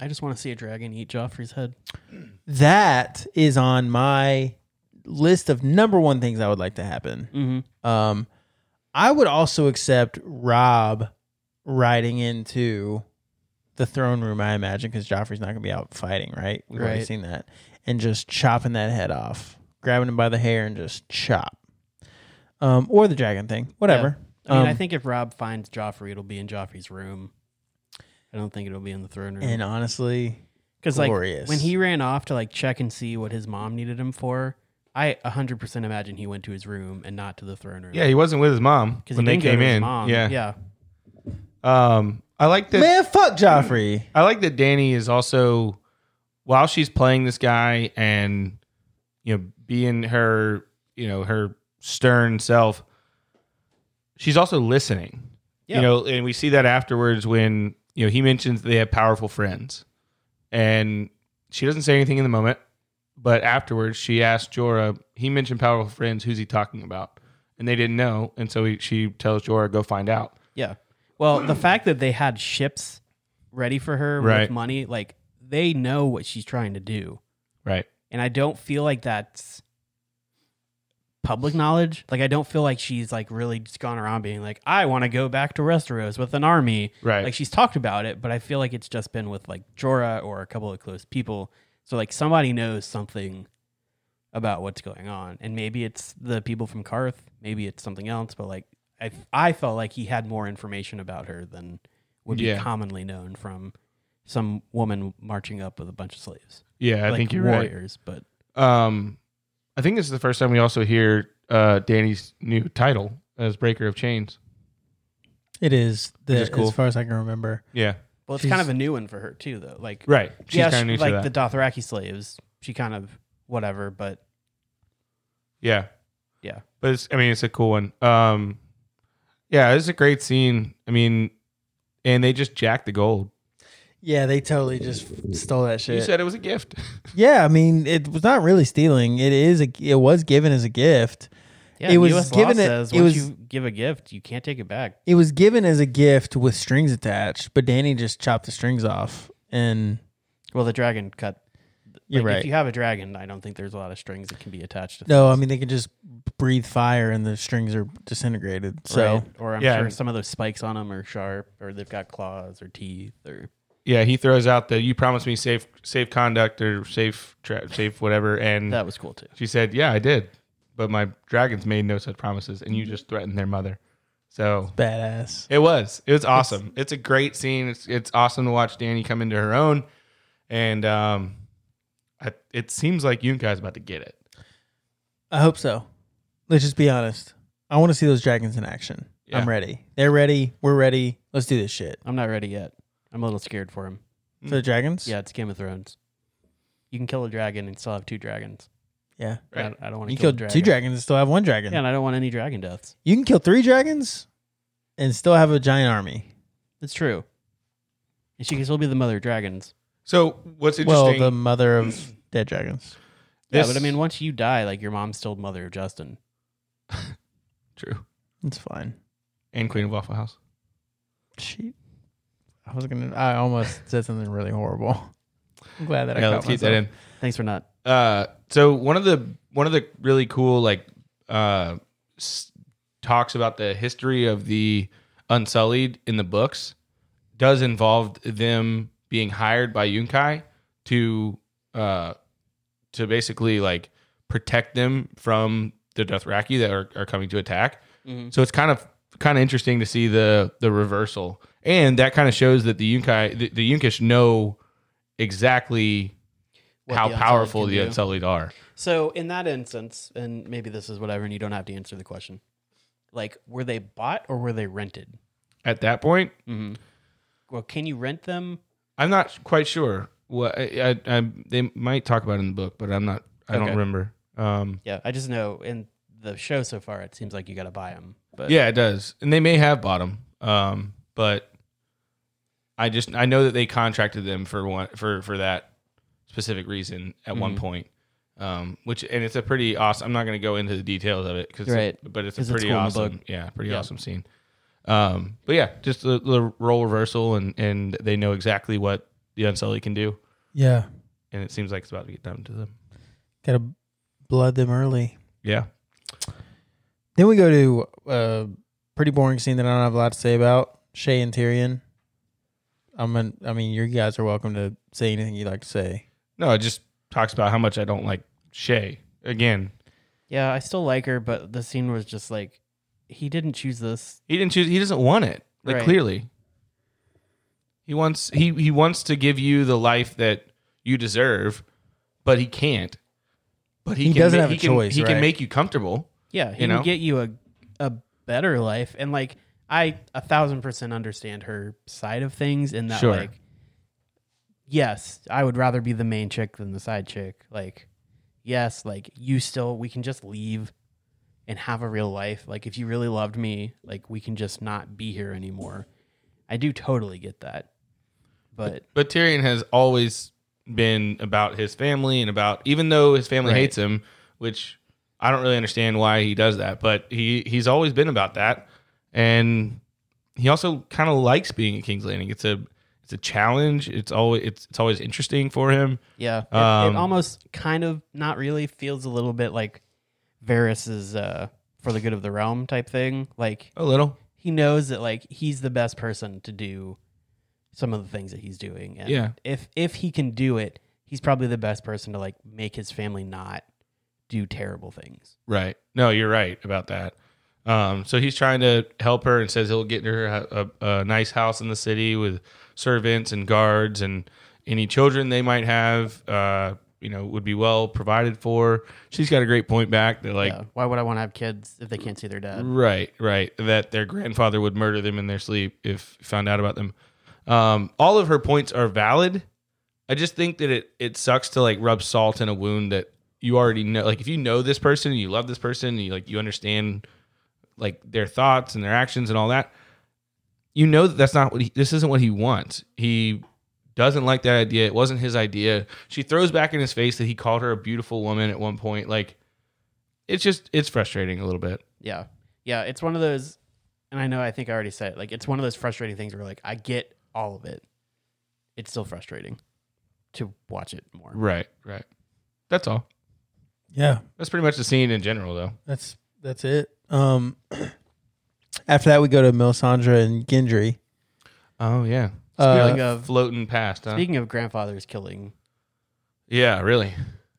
Speaker 2: I just want to see a dragon eat Joffrey's head.
Speaker 3: that is on my list of number one things I would like to happen.
Speaker 2: Mm-hmm.
Speaker 3: Um, I would also accept Rob riding into the throne room, I imagine, because Joffrey's not going to be out fighting, right? We've already
Speaker 2: Right.
Speaker 3: seen that. And just chopping that head off, grabbing him by the hair and just chop. Um, or the dragon thing, whatever.
Speaker 2: I mean, I
Speaker 3: Um,
Speaker 2: think if Rob finds Joffrey, it'll be in Joffrey's room. I don't think it'll be in the throne room.
Speaker 3: And honestly,
Speaker 2: Because like
Speaker 3: glorious.
Speaker 2: when he ran off to like check and see what his mom needed him for, I 100% imagine he went to his room and not to the throne room.
Speaker 1: Yeah, he wasn't with his mom
Speaker 2: because
Speaker 1: when they came in.
Speaker 2: Mom.
Speaker 1: Yeah.
Speaker 2: yeah.
Speaker 1: Um, I like that.
Speaker 3: man, fuck Joffrey.
Speaker 1: I like that Danny is also while she's playing this guy and you know being her you know her stern self, she's also listening.
Speaker 2: Yeah.
Speaker 1: You know, and we see that afterwards when you know he mentions they have powerful friends, and she doesn't say anything in the moment, but afterwards she asked Jorah. He mentioned powerful friends. Who's he talking about? And they didn't know, and so he, she tells Jorah, "Go find out."
Speaker 2: Yeah. Well, the fact that they had ships ready for her
Speaker 1: Right.
Speaker 2: with money, like they know what she's trying to do.
Speaker 1: Right.
Speaker 2: And I don't feel like that's public knowledge. Like I don't feel like she's like really just gone around being like, I want to go back to Westeros with an army.
Speaker 1: Right.
Speaker 2: Like she's talked about it, but I feel like it's just been with like Jorah or a couple of close people. So like somebody knows something about what's going on, and maybe it's the people from Karth, maybe it's something else. But like I, I felt like he had more information about her than would be
Speaker 1: Yeah.
Speaker 2: commonly known from some woman marching up with a bunch of slaves.
Speaker 1: yeah, I
Speaker 2: like
Speaker 1: think you're right.
Speaker 2: warriors, but
Speaker 1: Um, I think this is the first time we also hear uh, Danny's new title as Breaker of Chains.
Speaker 3: It is, the,
Speaker 1: is cool.
Speaker 3: as far as I can remember.
Speaker 1: Yeah,
Speaker 2: well, it's
Speaker 3: She's-
Speaker 2: kind of a new one for her too, though. Like
Speaker 1: right. She's
Speaker 2: yeah,
Speaker 1: kind of
Speaker 2: she-
Speaker 1: new
Speaker 2: like
Speaker 1: to that.
Speaker 2: the Dothraki slaves, she kind of whatever, but
Speaker 1: yeah,
Speaker 2: Yeah.
Speaker 1: But it's, I mean, it's a cool one. Um, yeah, it's a great scene. I mean, and they just jacked the gold.
Speaker 3: Yeah, they totally just stole that shit.
Speaker 1: You said it was a gift. <laughs>
Speaker 3: Yeah, I mean, it was not really stealing. It is a, it was given as a gift.
Speaker 2: yeah,
Speaker 3: It was
Speaker 2: US law
Speaker 3: given it-
Speaker 2: says
Speaker 3: it
Speaker 2: once
Speaker 3: was-
Speaker 2: you give a gift, you can't take it back.
Speaker 3: It was given as a gift with strings attached, but Danny just chopped the strings off. And
Speaker 2: Well, the dragon cut.
Speaker 3: you're
Speaker 2: like,
Speaker 3: right.
Speaker 2: If you have a dragon, I don't think there's a lot of strings that can be attached to.
Speaker 3: no, I mean they could just breathe fire and the strings are disintegrated. So
Speaker 2: Right? or I'm
Speaker 1: Yeah.
Speaker 2: sure some of those spikes on them are sharp, or they've got claws or teeth, or
Speaker 1: yeah, he throws out the "You promised me safe, safe conduct or safe, tra- safe whatever," and
Speaker 2: that was cool too.
Speaker 1: she said, "Yeah, I did." But my dragons made no such promises, and you just threatened their mother. So
Speaker 3: Badass.
Speaker 1: it was. It was awesome. It's, a great scene. It's it's awesome to watch Danny come into her own, and um, I, it seems like you guys about to get it.
Speaker 3: I hope so. Let's just be honest. I want to see those dragons in action.
Speaker 1: Yeah.
Speaker 3: I'm ready. They're ready. We're ready. Let's do this shit.
Speaker 2: I'm not ready yet. I'm a little scared for him.
Speaker 3: For the dragons?
Speaker 2: Yeah, it's Game of Thrones. You can kill a dragon and still have two dragons.
Speaker 3: Yeah.
Speaker 2: I-
Speaker 1: Right.
Speaker 2: I, don't want to
Speaker 3: You
Speaker 2: kill
Speaker 3: kill
Speaker 2: a dragon.
Speaker 3: two dragons and still have one dragon.
Speaker 2: Yeah, and I don't want any dragon deaths.
Speaker 3: You can kill three dragons and still have a giant army.
Speaker 2: It's true. And she can still be the mother of dragons.
Speaker 1: So what's
Speaker 3: Well,
Speaker 1: interesting?
Speaker 3: the mother of dead dragons.
Speaker 2: yeah,
Speaker 1: this-
Speaker 2: but I mean, once you die, like your mom's still mother of Justin.
Speaker 1: true.
Speaker 3: It's fine.
Speaker 1: And Queen of Waffle House.
Speaker 3: She, I was gonna. I almost said something really horrible. I'm glad that I
Speaker 1: Yeah,
Speaker 3: caught
Speaker 1: let's keep
Speaker 3: myself.
Speaker 1: that in.
Speaker 2: Thanks for not.
Speaker 1: Uh, so one of the one of the really cool like uh s- talks about the history of the Unsullied in the books does involve them being hired by Yunkai to uh to basically like protect them from the Dothraki that are, are coming to attack.
Speaker 2: Mm-hmm.
Speaker 1: So it's kind of kind of interesting to see the the reversal, and that kind of shows that the Yunkai the, the Yunkish know exactly
Speaker 2: What
Speaker 1: how
Speaker 2: the Unsullied
Speaker 1: powerful
Speaker 2: can
Speaker 1: the
Speaker 2: do.
Speaker 1: Unsullied are.
Speaker 2: So in that instance, and maybe this is whatever, and you don't have to answer the question. Like, were they bought or were they rented?
Speaker 1: At that point,
Speaker 2: Mm-hmm. Well, can you rent them?
Speaker 1: I'm not quite sure. What I, I, I they might talk about it in the book, but I'm not. I don't
Speaker 2: Okay.
Speaker 1: remember. Um,
Speaker 2: Yeah, I just know in the show so far, it seems like you got to buy them. But
Speaker 1: yeah, it does, and they may have bottom. Um, but I just I know that they contracted them for one for for that specific reason at one
Speaker 2: Mm-hmm.
Speaker 1: point. Um, which and it's a pretty awesome. I'm not going to go into the details of it because
Speaker 2: Right.
Speaker 1: but it's a
Speaker 2: 'Cause it's
Speaker 1: pretty
Speaker 2: cool in the
Speaker 1: awesome,
Speaker 2: book.
Speaker 1: yeah, pretty
Speaker 2: Yeah.
Speaker 1: awesome scene. Um, but yeah, just the, the role reversal and and they know exactly what the Unsullied can do,
Speaker 3: Yeah,
Speaker 1: and it seems like it's about to get done to them.
Speaker 3: gotta blood them early.
Speaker 1: Yeah.
Speaker 3: Then we go to a pretty boring scene that I don't have a lot to say about Shay and Tyrion. I'm an, I mean, you guys are welcome to say anything you'd like to say.
Speaker 1: No, it just talks about how much I don't like Shay. Again,
Speaker 2: yeah, I still like her, but the scene was just like he didn't choose this.
Speaker 1: he didn't choose. He doesn't want it. Like
Speaker 2: Right.
Speaker 1: clearly, he wants he he wants to give you the life that you deserve, but he can't. But he,
Speaker 3: He
Speaker 1: can
Speaker 3: doesn't
Speaker 1: ma-
Speaker 3: have a
Speaker 1: he can-
Speaker 3: choice,
Speaker 1: He
Speaker 3: right?
Speaker 1: can make you comfortable.
Speaker 2: Yeah, he
Speaker 1: You
Speaker 2: can
Speaker 1: know?
Speaker 2: get you a a better life, and like I a thousand percent understand her side of things, and that
Speaker 1: Sure.
Speaker 2: like yes, I would rather be the main chick than the side chick. Like yes, like you still we can just leave and have a real life. Like if you really loved me, like we can just not be here anymore. I do totally get that, but
Speaker 1: But Tyrion has always been about his family and about even though his family
Speaker 2: Right.
Speaker 1: hates him, which I don't really understand why he does that, but he he's always been about that. And he also kind of likes being at King's Landing. It's a it's a challenge. It's always it's it's always interesting for him.
Speaker 2: Yeah, it, it
Speaker 1: Um,
Speaker 2: almost kind of not really feels a little bit like Varys's uh, for the good of the realm type thing. Like
Speaker 1: A little.
Speaker 2: he knows that like he's the best person to do some of the things that he's doing. And
Speaker 1: Yeah.
Speaker 2: if if he can do it, he's probably the best person to like make his family not do terrible things.
Speaker 1: Right. No, you're right about that. Um, so he's trying to help her and says he'll get her a, a, a nice house in the city with servants and guards and any children they might have, uh, you know, would be well provided for. She's got a great point back that like,
Speaker 2: yeah. Why would I want to have kids if they can't see their dad?
Speaker 1: right, right, that their grandfather would murder them in their sleep if he found out about them. Um, all of her points are valid. I just think that it it sucks to like rub salt in a wound that you already know. Like if you know this person and you love this person and you like you understand like their thoughts and their actions and all that, you know that that's not what he, this isn't what he wants. He doesn't like that idea. It wasn't his idea. She throws back in his face that he called her a beautiful woman at one point. Like it's just it's frustrating a little bit.
Speaker 2: Yeah. Yeah. It's one of those, and I know I think I already said it. Like, it's one of those frustrating things where, like, I get all of it. It's still frustrating to watch it more.
Speaker 1: Right, right. That's all.
Speaker 3: Yeah,
Speaker 1: That's pretty much the scene in general, though.
Speaker 3: that's that's it. Um, <clears throat> after that we go to Melisandre and Gendry.
Speaker 1: Oh yeah,
Speaker 3: Uh,
Speaker 2: Speaking of
Speaker 1: floating past, huh?
Speaker 2: speaking of grandfathers killing,
Speaker 1: Yeah, really.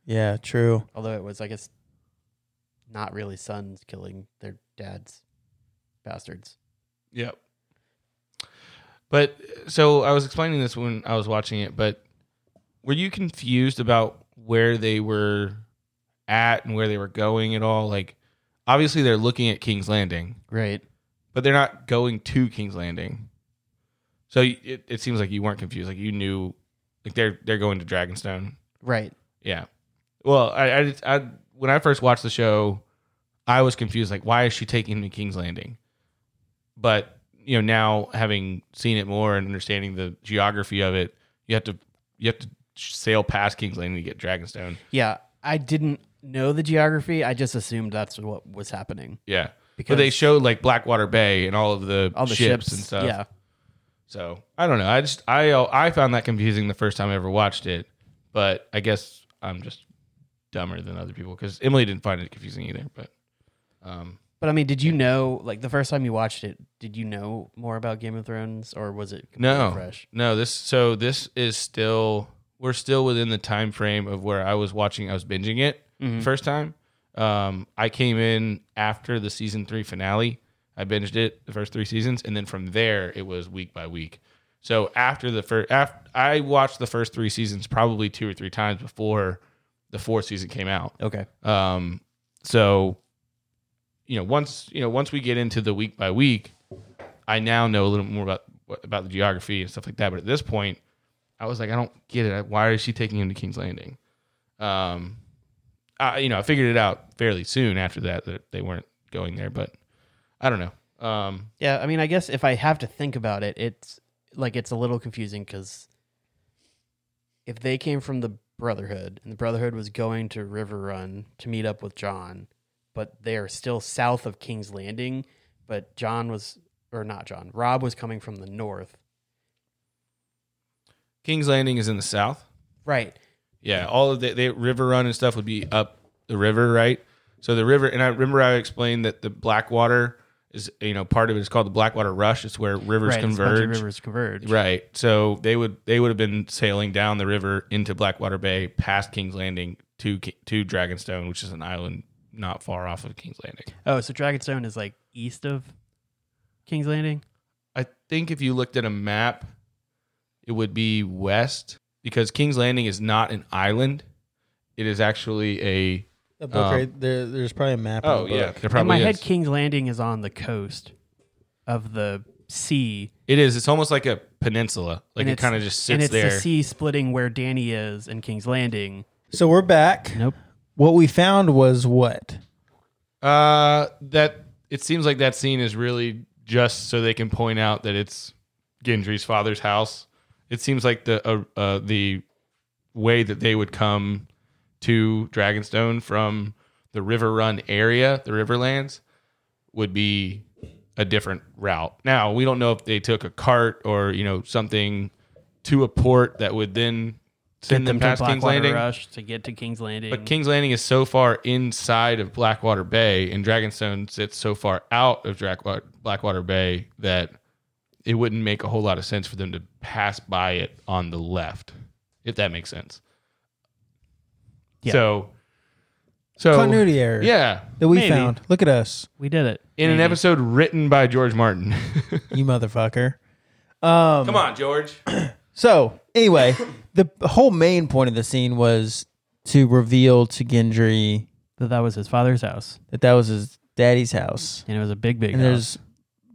Speaker 3: yeah, true.
Speaker 2: although it was, I guess, not really sons killing their dads, bastards.
Speaker 1: Yep. But so I was explaining this when I was watching it, but were you confused about where they were at and where they were going at all? Like, obviously they're looking at King's Landing,
Speaker 2: Right.
Speaker 1: but they're not going to King's Landing. So y- it, it seems like you weren't confused. Like you knew, like they're they're going to Dragonstone.
Speaker 2: Right.
Speaker 1: Yeah. Well, I, I, just- I when I first watched the show, I was confused. Like, why is she taking me to King's Landing? But you know, now having seen it more and understanding the geography of it, you have to you have to sail past King's Landing to get Dragonstone.
Speaker 2: Yeah. I didn't know the geography. I just assumed that's what was happening.
Speaker 1: Yeah.
Speaker 2: Because-
Speaker 1: but they showed like Blackwater Bay and all of the,
Speaker 2: All the
Speaker 1: ships,
Speaker 2: ships,
Speaker 1: and stuff.
Speaker 2: Yeah.
Speaker 1: So I don't know. I just I I found that confusing the first time I ever watched it, but I guess I'm just dumber than other people because Emily didn't find it confusing either. But um,
Speaker 2: But I mean, did you know like the first time you watched it, did you know more about Game of Thrones or was it completely
Speaker 1: no,
Speaker 2: fresh?
Speaker 1: no. This so this is still we're still within the time frame of where I was watching. I was binging it the first time. Um, I came in after the season three finale. I binged it the first three seasons, and then from there it was week by week. So after the first, after, I watched the first three seasons probably two or three times before the fourth season came out.
Speaker 2: Okay.
Speaker 1: Um, so, you know, once you know, once we get into the week by week, I now know a little more about about the geography and stuff like that. But at this point, I was like, I don't get it. Why is she taking him to King's Landing? Um, I you know, I figured it out fairly soon after that that they weren't going there, but I don't know. Um,
Speaker 2: Yeah, I mean, I guess if I have to think about it, it's like it's a little confusing because if they came from the Brotherhood and the Brotherhood was going to River Run to meet up with John, but they're still south of King's Landing, but John was, or not John, Rob was coming from the north.
Speaker 1: King's Landing is in the south.
Speaker 2: Right.
Speaker 1: Yeah, all of the, the river run and stuff would be up the river, right? So the river, and I remember I explained that the Blackwater is, you know, part of it is called the Blackwater Rush. It's where rivers
Speaker 2: right. it's a bunch of
Speaker 1: converge,
Speaker 2: Rivers converge.
Speaker 1: right? So they would they would have been sailing down the river into Blackwater Bay, past King's Landing to Ki- to Dragonstone, which is an island not far off of King's Landing.
Speaker 2: Oh, so Dragonstone is like east of King's Landing?
Speaker 1: I think if you looked at a map, it would be west because King's Landing is not an island; it is actually a
Speaker 3: The book
Speaker 1: Um,
Speaker 3: right there. There's probably a map. in
Speaker 1: oh
Speaker 3: the
Speaker 1: yeah,
Speaker 3: book.
Speaker 1: there probably
Speaker 2: In my
Speaker 1: is.
Speaker 2: head, King's Landing is on the coast of the sea
Speaker 1: It is. It's almost like a peninsula. Like
Speaker 2: And
Speaker 1: it
Speaker 2: it's-
Speaker 1: kind of just
Speaker 2: and
Speaker 1: sits
Speaker 2: it's
Speaker 1: there.
Speaker 2: the sea splitting where Danny is and King's Landing.
Speaker 3: So we're back.
Speaker 2: Nope.
Speaker 3: What we found was what?
Speaker 1: uh, that it seems like that scene is really just so they can point out that it's Gendry's father's house. It seems like the uh, uh, the way that they would come to Dragonstone from the River Run area, the Riverlands, would be a different route. Now we don't know if they took a cart or you know something to a port that would then send them, past King's Landing.
Speaker 2: Rush to get to King's Landing.
Speaker 1: But King's Landing is so far inside of Blackwater Bay, and Dragonstone sits so far out of Dracwa- Blackwater Bay that it wouldn't make a whole lot of sense for them to pass by it on the left, if that makes sense.
Speaker 2: Yeah.
Speaker 1: So, so
Speaker 3: Continuity error.
Speaker 1: Yeah,
Speaker 3: That we
Speaker 2: Maybe.
Speaker 3: found. Look at us,
Speaker 2: we did it
Speaker 1: in an
Speaker 2: Maybe.
Speaker 1: episode written by George Martin.
Speaker 3: you motherfucker.
Speaker 1: <laughs>
Speaker 3: Um,
Speaker 1: Come on, George.
Speaker 3: So anyway, the whole main point of the scene was to reveal to Gendry
Speaker 2: That that was his father's house,
Speaker 3: that that was his daddy's house,
Speaker 2: and it was a big, big
Speaker 3: and
Speaker 2: house.
Speaker 3: there's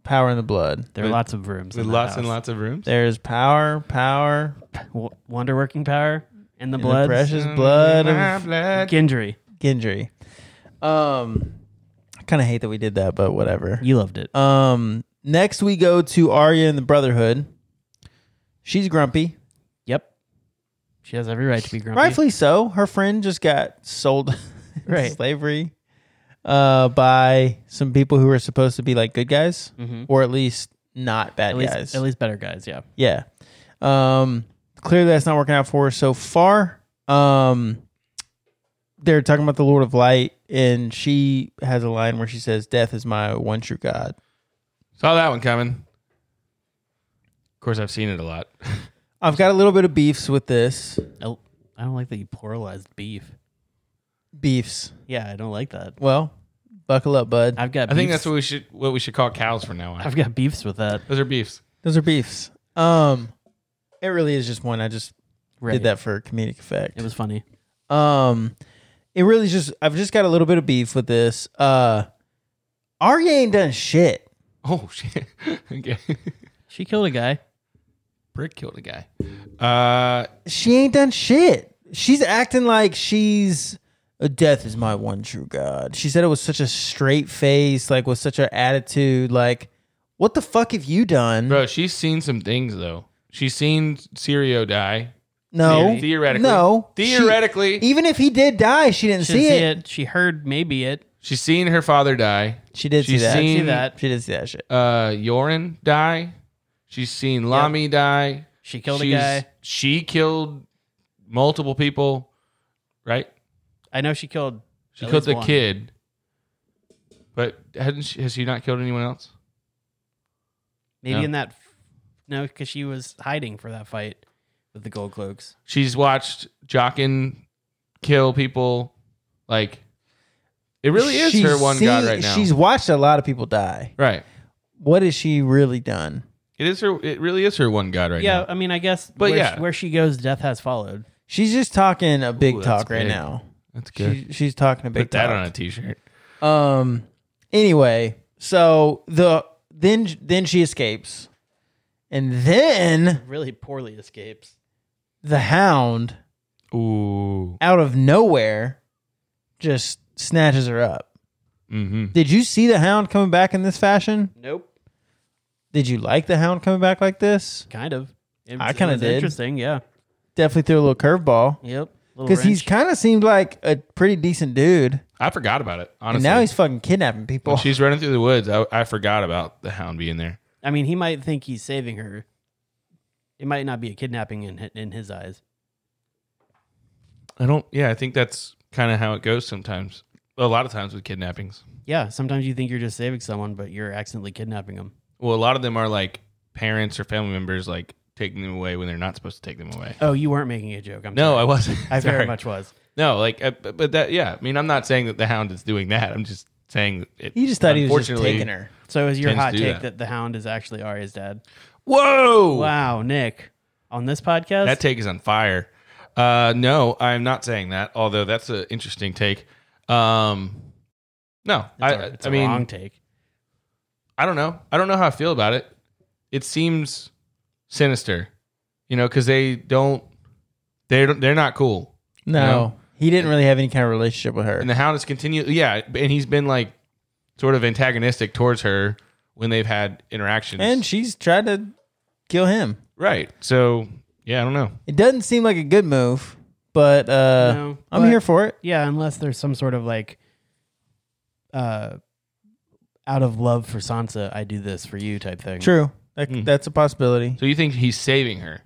Speaker 3: power in the blood.
Speaker 2: There were lots of rooms.
Speaker 1: With
Speaker 2: in that
Speaker 1: lots and
Speaker 2: house.
Speaker 1: lots of rooms.
Speaker 3: There's power, power,
Speaker 2: W- wonder working power and the
Speaker 3: and the
Speaker 2: blood.
Speaker 3: precious blood
Speaker 1: My
Speaker 3: of
Speaker 1: blood.
Speaker 2: Gendry,
Speaker 3: Gendry. Um, I kind of hate that we did that, but whatever.
Speaker 2: you loved it. Oh,
Speaker 3: Um, next we go to Arya and the Brotherhood. She's grumpy,
Speaker 2: yep, she has every right to be grumpy.
Speaker 3: rightfully so. Her friend just got sold <laughs> into
Speaker 2: Right.
Speaker 3: slavery uh, by some people who were supposed to be like good guys,
Speaker 2: Mhm.
Speaker 3: or at least not bad
Speaker 2: At least,
Speaker 3: guys.
Speaker 2: at least better guys. Yeah,
Speaker 3: Yeah. Um, clearly that's not working out for her so far. Um, they're talking about the Lord of Light, and she has a line where she says, "Death is my one true God."
Speaker 1: Saw that one coming. Of course, I've seen it a lot.
Speaker 3: I've got a little bit of beefs with this.
Speaker 2: I I don't like that you pluralized beef.
Speaker 3: Beefs.
Speaker 2: Yeah, I don't like that.
Speaker 3: Well, Buckle up, bud.
Speaker 2: I've got.
Speaker 1: I think
Speaker 2: beefs-
Speaker 1: that's what we should what we should call cows from now on.
Speaker 2: <laughs> I've got beefs with that.
Speaker 1: Those are beefs.
Speaker 3: Those are beefs. Um, it really is just one. I just
Speaker 2: Right.
Speaker 3: did that for comedic effect.
Speaker 2: It was funny.
Speaker 3: Um, it really is just. I've just got a little bit of beef with this. Uh, Arya ain't done shit.
Speaker 1: Oh <laughs> shit. okay.
Speaker 2: She killed a guy.
Speaker 1: Brick killed a guy. Uh
Speaker 3: She ain't done shit. She's acting like she's uh, death is my one true god. She said it with such a straight face, like with such an attitude, like, what the fuck have you done?
Speaker 1: bro, she's seen some things though. She's seen Sirio die.
Speaker 3: no,
Speaker 1: Theory- theoretically.
Speaker 3: no. She- e-
Speaker 1: Theoretically,
Speaker 3: even if he did die, she didn't
Speaker 2: She
Speaker 3: see,
Speaker 2: didn't
Speaker 3: it.
Speaker 2: see it. She heard maybe it.
Speaker 1: she's seen her father die.
Speaker 3: She did
Speaker 1: She's
Speaker 3: see that.
Speaker 1: seen
Speaker 2: See that?
Speaker 3: She did see that shit.
Speaker 1: uh Yoren die. She's seen Lami die.
Speaker 2: She killed
Speaker 1: She's-
Speaker 2: a guy.
Speaker 1: She killed multiple people, right?
Speaker 2: I know she killed.
Speaker 1: She
Speaker 2: at
Speaker 1: killed
Speaker 2: least
Speaker 1: the
Speaker 2: one.
Speaker 1: kid. But hasn't she, has she not killed anyone else?
Speaker 2: Maybe
Speaker 1: No.
Speaker 2: in that. No, because she was hiding for that fight with the gold cloaks.
Speaker 1: She's watched Jockin kill people. Like it really is her
Speaker 3: She's
Speaker 1: one
Speaker 3: seen-
Speaker 1: god right now.
Speaker 3: She's watched a lot of people die.
Speaker 1: right.
Speaker 3: What has she really done?
Speaker 1: It is her. It really is her one god right
Speaker 2: yeah,
Speaker 1: now.
Speaker 2: I mean, I guess.
Speaker 1: But
Speaker 2: where,
Speaker 1: yeah.
Speaker 2: where she goes, death has followed.
Speaker 3: She's just talking a big
Speaker 1: Ooh, that's
Speaker 3: talk right
Speaker 1: big.
Speaker 3: now.
Speaker 1: That's good.
Speaker 3: She, she's talking a big
Speaker 1: Put that on a
Speaker 3: talk.
Speaker 1: t-shirt.
Speaker 3: Um. Anyway, so the then then she escapes, and then
Speaker 2: Really poorly escapes.
Speaker 3: the Hound
Speaker 1: Ooh.
Speaker 3: out of nowhere just snatches her up.
Speaker 1: Mm-hmm.
Speaker 3: Did you see the Hound coming back in this fashion?
Speaker 2: Nope.
Speaker 3: Did you like the Hound coming back like this?
Speaker 2: Kind of. It
Speaker 3: I
Speaker 2: was- it
Speaker 3: kinda
Speaker 2: was
Speaker 3: did.
Speaker 2: Interesting. Yeah.
Speaker 3: Definitely threw a little curveball.
Speaker 2: Yep. Little
Speaker 3: Because he's
Speaker 2: wrench.
Speaker 3: kind of seemed like a pretty decent dude,
Speaker 1: I forgot about it. Honestly,
Speaker 3: and now he's fucking kidnapping people.
Speaker 1: When she's running through the woods, I, I forgot about the hound being there.
Speaker 2: I mean, he might think he's saving her. It might not be a kidnapping in hi- in his eyes.
Speaker 1: I don't. Yeah, I think that's kind of how it goes sometimes. A lot of times with kidnappings.
Speaker 2: Yeah, sometimes you think you're just saving someone, but you're accidentally kidnapping them.
Speaker 1: Well, a lot of them are like parents or family members, like taking them away when they're not supposed to take them away.
Speaker 2: Oh, you weren't making a joke. I'm
Speaker 1: No,
Speaker 2: sorry.
Speaker 1: I wasn't.
Speaker 2: I very
Speaker 1: Sorry.
Speaker 2: much was.
Speaker 1: No, like, uh, but but that. Yeah, I mean, I'm not saying that the hound is doing that. I'm just saying it.
Speaker 3: <laughs> He just thought he was just
Speaker 1: unfortunately-
Speaker 3: taking her.
Speaker 2: So is your
Speaker 1: Tends
Speaker 2: hot
Speaker 1: to
Speaker 2: take
Speaker 1: do
Speaker 2: that.
Speaker 1: that.
Speaker 2: the hound is actually Arya's dad?
Speaker 1: Whoa!
Speaker 2: Wow, Nick. On this podcast?
Speaker 1: That take is on fire. Uh, no, I'm not saying that. Although that's an interesting take. Um, no,
Speaker 2: it's
Speaker 1: I
Speaker 2: a- it's
Speaker 1: I
Speaker 2: a
Speaker 1: mean,
Speaker 2: wrong take.
Speaker 1: I don't know. I don't know how I feel about it. It seems sinister, you know, because they don't. They're they're not cool.
Speaker 3: No,
Speaker 1: No.
Speaker 3: he didn't really have any kind of relationship with her.
Speaker 1: And the hound is continue. Yeah, and he's been like sort of antagonistic towards her when they've had interactions.
Speaker 3: And she's tried to kill him.
Speaker 1: right, so yeah, I don't know.
Speaker 3: It doesn't seem like a good move, but uh,
Speaker 2: No,
Speaker 3: I'm
Speaker 2: but-
Speaker 3: here for it.
Speaker 2: Yeah, unless there's some sort of like uh out of love for Sansa, I do this for you type thing.
Speaker 3: True, that,
Speaker 2: Hmm.
Speaker 1: Mm.
Speaker 3: that's a possibility.
Speaker 1: So you think he's saving her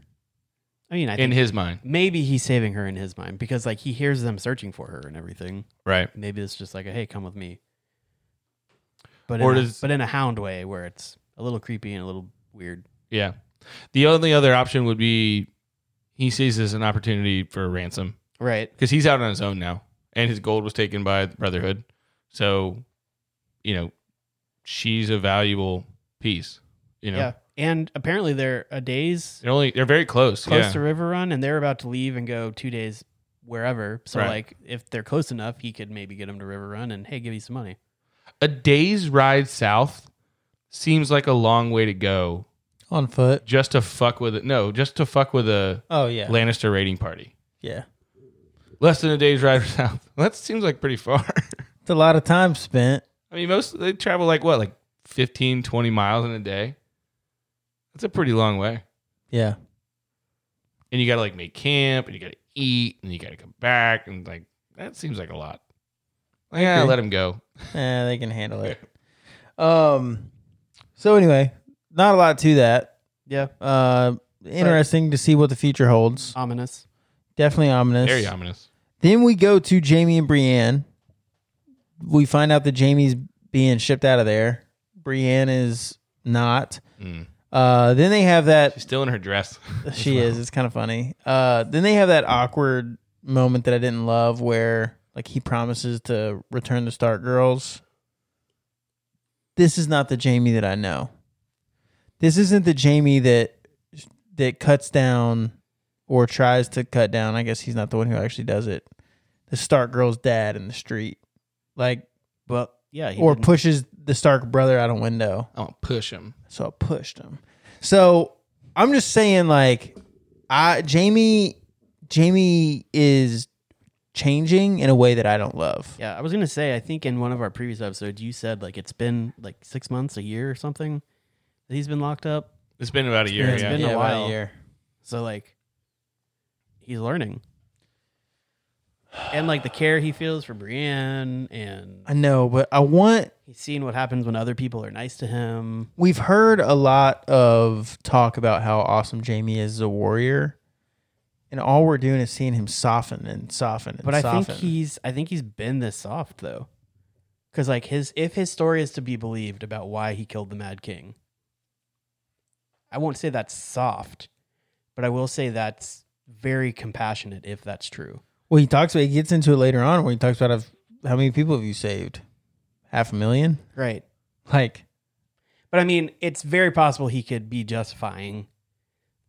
Speaker 2: I mean, I
Speaker 1: in
Speaker 2: think
Speaker 1: his mind,
Speaker 2: maybe he's saving her in his mind because like he hears them searching for her and everything.
Speaker 1: right?
Speaker 2: Maybe it's just like a hey, come with me. But
Speaker 1: Or
Speaker 2: in a,
Speaker 1: does-
Speaker 2: but in a hound way where it's a little creepy and a little weird.
Speaker 1: Yeah. The only other option would be he sees this as an opportunity for a ransom
Speaker 2: Right.
Speaker 1: because he's out on his own now, and his gold was taken by the Brotherhood. So, you know, she's a valuable piece. You know,
Speaker 2: Yeah. And apparently they're a days
Speaker 1: they're only they're very close.
Speaker 2: close
Speaker 1: yeah.
Speaker 2: to River Run and they're about to leave and go two days wherever. So
Speaker 1: Right.
Speaker 2: like if they're close enough, he could maybe get them to River Run and hey, give you some money.
Speaker 1: a day's ride south seems like a long way to go
Speaker 3: On foot.
Speaker 1: just to fuck with it. No, just to fuck with a
Speaker 3: Oh yeah,
Speaker 1: Lannister raiding party.
Speaker 3: yeah.
Speaker 1: Less than a day's ride <laughs> south. That seems like pretty far. <laughs>
Speaker 3: It's a lot of time spent.
Speaker 1: I mean, most they travel like what, like 15, 20 miles in a day. That's a pretty long way.
Speaker 3: Yeah,
Speaker 1: And you got to like make camp and you got to eat and you got to come back. And like, that seems like a lot. Like, yeah,
Speaker 3: agree.
Speaker 1: let him go.
Speaker 3: eh, they can handle
Speaker 2: <laughs>
Speaker 3: it. Um. So anyway, not a lot to that.
Speaker 2: Yeah.
Speaker 3: Uh, interesting to see what the future holds.
Speaker 2: Ominous.
Speaker 3: Definitely ominous.
Speaker 1: Very ominous.
Speaker 3: Then we go to Jamie and Brienne. We find out that Jamie's being shipped out of there. Brienne is not.
Speaker 2: Hmm.
Speaker 1: Mm.
Speaker 3: Uh, then they have that.
Speaker 1: She's still in her
Speaker 2: <laughs>
Speaker 1: dress.
Speaker 3: She is. It's kind of funny. Uh, then they have that awkward moment that I didn't love, where like he promises to return the Stark girls this is not the Jamie that I know. This isn't the Jamie that that cuts down or tries to cut down. I guess he's not the one who actually does it. The Stark girl's dad in the street, like,
Speaker 2: Well, yeah. He
Speaker 3: or
Speaker 2: didn't-
Speaker 3: pushes the Stark brother out a window.
Speaker 1: I'm gonna push him.
Speaker 3: So I pushed him. So I'm just saying, like, I Jamie Jamie is changing in a way that I don't love.
Speaker 2: Yeah, I was gonna say. I think in one of our previous episodes, you said like it's been like six months, a year, or something. That he's been locked up.
Speaker 1: It's been about a year.
Speaker 2: Yeah, it's
Speaker 1: yeah.
Speaker 2: been a
Speaker 3: about
Speaker 2: while.
Speaker 3: year.
Speaker 2: So like, he's learning. And like the care he feels for Brienne, and
Speaker 3: I know, but I want.
Speaker 2: he's seen what happens when other people are nice to him.
Speaker 3: We've heard a lot of talk about how awesome Jamie is as a warrior, and all we're doing is seeing him soften and soften and
Speaker 2: But I
Speaker 3: soften.
Speaker 2: think he's I think he's been this soft though. Cuz like his if his story is to be believed about why he killed the Mad King. I won't say that's soft, but I will say that's very compassionate if that's true.
Speaker 3: well, he talks about. He gets into it later on when he talks about of how many people have you saved, half a million.
Speaker 2: Right.
Speaker 3: Like
Speaker 2: But I mean, it's very possible he could be justifying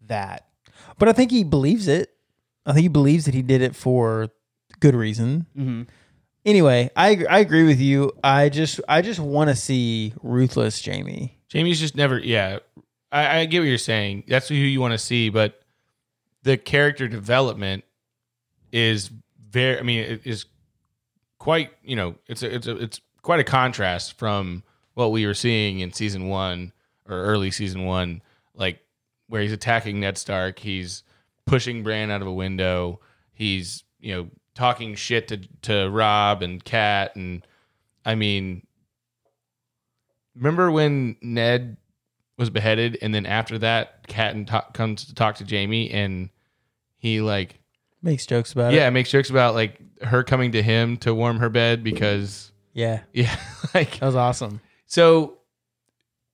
Speaker 2: that.
Speaker 3: But I think he believes it. I think he believes that he did it for good reason.
Speaker 2: Mhm.
Speaker 3: Anyway, I ag- I agree with you. I just I just want to see ruthless Jamie.
Speaker 1: Jamie's just never. Yeah, I, I get what you're saying. That's who you want to see, but the character development is very. I mean, it is quite. You know, it's a, it's a, it's quite a contrast from what we were seeing in season one or early season one, like where he's attacking Ned Stark, he's pushing Bran out of a window, he's you know talking shit to to Rob and Kat, and I mean remember when Ned was beheaded, and then after that, Catton ta- comes to talk to Jamie, and he like,
Speaker 3: Makes jokes about it.
Speaker 1: yeah, makes jokes about like her coming to him to warm her bed because, <laughs>
Speaker 3: Yeah.
Speaker 1: yeah, like
Speaker 3: That was awesome.
Speaker 1: so.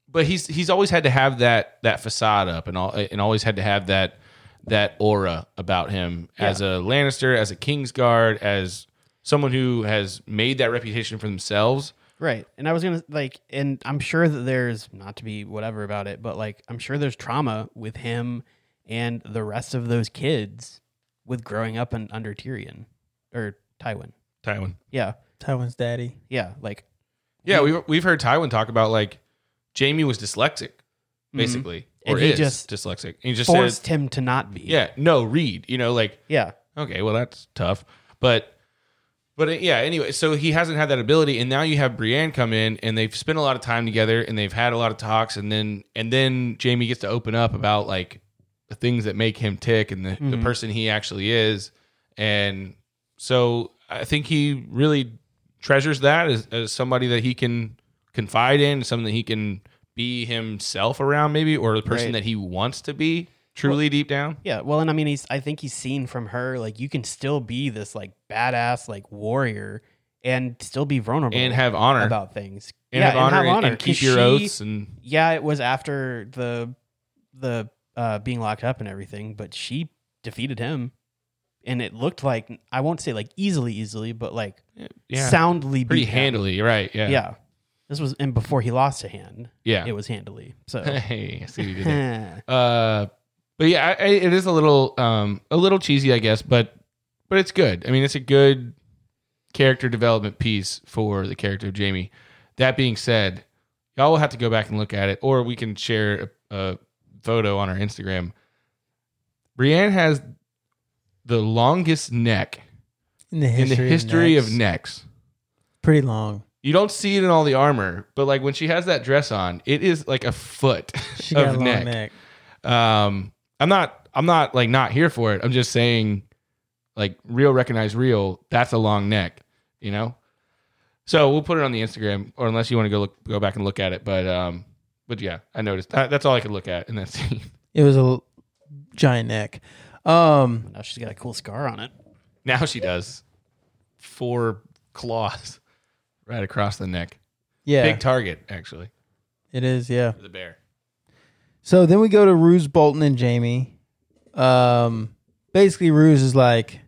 Speaker 1: But he's he's always had to have that that facade up, and all and always had to have that that aura about him as a Lannister, as a Kingsguard, as someone who has made that reputation for themselves.
Speaker 2: Right. And I was going to like and I'm sure that there's not to be whatever about it, but like I'm sure there's trauma with him and the rest of those kids with growing up and under Tyrion or Tywin.
Speaker 1: Tywin.
Speaker 2: Yeah.
Speaker 3: Tywin's daddy.
Speaker 2: Yeah, like
Speaker 1: Yeah, we've we've heard Tywin talk about like Jamie was dyslexic, basically,
Speaker 2: Mm-hmm. And
Speaker 1: or
Speaker 2: he
Speaker 1: is
Speaker 2: just
Speaker 1: dyslexic. And he just says,
Speaker 2: forced him to not be.
Speaker 1: "Yeah, no, read." You know, like
Speaker 2: Yeah.
Speaker 1: okay, well that's tough, but but uh, yeah. Anyway, so he hasn't had that ability, and now you have Brienne come in, and they've spent a lot of time together, and they've had a lot of talks, and then and then Jamie gets to open up about like the things that make him tick and the, the
Speaker 2: Mhm.
Speaker 1: person he actually is, and so I think he really treasures that as, as somebody that he can confide in, something that he can be himself around, maybe, or the person
Speaker 2: Right.
Speaker 1: that he wants to be truly deep down.
Speaker 2: Yeah. Well, and I mean he's I think he's seen from her like you can still be this like badass like warrior and still be vulnerable
Speaker 1: And have honor.
Speaker 2: about things.
Speaker 1: and
Speaker 2: yeah,
Speaker 1: have honor and, and
Speaker 2: 'cause
Speaker 1: keep your
Speaker 2: she-
Speaker 1: oaths and
Speaker 2: yeah, it was after the the uh, being locked up and everything, but she defeated him, and it looked like I won't say like easily, easily, but like
Speaker 1: yeah,
Speaker 2: soundly
Speaker 1: pretty
Speaker 2: beat him.
Speaker 1: handily, right? Yeah,
Speaker 2: Yeah. this was and before he lost a hand,
Speaker 1: yeah.
Speaker 2: it
Speaker 1: <laughs>
Speaker 2: was handily. So,
Speaker 1: hey, I see what you
Speaker 2: <laughs>
Speaker 1: did there.
Speaker 2: yeah,
Speaker 1: Uh, but yeah, I, I, it is a little, um, a little cheesy, I guess, but but it's good. I mean, it's a good character development piece for the character of Jamie. That being said, y'all will have to go back and look at it, or we can share a, a photo on our Instagram. Brienne has the longest neck
Speaker 3: In the
Speaker 1: in
Speaker 3: history,
Speaker 1: the history
Speaker 3: of,
Speaker 1: of
Speaker 3: necks.
Speaker 1: necks.
Speaker 3: Pretty long.
Speaker 1: You don't see it in all the armor, but like when she has that dress on, it is like a foot <laughs>
Speaker 3: She got a
Speaker 1: of
Speaker 3: long
Speaker 1: neck.
Speaker 3: neck.
Speaker 1: Um, I'm not, I'm not like not here for it. I'm just saying, like real recognize real. That's a long neck, you know. So we'll put it on the Instagram, or unless you want to go look, go back and look at it. But um, but yeah, I noticed that, that's all I could look at in that <laughs> scene.
Speaker 3: It was a l- giant neck. Um,
Speaker 2: now she's got a cool scar on it.
Speaker 1: Now she does four claws <laughs> right across the neck.
Speaker 3: yeah,
Speaker 1: Big target actually
Speaker 3: it is. Yeah.
Speaker 1: for the bear.
Speaker 3: So then we go to Ruse Bolton and Jamie. Um, basically, Ruse is like,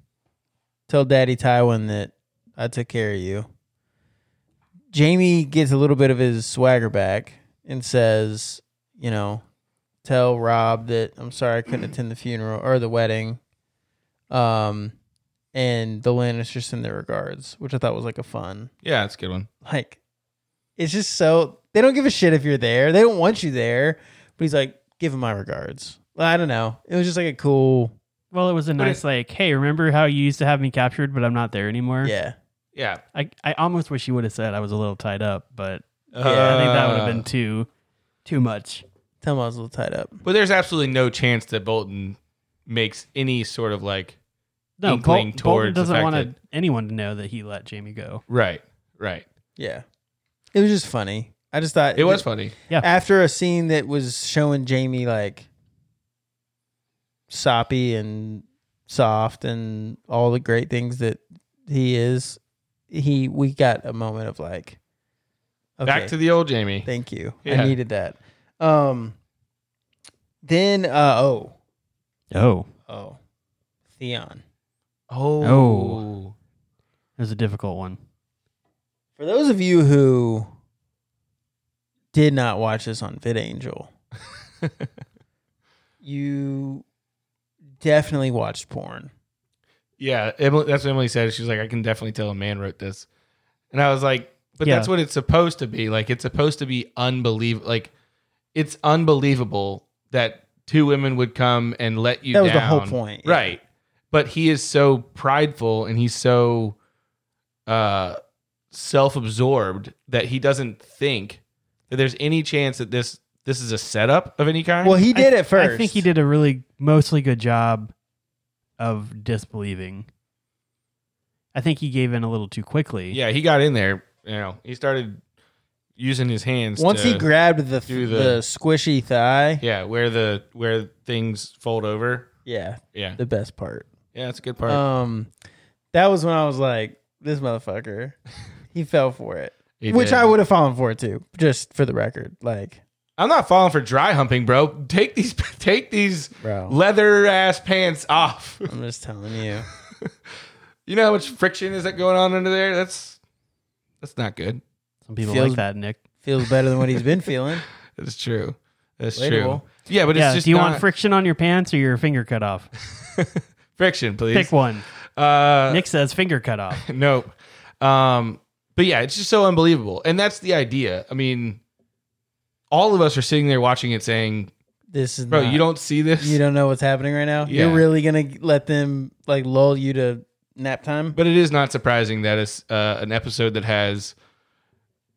Speaker 3: "Tell Daddy Tywin that I took care of you." Jamie gets a little bit of his swagger back and says, you know, tell Rob that I'm sorry I couldn't attend the funeral or the wedding. Um, and the Lannisters send their regards, which I thought was like a fun,
Speaker 1: Yeah, that's a good one.
Speaker 3: like, it's just so they don't give a shit if you're there. They don't want you there. But he's like, give him my regards. I don't know. It was just like a cool,
Speaker 2: Well, it was a
Speaker 1: But
Speaker 2: nice like, hey, remember how you used to have me captured, but I'm not there anymore.
Speaker 3: yeah.
Speaker 1: Yeah.
Speaker 2: I I almost wish you would have said I was a little tied up, but yeah, I think that
Speaker 1: Uh.
Speaker 2: would have been too too much.
Speaker 3: Tell him I was a little tied up.
Speaker 1: But there's absolutely no chance that Bolton makes any sort of like
Speaker 2: No, Bol-
Speaker 1: Inkling
Speaker 2: Bolton
Speaker 1: towards the
Speaker 2: doesn't
Speaker 1: fact
Speaker 2: want
Speaker 1: that-
Speaker 2: anyone to know that he let Jamie go.
Speaker 1: right, right.
Speaker 3: Yeah. It was just funny. I just thought
Speaker 1: It was funny.
Speaker 3: after a scene that was showing Jamie like soppy and soft and all the great things that he is, he we got a moment of like okay,
Speaker 1: Back to the old Jamie.
Speaker 3: thank you.
Speaker 1: Yeah.
Speaker 3: I needed that. Um then uh oh.
Speaker 2: Oh,
Speaker 3: Oh. Theon.
Speaker 2: Oh. it was a difficult one.
Speaker 3: For those of you who did not watch this on VidAngel, you definitely watched porn.
Speaker 1: Yeah, Emily, that's what Emily said. She's like, I can definitely tell a man wrote this, and I was like, but
Speaker 2: Yeah.
Speaker 1: that's what it's supposed to be. Like, it's supposed to be unbelievable. Like, it's unbelievable that two women would come and let you.
Speaker 3: That was the whole
Speaker 1: down.
Speaker 3: point, yeah.
Speaker 1: right? But he is so prideful and he's so uh, self-absorbed that he doesn't think that there's any chance that this this is a setup of any kind.
Speaker 3: Well, he did
Speaker 2: I-
Speaker 3: it first.
Speaker 2: I think he did a really mostly good job of disbelieving. I think he gave in a little too quickly.
Speaker 1: yeah, he got in there. You know, he started using his hands
Speaker 3: Once he
Speaker 1: to-
Speaker 3: grabbed the,
Speaker 1: do
Speaker 3: the
Speaker 1: the-
Speaker 3: squishy thigh,
Speaker 1: Yeah, where the where things fold over.
Speaker 3: yeah,
Speaker 1: Yeah,
Speaker 3: the best part.
Speaker 1: yeah, that's a good part.
Speaker 3: Um, that was when I was like, this motherfucker, he fell for it,
Speaker 1: He
Speaker 3: which
Speaker 1: did.
Speaker 3: I would have fallen for it too, just for the record. Like,
Speaker 1: I'm not falling for dry humping, bro. Take these, <laughs> take these
Speaker 3: Bro.
Speaker 1: leather ass pants off.
Speaker 3: I'm just telling you,
Speaker 1: you know how much friction is that going on under there? That's that's not good.
Speaker 2: Some people
Speaker 3: Feels-
Speaker 2: like that, Nick.
Speaker 3: feels better than what he's been feeling.
Speaker 1: That's true. That's true.
Speaker 3: Relatable.
Speaker 1: Yeah, but
Speaker 2: yeah.
Speaker 1: it's just
Speaker 2: Do you
Speaker 1: not,
Speaker 2: want friction on your pants or your finger cut off?
Speaker 1: <laughs> friction,
Speaker 2: Pick
Speaker 1: please? <laughs>
Speaker 2: one.
Speaker 1: Uh,
Speaker 2: Nick says finger cut off.
Speaker 1: nope. Um, but yeah, it's just so unbelievable, and that's the idea. I mean, all of us are sitting there watching it, saying,
Speaker 3: This is
Speaker 1: "Bro,
Speaker 3: not-
Speaker 1: you don't see this."
Speaker 3: You don't know what's happening right now. You're
Speaker 1: Yeah.
Speaker 3: really gonna let them like lull you to nap time.
Speaker 1: But it is not surprising that it's uh, an episode that has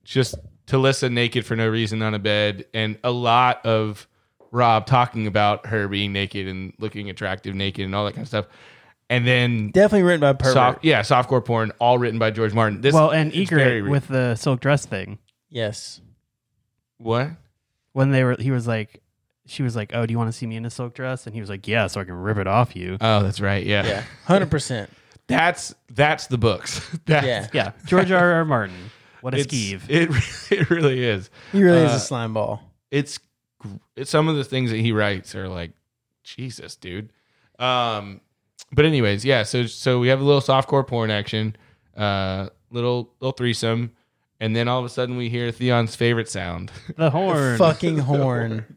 Speaker 1: just Talissa naked for no reason on a bed and a lot of Rob talking about her being naked and looking attractive naked and all that kind of stuff. And then
Speaker 3: Definitely written by a pervert.
Speaker 1: soft, yeah, softcore porn, all written by George Martin. This
Speaker 2: well, and
Speaker 1: it's very
Speaker 2: Egret
Speaker 1: re-
Speaker 2: with the silk dress thing.
Speaker 1: <laughs>
Speaker 3: Yes.
Speaker 1: what?
Speaker 2: When they were, he was like, she was like, "Oh, do you want to see me in a silk dress?" And he was like, "Yeah, so I can rip it off you."
Speaker 1: Oh, that's right. Yeah,
Speaker 3: Yeah. Hundred percent.
Speaker 1: that's that's the books. <laughs> That's,
Speaker 3: Yeah.
Speaker 2: Yeah, George R. R. Martin. What a
Speaker 1: it's,
Speaker 2: skeeve.
Speaker 1: it <laughs> it really is.
Speaker 3: He really is
Speaker 1: Uh,
Speaker 3: a slime ball.
Speaker 1: it's, gr- it's some of the things that he writes are like Jesus, dude. Um, but anyways, yeah. So so we have a little softcore porn action, uh, little little threesome, and then all of a sudden we hear Theon's favorite sound. <laughs>
Speaker 2: the
Speaker 3: The
Speaker 2: horn.
Speaker 3: fucking horn.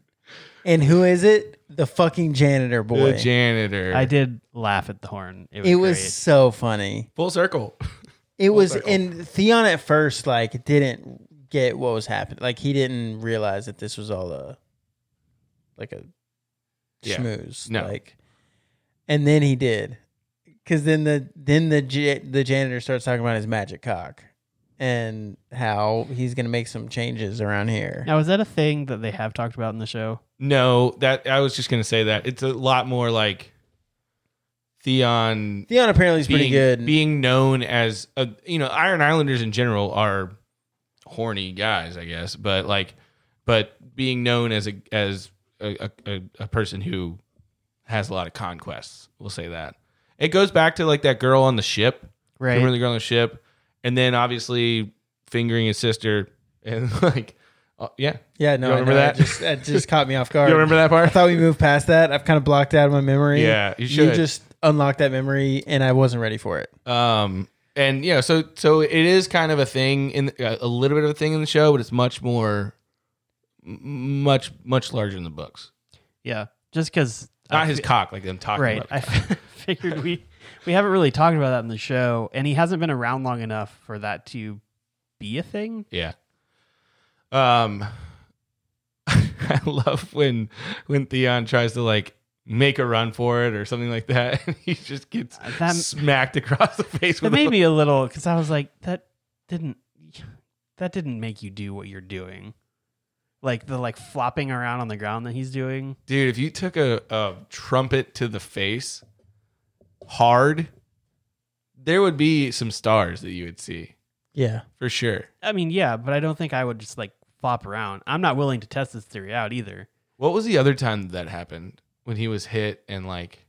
Speaker 3: And who is it? The fucking janitor boy.
Speaker 1: the janitor.
Speaker 2: I did laugh at the horn. It was,
Speaker 3: it was
Speaker 2: great.
Speaker 3: so funny.
Speaker 1: full circle.
Speaker 3: It was
Speaker 1: circle.
Speaker 3: and Theon at first like didn't get what was happening. Like he didn't realize that this was all a like a
Speaker 1: Yeah.
Speaker 3: schmooze.
Speaker 1: No.
Speaker 3: Like and then he did. Cuz then the then the ja- the janitor starts talking about his magic cock and how he's going to make some changes around here.
Speaker 2: Now, is that a thing that they have talked about in the show?
Speaker 1: No, that I was just gonna say that it's a lot more like Theon
Speaker 3: Theon apparently is pretty
Speaker 1: being-
Speaker 3: good.
Speaker 1: Being known as a, you know, Iron Islanders in general are horny guys, I guess, but like, but being known as a as a, a- a, a person who has a lot of conquests, we'll say that. It goes back to like that girl on the ship,
Speaker 2: Right.
Speaker 1: Remember the girl on the ship, and then obviously fingering his sister, and <laughs> like, uh, yeah,
Speaker 3: yeah, no,
Speaker 1: You
Speaker 3: I
Speaker 1: remember
Speaker 3: know,
Speaker 1: that?
Speaker 3: just that just caught
Speaker 1: <laughs>
Speaker 3: me off guard.
Speaker 1: you remember that
Speaker 3: I
Speaker 1: part?
Speaker 3: thought we moved past that. I've kind of blocked out of my memory.
Speaker 1: Yeah, you
Speaker 3: You
Speaker 1: should.
Speaker 3: just unlocked that memory and I wasn't ready for it.
Speaker 1: Um, and you know, so so it is kind of a thing in uh, a little bit of a thing in the show, but it's much more, m- much much larger in the books.
Speaker 2: Yeah, just because
Speaker 1: Not his cock, like them talking
Speaker 2: right.
Speaker 1: about.
Speaker 2: I <laughs> figured we we haven't really talked about that in the show, and he hasn't been around long enough for that to be a thing.
Speaker 1: Yeah. Um <laughs> I love when when Theon tries to like make a run for it or something like that <laughs> and he just gets
Speaker 2: Uh, that-
Speaker 1: smacked across the face
Speaker 2: It
Speaker 1: with
Speaker 2: made
Speaker 1: a,
Speaker 2: me a little because I was like, that didn't that didn't make you do what you're doing, like the like flopping around on the ground that he's doing.
Speaker 1: dude if you took a, a trumpet to the face hard there would be some stars that you would see
Speaker 3: Yeah.
Speaker 1: for sure
Speaker 2: I mean, yeah, but I don't think I would just like flop around. I'm not willing to test this theory out either.
Speaker 1: what was the other time that happened when he was hit and like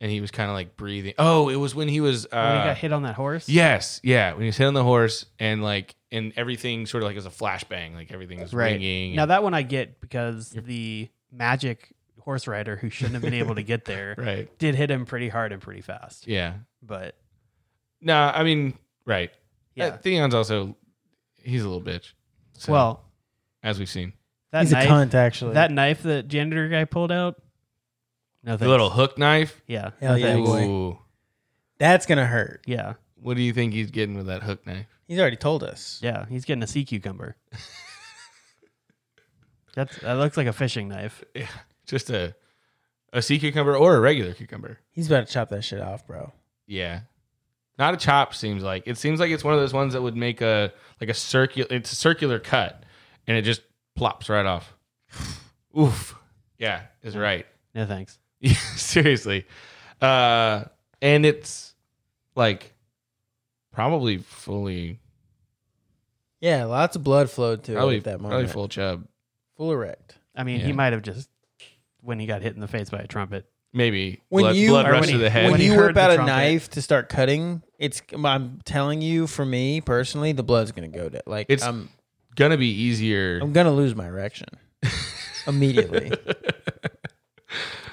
Speaker 1: and he was kind of like breathing oh it was when he was uh,
Speaker 2: when he got hit on that horse,
Speaker 1: Yes, yeah. When he was hit on the horse and like and everything sort of like is a flashbang, like everything is
Speaker 2: Right.
Speaker 1: ringing.
Speaker 2: Now that one I get because the magic horse rider who shouldn't have been able to get there
Speaker 1: <laughs> right,
Speaker 2: did hit him pretty hard and pretty fast.
Speaker 1: yeah. Uh,
Speaker 2: But
Speaker 1: Nah, I mean, right.
Speaker 2: yeah,
Speaker 1: Uh, Theon's also he's a little bitch. So,
Speaker 2: well,
Speaker 1: as we've seen,
Speaker 2: that
Speaker 3: He's
Speaker 2: knife,
Speaker 3: a cunt, actually.
Speaker 2: that knife that janitor guy pulled out. No thanks.
Speaker 1: the little hook knife.
Speaker 2: yeah,
Speaker 3: Hell
Speaker 2: no
Speaker 3: yeah.
Speaker 2: thanks.
Speaker 3: boy. That's gonna hurt.
Speaker 2: yeah,
Speaker 1: what do you think he's getting with that hook knife?
Speaker 3: He's already told us.
Speaker 2: yeah. He's getting a sea cucumber. That's that looks like a fishing knife.
Speaker 1: Yeah, just a a sea cucumber or a regular cucumber.
Speaker 3: He's about to chop that shit off, bro.
Speaker 1: Yeah. Not a chop seems like. It seems like it's one of those ones that would make a like a circular it's a circular cut and it just plops right off. Oof. Yeah, is right. <laughs>
Speaker 2: No thanks.
Speaker 1: Yeah, Seriously. Uh and it's like probably fully
Speaker 3: Yeah, lots of blood flowed to
Speaker 1: probably,
Speaker 3: him at that
Speaker 1: probably
Speaker 3: moment.
Speaker 1: full chub.
Speaker 3: full erect.
Speaker 2: I mean, he
Speaker 1: Yeah.
Speaker 2: might have just when he got hit in the face by a trumpet.
Speaker 1: Maybe
Speaker 3: When
Speaker 1: blood,
Speaker 3: you-
Speaker 1: blood
Speaker 2: Or
Speaker 1: rush
Speaker 2: when
Speaker 1: to
Speaker 2: he-
Speaker 1: the head.
Speaker 2: when
Speaker 3: when
Speaker 2: he
Speaker 3: you
Speaker 2: heard
Speaker 3: whip
Speaker 2: the
Speaker 3: out a
Speaker 2: trumpet.
Speaker 3: knife to start cutting, it's I'm telling you, for me personally, the blood's gonna go down. Like
Speaker 1: It's-
Speaker 3: I'm
Speaker 1: gonna be easier.
Speaker 3: I'm gonna lose Oh my erection immediately.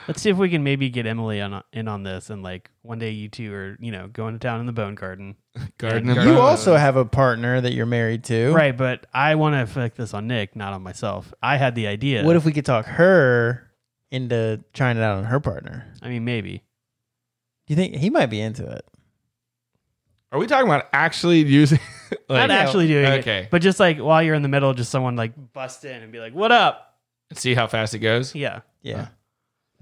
Speaker 2: Let's see if we can maybe get Emily on in on this, and like one day you two are you know going to town in the Bone Garden,
Speaker 1: Garden
Speaker 2: You
Speaker 1: of
Speaker 3: you
Speaker 1: Bones.
Speaker 3: also have a partner that you're married to,
Speaker 2: right? But I want to affect this on Nick, not on myself. I had the idea.
Speaker 3: What if we could talk her into trying it out on her partner?
Speaker 2: I mean maybe?
Speaker 3: Do you think he might be into it?
Speaker 1: Are we talking about actually using <laughs> like
Speaker 2: not actually doing
Speaker 1: Okay.
Speaker 2: it, but just like while you're in the middle, just someone like bust in and be like, "What up?"
Speaker 1: see how fast it goes?
Speaker 2: Yeah,
Speaker 3: Yeah,
Speaker 1: Uh.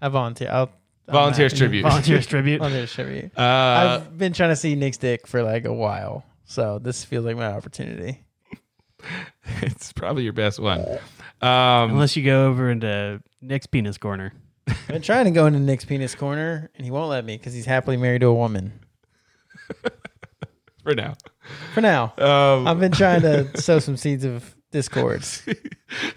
Speaker 3: I volunteer. I'll I'm
Speaker 1: Volunteers <laughs>
Speaker 3: not-
Speaker 1: tribute.
Speaker 3: <laughs>
Speaker 2: volunteers tribute.
Speaker 3: Volunteers tribute.
Speaker 1: Uh,
Speaker 3: I've been trying to see Nick's dick for like a while, so this feels like my
Speaker 1: <laughs>
Speaker 3: opportunity.
Speaker 1: it's probably your best one. Um,
Speaker 2: Unless you go over into Nick's penis corner.
Speaker 3: I've been trying to go into Nick's penis corner, and he won't let me because he's happily married to a woman.
Speaker 1: for now.
Speaker 3: For now,
Speaker 1: Um,
Speaker 3: I've been
Speaker 1: <laughs>
Speaker 3: trying to sow some seeds of discord.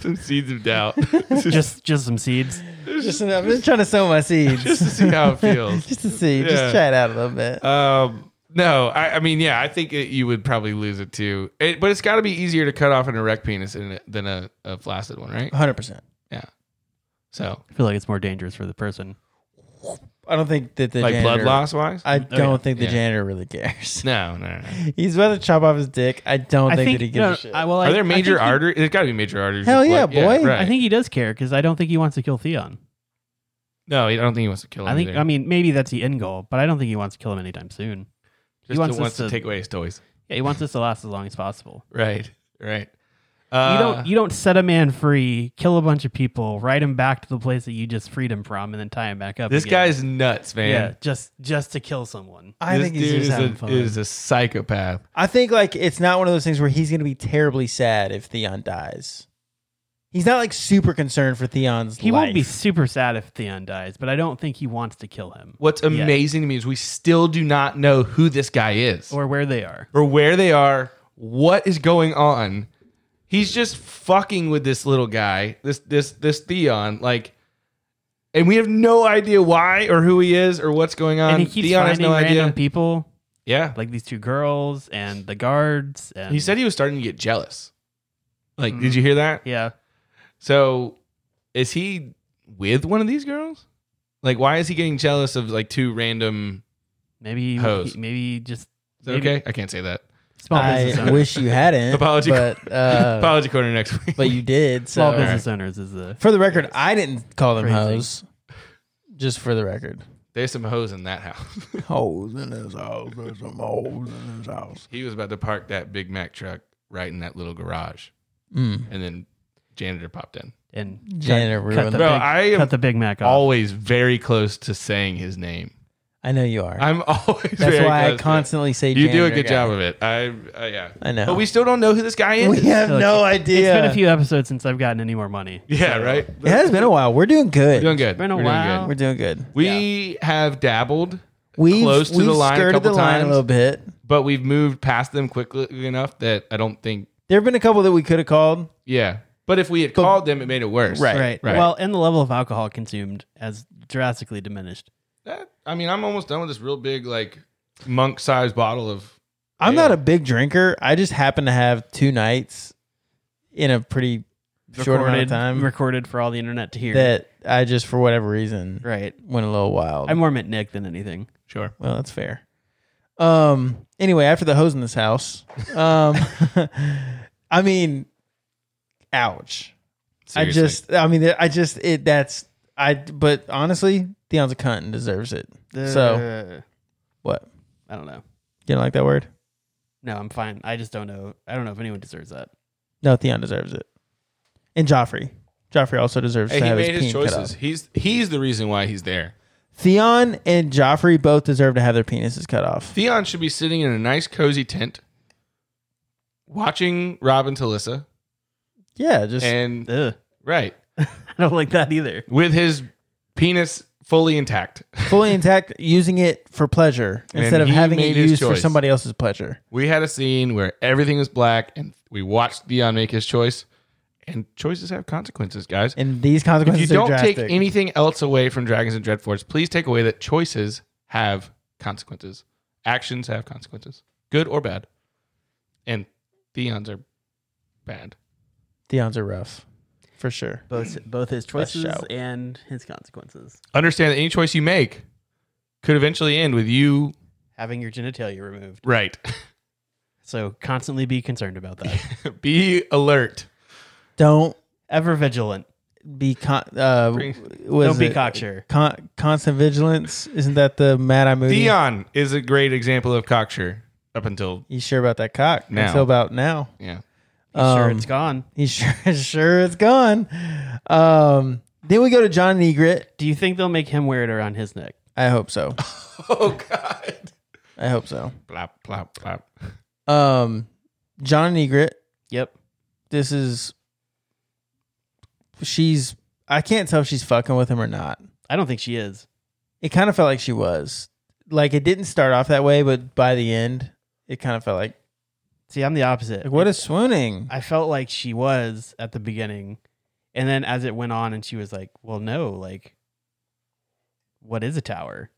Speaker 1: some seeds of doubt <laughs>
Speaker 2: just just some seeds.
Speaker 3: Just I've been trying to sow my seeds
Speaker 1: just to see how it feels.
Speaker 3: <laughs> just to see,
Speaker 1: Yeah.
Speaker 3: just try it out a little bit.
Speaker 1: Um, no, I, I mean, yeah, I think it, you would probably lose it too. It, but it's got to be easier to cut off an erect penis than a, than a, a flaccid one, right?
Speaker 3: Hundred percent.
Speaker 1: Yeah. So,
Speaker 2: I feel like it's more dangerous for the person.
Speaker 3: I don't think that the
Speaker 1: like blood
Speaker 3: janitor-
Speaker 1: loss wise?
Speaker 3: I don't
Speaker 2: yeah.
Speaker 3: think the
Speaker 1: Yeah.
Speaker 3: janitor really <laughs> cares.
Speaker 1: No, no, no. no.
Speaker 3: He's about to chop off his dick. I don't think, that he gives
Speaker 2: no,
Speaker 3: a shit.
Speaker 2: I, well, I-
Speaker 1: Are there
Speaker 2: I think
Speaker 1: major
Speaker 2: he-
Speaker 1: arteries? There's got to be major arteries.
Speaker 3: Hell
Speaker 1: with
Speaker 3: yeah,
Speaker 1: blood.
Speaker 3: boy.
Speaker 1: right.
Speaker 2: I think he does care because I don't think he wants to kill Theon.
Speaker 1: no, I don't think he wants to kill him.
Speaker 2: I think
Speaker 1: either.
Speaker 2: I mean maybe that's the end goal, but I don't think he wants to kill him anytime soon.
Speaker 1: just
Speaker 2: he wants
Speaker 1: to,
Speaker 2: us
Speaker 1: wants to
Speaker 2: to-
Speaker 1: take away his toys.
Speaker 2: Yeah, he wants this to last as long as possible.
Speaker 1: Right, right.
Speaker 2: you
Speaker 1: Uh,
Speaker 2: don't you don't set a man free, kill a bunch of people, ride him back to the place that you just freed him from, and then tie him back up.
Speaker 1: this
Speaker 2: again.
Speaker 1: guy's nuts, man.
Speaker 2: yeah, just just to kill someone.
Speaker 3: I
Speaker 1: this
Speaker 3: think he's
Speaker 1: dude
Speaker 3: just
Speaker 1: is
Speaker 3: having
Speaker 1: a,
Speaker 3: fun.
Speaker 1: is a psychopath.
Speaker 3: I think like it's not one of those things where he's going to be terribly sad if Theon dies. He's not like super concerned for Theon's
Speaker 2: He
Speaker 3: life.
Speaker 2: won't be super sad if Theon dies, but I don't think he wants to kill him
Speaker 1: What's amazing to me is we still do not know who this guy is or,
Speaker 2: or where they are.
Speaker 1: where they are, what is going on. He's just fucking with this little guy, this this this Theon, like and we have no idea why or who he is or what's going on.
Speaker 2: and he keeps
Speaker 1: Um, Theon has
Speaker 2: finding
Speaker 1: no
Speaker 2: random
Speaker 1: idea.
Speaker 2: people,
Speaker 1: Yeah.
Speaker 2: like these two girls and the guards. And
Speaker 1: He said he was starting to get jealous. Like, did you hear that?
Speaker 2: "Yeah,
Speaker 1: So is he with one of these girls? Like why is he getting jealous of like two random
Speaker 2: Maybe
Speaker 1: Hose.
Speaker 2: he- maybe just
Speaker 1: Is that
Speaker 2: maybe-
Speaker 1: okay? I can't say that.
Speaker 2: small business
Speaker 3: I
Speaker 2: owners.
Speaker 3: wish you hadn't.
Speaker 1: <laughs> Apology-
Speaker 3: but uh,
Speaker 1: <laughs> Apology corner next week.
Speaker 3: but you did. So
Speaker 2: small business owners is the
Speaker 3: for the record, I didn't call them
Speaker 2: Crazy.
Speaker 3: hoes. Just for the record,
Speaker 1: <laughs> There's some hoes in that house. <laughs>
Speaker 3: hoes in his house. There's some hoes in his house.
Speaker 1: he was about to park that Big Mac truck right in that little garage,
Speaker 3: Mm.
Speaker 1: and then janitor popped in.
Speaker 2: and cut-
Speaker 3: Janitor
Speaker 2: cut,
Speaker 3: ruined
Speaker 2: the
Speaker 3: it.
Speaker 1: Bro,
Speaker 2: big,
Speaker 1: I am
Speaker 2: cut the Big Mac off.
Speaker 1: Always very close to saying his name.
Speaker 3: I know you are.
Speaker 1: I'm <laughs> always.
Speaker 3: That's
Speaker 1: very
Speaker 3: why I
Speaker 1: close to it.
Speaker 3: constantly say
Speaker 1: You do a
Speaker 3: janitor
Speaker 1: good
Speaker 3: guy.
Speaker 1: job of it. I uh, yeah.
Speaker 3: I know.
Speaker 1: But we still don't know who this guy is.
Speaker 3: <laughs> We have
Speaker 2: So it's-
Speaker 3: no
Speaker 2: It's
Speaker 3: idea.
Speaker 2: been a few episodes since I've gotten any more money.
Speaker 1: yeah, right.
Speaker 3: <laughs> It has been a while. We're doing good.
Speaker 1: We're doing good.
Speaker 2: Been a
Speaker 1: We're doing
Speaker 2: while.
Speaker 1: good.
Speaker 3: We're doing good.
Speaker 1: We have dabbled,
Speaker 3: We've,
Speaker 1: Close to
Speaker 3: we've
Speaker 1: the line a
Speaker 3: skirted
Speaker 1: couple
Speaker 3: the line a
Speaker 1: times.
Speaker 3: little bit.
Speaker 1: but we've moved past them quickly enough that I don't think.
Speaker 3: There have been a couple that we could have called.
Speaker 1: Yeah, but if we had called them, it made it worse.
Speaker 3: Right.
Speaker 2: Right.
Speaker 1: Right.
Speaker 2: Well, and the level of alcohol consumed has drastically diminished.
Speaker 1: That- I mean, I'm almost done with this real big like monk sized bottle of.
Speaker 3: I'm
Speaker 1: Yeah.
Speaker 3: not a big drinker. I just happen to have two nights in a pretty short amount of
Speaker 2: recorded,
Speaker 3: time
Speaker 2: recorded for all the internet to hear.
Speaker 3: that I just, for whatever reason,
Speaker 2: right.
Speaker 3: went a little wild.
Speaker 2: I'm more mint Nick than anything.
Speaker 1: Sure.
Speaker 3: well, that's fair. Um. Anyway, after the hose in this house,
Speaker 1: <laughs>
Speaker 3: um, I mean, ouch.
Speaker 1: Seriously.
Speaker 3: I just, I mean, I just, it, that's, I, but honestly, Dion's a cunt and deserves it. so,
Speaker 2: Uh,
Speaker 3: what?
Speaker 2: I don't know.
Speaker 3: You don't like that word?
Speaker 2: No, I'm fine. I just don't know. I don't know if anyone deserves that.
Speaker 3: No, Theon deserves it. And Joffrey. Joffrey also deserves
Speaker 1: Hey,
Speaker 3: to
Speaker 1: he
Speaker 3: have
Speaker 1: made his
Speaker 3: his, penis cut
Speaker 1: choices.
Speaker 3: off.
Speaker 1: He's he's the reason why he's there.
Speaker 3: Theon and Joffrey both deserve to have their penises cut off.
Speaker 1: Theon should be sitting in a nice cozy tent, watching Robin Talissa,
Speaker 3: Yeah, just
Speaker 1: and
Speaker 2: Ugh.
Speaker 1: right
Speaker 2: <laughs> I don't like that either.
Speaker 1: with his penis fully intact. <laughs>
Speaker 3: fully intact, using it for pleasure
Speaker 1: And
Speaker 3: instead of
Speaker 1: he
Speaker 3: having it
Speaker 1: made his
Speaker 3: used for
Speaker 1: choice.
Speaker 3: somebody else's pleasure.
Speaker 1: We had a scene where everything was black, and we watched Theon make his choice. And choices have consequences, guys.
Speaker 3: And these
Speaker 1: if you
Speaker 3: consequences are
Speaker 1: don't
Speaker 3: drastic.
Speaker 1: take anything else away from Dragons and Dreadforts, please take away that choices have consequences. Actions have consequences, good or bad. And Theon's are bad.
Speaker 3: Theon's are rough, for sure.
Speaker 2: Both both his
Speaker 3: Let's
Speaker 2: choices
Speaker 3: shout.
Speaker 2: and his consequences.
Speaker 1: Understand that any choice you make could eventually end with you
Speaker 2: Having your genitalia removed.
Speaker 1: right.
Speaker 2: So constantly be concerned about that.
Speaker 1: <laughs>
Speaker 2: <laughs>
Speaker 1: Be alert.
Speaker 3: Don't
Speaker 2: Ever vigilant.
Speaker 3: be con. Uh,
Speaker 1: Pretty-
Speaker 3: was
Speaker 2: don't be
Speaker 3: it-
Speaker 2: cocksure.
Speaker 3: Con- constant vigilance. Isn't that the Mad Eye movie?
Speaker 1: Theon is a great example of cocksure up until
Speaker 3: You sure about that cock?
Speaker 1: Now.
Speaker 3: Until about now.
Speaker 1: yeah.
Speaker 2: Be sure
Speaker 3: Um,
Speaker 2: it's gone.
Speaker 3: He's <laughs> sure, sure it's gone. Um, then we go to John Negret.
Speaker 2: Do you think they'll make him wear it around his neck?
Speaker 3: I hope so.
Speaker 1: Oh God.
Speaker 3: I hope so.
Speaker 1: Blop blop blop.
Speaker 3: Um, John Negret.
Speaker 2: Yep.
Speaker 3: This is. She's. I can't tell if she's fucking with him or not.
Speaker 2: I don't think she is.
Speaker 3: It kind of felt like she was. Like it didn't start off that way, but by the end, it kind of felt like.
Speaker 2: See, I'm the opposite.
Speaker 3: like what is swooning?
Speaker 2: I felt like she was at the beginning, and then as it went on, and she was like, "Well, no, like, what is a tower?"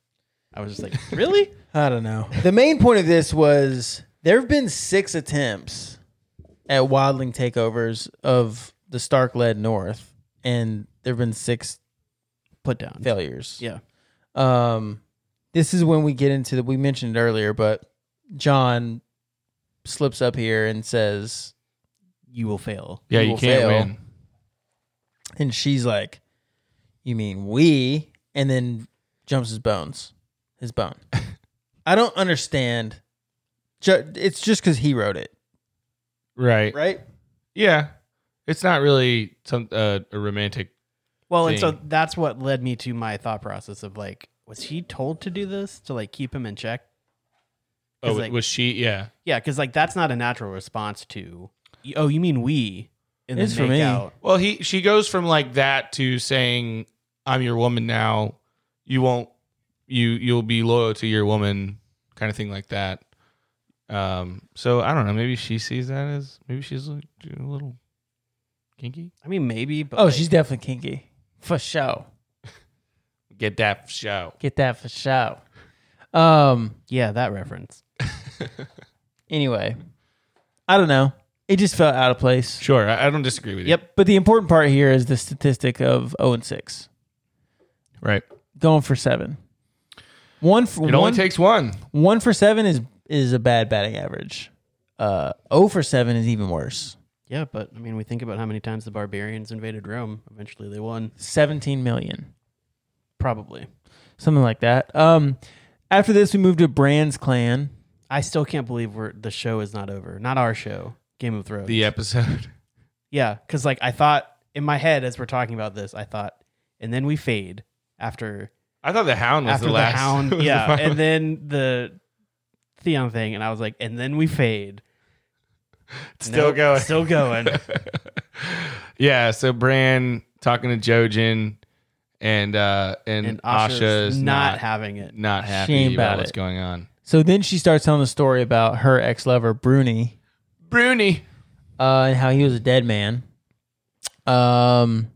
Speaker 2: I was just
Speaker 3: <laughs>
Speaker 2: like, "Really?"
Speaker 3: I don't know. The main point of this was there have been six attempts at wildling takeovers of the Stark led North, and there have been six
Speaker 2: Put down.
Speaker 3: failures.
Speaker 2: Yeah.
Speaker 3: Um, this is when we get into the we mentioned it earlier, but John slips up here and says,
Speaker 2: You will fail.
Speaker 1: Yeah,
Speaker 3: You
Speaker 1: you
Speaker 3: will
Speaker 1: can't
Speaker 3: fail.
Speaker 1: win.
Speaker 3: and she's like, "You mean we?" And then jumps his bones, his <laughs> bone. I don't understand. Ju- It's just because he wrote it,
Speaker 1: Right.
Speaker 3: right?
Speaker 1: Yeah, it's not really some uh, a romantic.
Speaker 2: Well, and so
Speaker 1: Thing.
Speaker 2: that's what led me to my thought process of like, was he told to do this to like keep him in check?
Speaker 1: Oh,
Speaker 2: It's like-
Speaker 1: was she? Yeah,
Speaker 2: Yeah, because like that's not a natural response to. y- Oh, you mean we? And then
Speaker 3: It's for
Speaker 2: make
Speaker 3: me.
Speaker 2: out.
Speaker 1: Well, he she goes from like that to saying, "I'm your woman now. You won't you you'll be loyal to your woman," kind of thing like that. Um. So I don't know. Maybe she sees that as maybe she's a, a little kinky.
Speaker 2: I mean, maybe. But
Speaker 3: Oh,
Speaker 2: like,
Speaker 3: she's definitely kinky for sure.
Speaker 1: Get that show.
Speaker 3: Get that for sure. Um.
Speaker 2: yeah, that reference.
Speaker 3: Anyway, I don't know. It just felt out of place.
Speaker 1: Sure, I, I don't disagree with you.
Speaker 3: Yep. But the important part here is the oh statistic of zero and six,
Speaker 1: Right.
Speaker 3: going for seven. One for
Speaker 1: It
Speaker 3: one,
Speaker 1: only takes one.
Speaker 3: one for seven is is a bad batting average. Uh, zero for seven is even worse.
Speaker 2: Yeah, but I mean, we think about how many times the barbarians invaded Rome. Eventually, they won.
Speaker 3: Seventeen million,
Speaker 2: Probably.
Speaker 3: something like that. Um, after this, we move to Brands Clan.
Speaker 2: I still can't believe we're the show is not over. Not our show, Game of Thrones.
Speaker 1: The episode. <laughs>
Speaker 2: Yeah, because like I thought in my head as we're talking about this, I thought, and then we fade after
Speaker 1: I thought the hound was
Speaker 2: after
Speaker 1: the
Speaker 2: the,
Speaker 1: last. <laughs>
Speaker 2: hound,
Speaker 1: was the
Speaker 2: yeah,
Speaker 1: final.
Speaker 2: and then the Theon thing, and I was like, and then we fade,
Speaker 1: still
Speaker 2: Nope,
Speaker 1: going. <laughs>
Speaker 2: still going.
Speaker 1: yeah. So Bran talking to Jojen and uh and,
Speaker 2: and
Speaker 1: Asha
Speaker 2: Asha's
Speaker 1: is
Speaker 2: not,
Speaker 1: not
Speaker 2: having it.
Speaker 1: not happy
Speaker 3: Shame
Speaker 1: about,
Speaker 3: about
Speaker 1: what's
Speaker 3: it.
Speaker 1: going on.
Speaker 3: So then she starts telling the story about her ex lover Bruni
Speaker 1: Bruni.
Speaker 3: uh, and how he was a dead man. Um,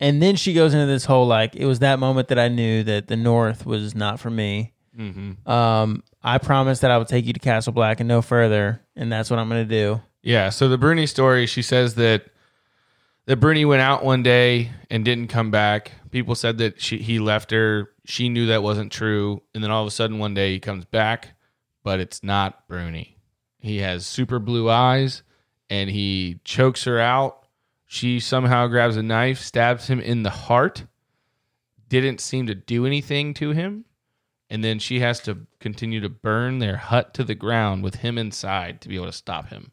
Speaker 3: and then she goes into this whole like it was that moment that I knew that the North was not for me.
Speaker 1: hmm
Speaker 3: Um, I promised that I would take you to Castle Black and no further, and that's what I'm going to do.
Speaker 1: Yeah. So the Bruni story, she says that that Bruni went out one day and didn't come back. People said that she he left her. She knew that wasn't true, and then all of a sudden one day he comes back, but it's not Bruni. He has super blue eyes, and he chokes her out. She somehow grabs a knife, stabs him in the heart. Didn't seem to do anything to him. And then she has to continue to burn their hut to the ground with him inside to be able to stop him.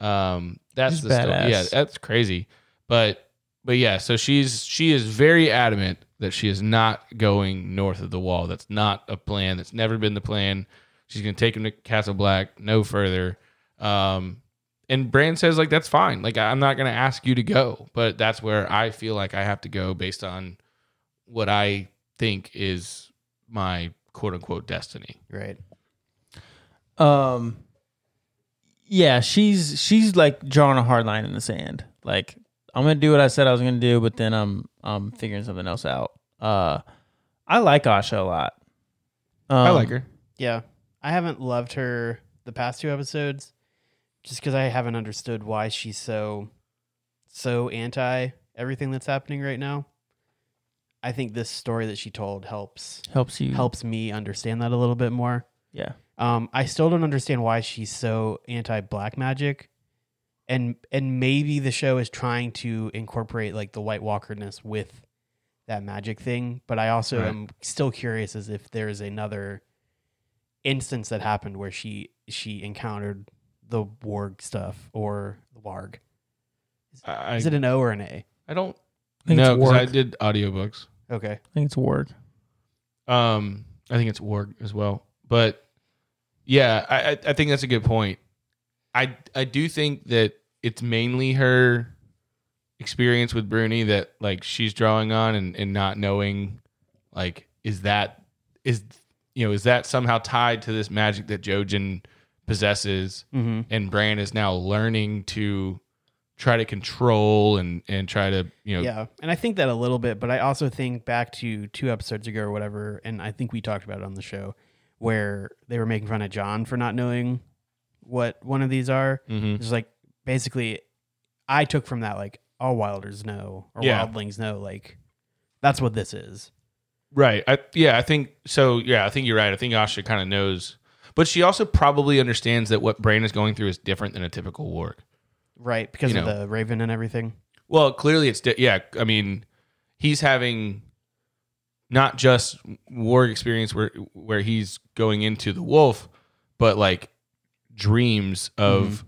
Speaker 1: Um, that's
Speaker 3: She's
Speaker 1: the story. Yeah,
Speaker 3: badass.
Speaker 1: that's crazy. But but yeah, so she's she is very adamant that she is not going north of the wall. That's not a plan. That's never been the plan. She's gonna take him to Castle Black, no further. Um, and Brand says like that's fine. Like I- I'm not gonna ask you to go, but that's where I feel like I have to go based on what I think is my quote unquote destiny.
Speaker 2: Right.
Speaker 3: Um, yeah, she's she's like drawing a hard line in the sand. Like I'm gonna do what I said I was gonna do, but then I'm I'm figuring something else out. Uh, I like Asha a lot. Um,
Speaker 1: I like her.
Speaker 2: Yeah. I haven't loved her the past two episodes just because I haven't understood why she's so, so anti everything that's happening right now. I think this story that she told helps
Speaker 3: Helps you.
Speaker 2: helps me understand that a little bit more.
Speaker 3: Mm. Yeah.
Speaker 2: Um, I still don't understand why she's so anti black magic, and and maybe the show is trying to incorporate like the White Walkerness with that magic thing. But I also
Speaker 1: Right.
Speaker 2: am still curious as if there is another instance that happened where she she encountered the warg stuff or the warg.
Speaker 1: I,
Speaker 2: Is it an O or an A?
Speaker 1: I don't
Speaker 3: I think
Speaker 1: know
Speaker 3: it's
Speaker 1: because I
Speaker 3: Warg.
Speaker 1: did audiobooks.
Speaker 2: Okay,
Speaker 3: I think it's Warg.
Speaker 1: Um, I think it's Warg as well. But yeah, I, I- I think that's a good point. I I do think that it's mainly her experience with Bruni that like she's drawing on and, and not knowing like is that is you know, is that somehow tied to this magic that Jojen possesses
Speaker 2: mm-hmm.
Speaker 1: and Bran is now learning to try to control and and try to, you know,
Speaker 2: Yeah, and I think that a little bit, but I also think back to two episodes ago or whatever, and I think we talked about it on the show where they were making fun of John for not knowing what one of these are.
Speaker 1: Mhm.
Speaker 2: It's like basically, I took from that like all wilders know or
Speaker 1: Yeah.
Speaker 2: wildlings know, like that's what this is.
Speaker 1: Right. I, yeah, I think so. Yeah, I think you're right. I think Asha kind of knows, but she also probably understands that what Brain is going through is different than a typical warg.
Speaker 2: Right, because
Speaker 1: You
Speaker 2: of
Speaker 1: know.
Speaker 2: the raven and everything.
Speaker 1: Well, clearly it's di- yeah. I mean, he's having not just warg experience where where he's going into the wolf, but like dreams of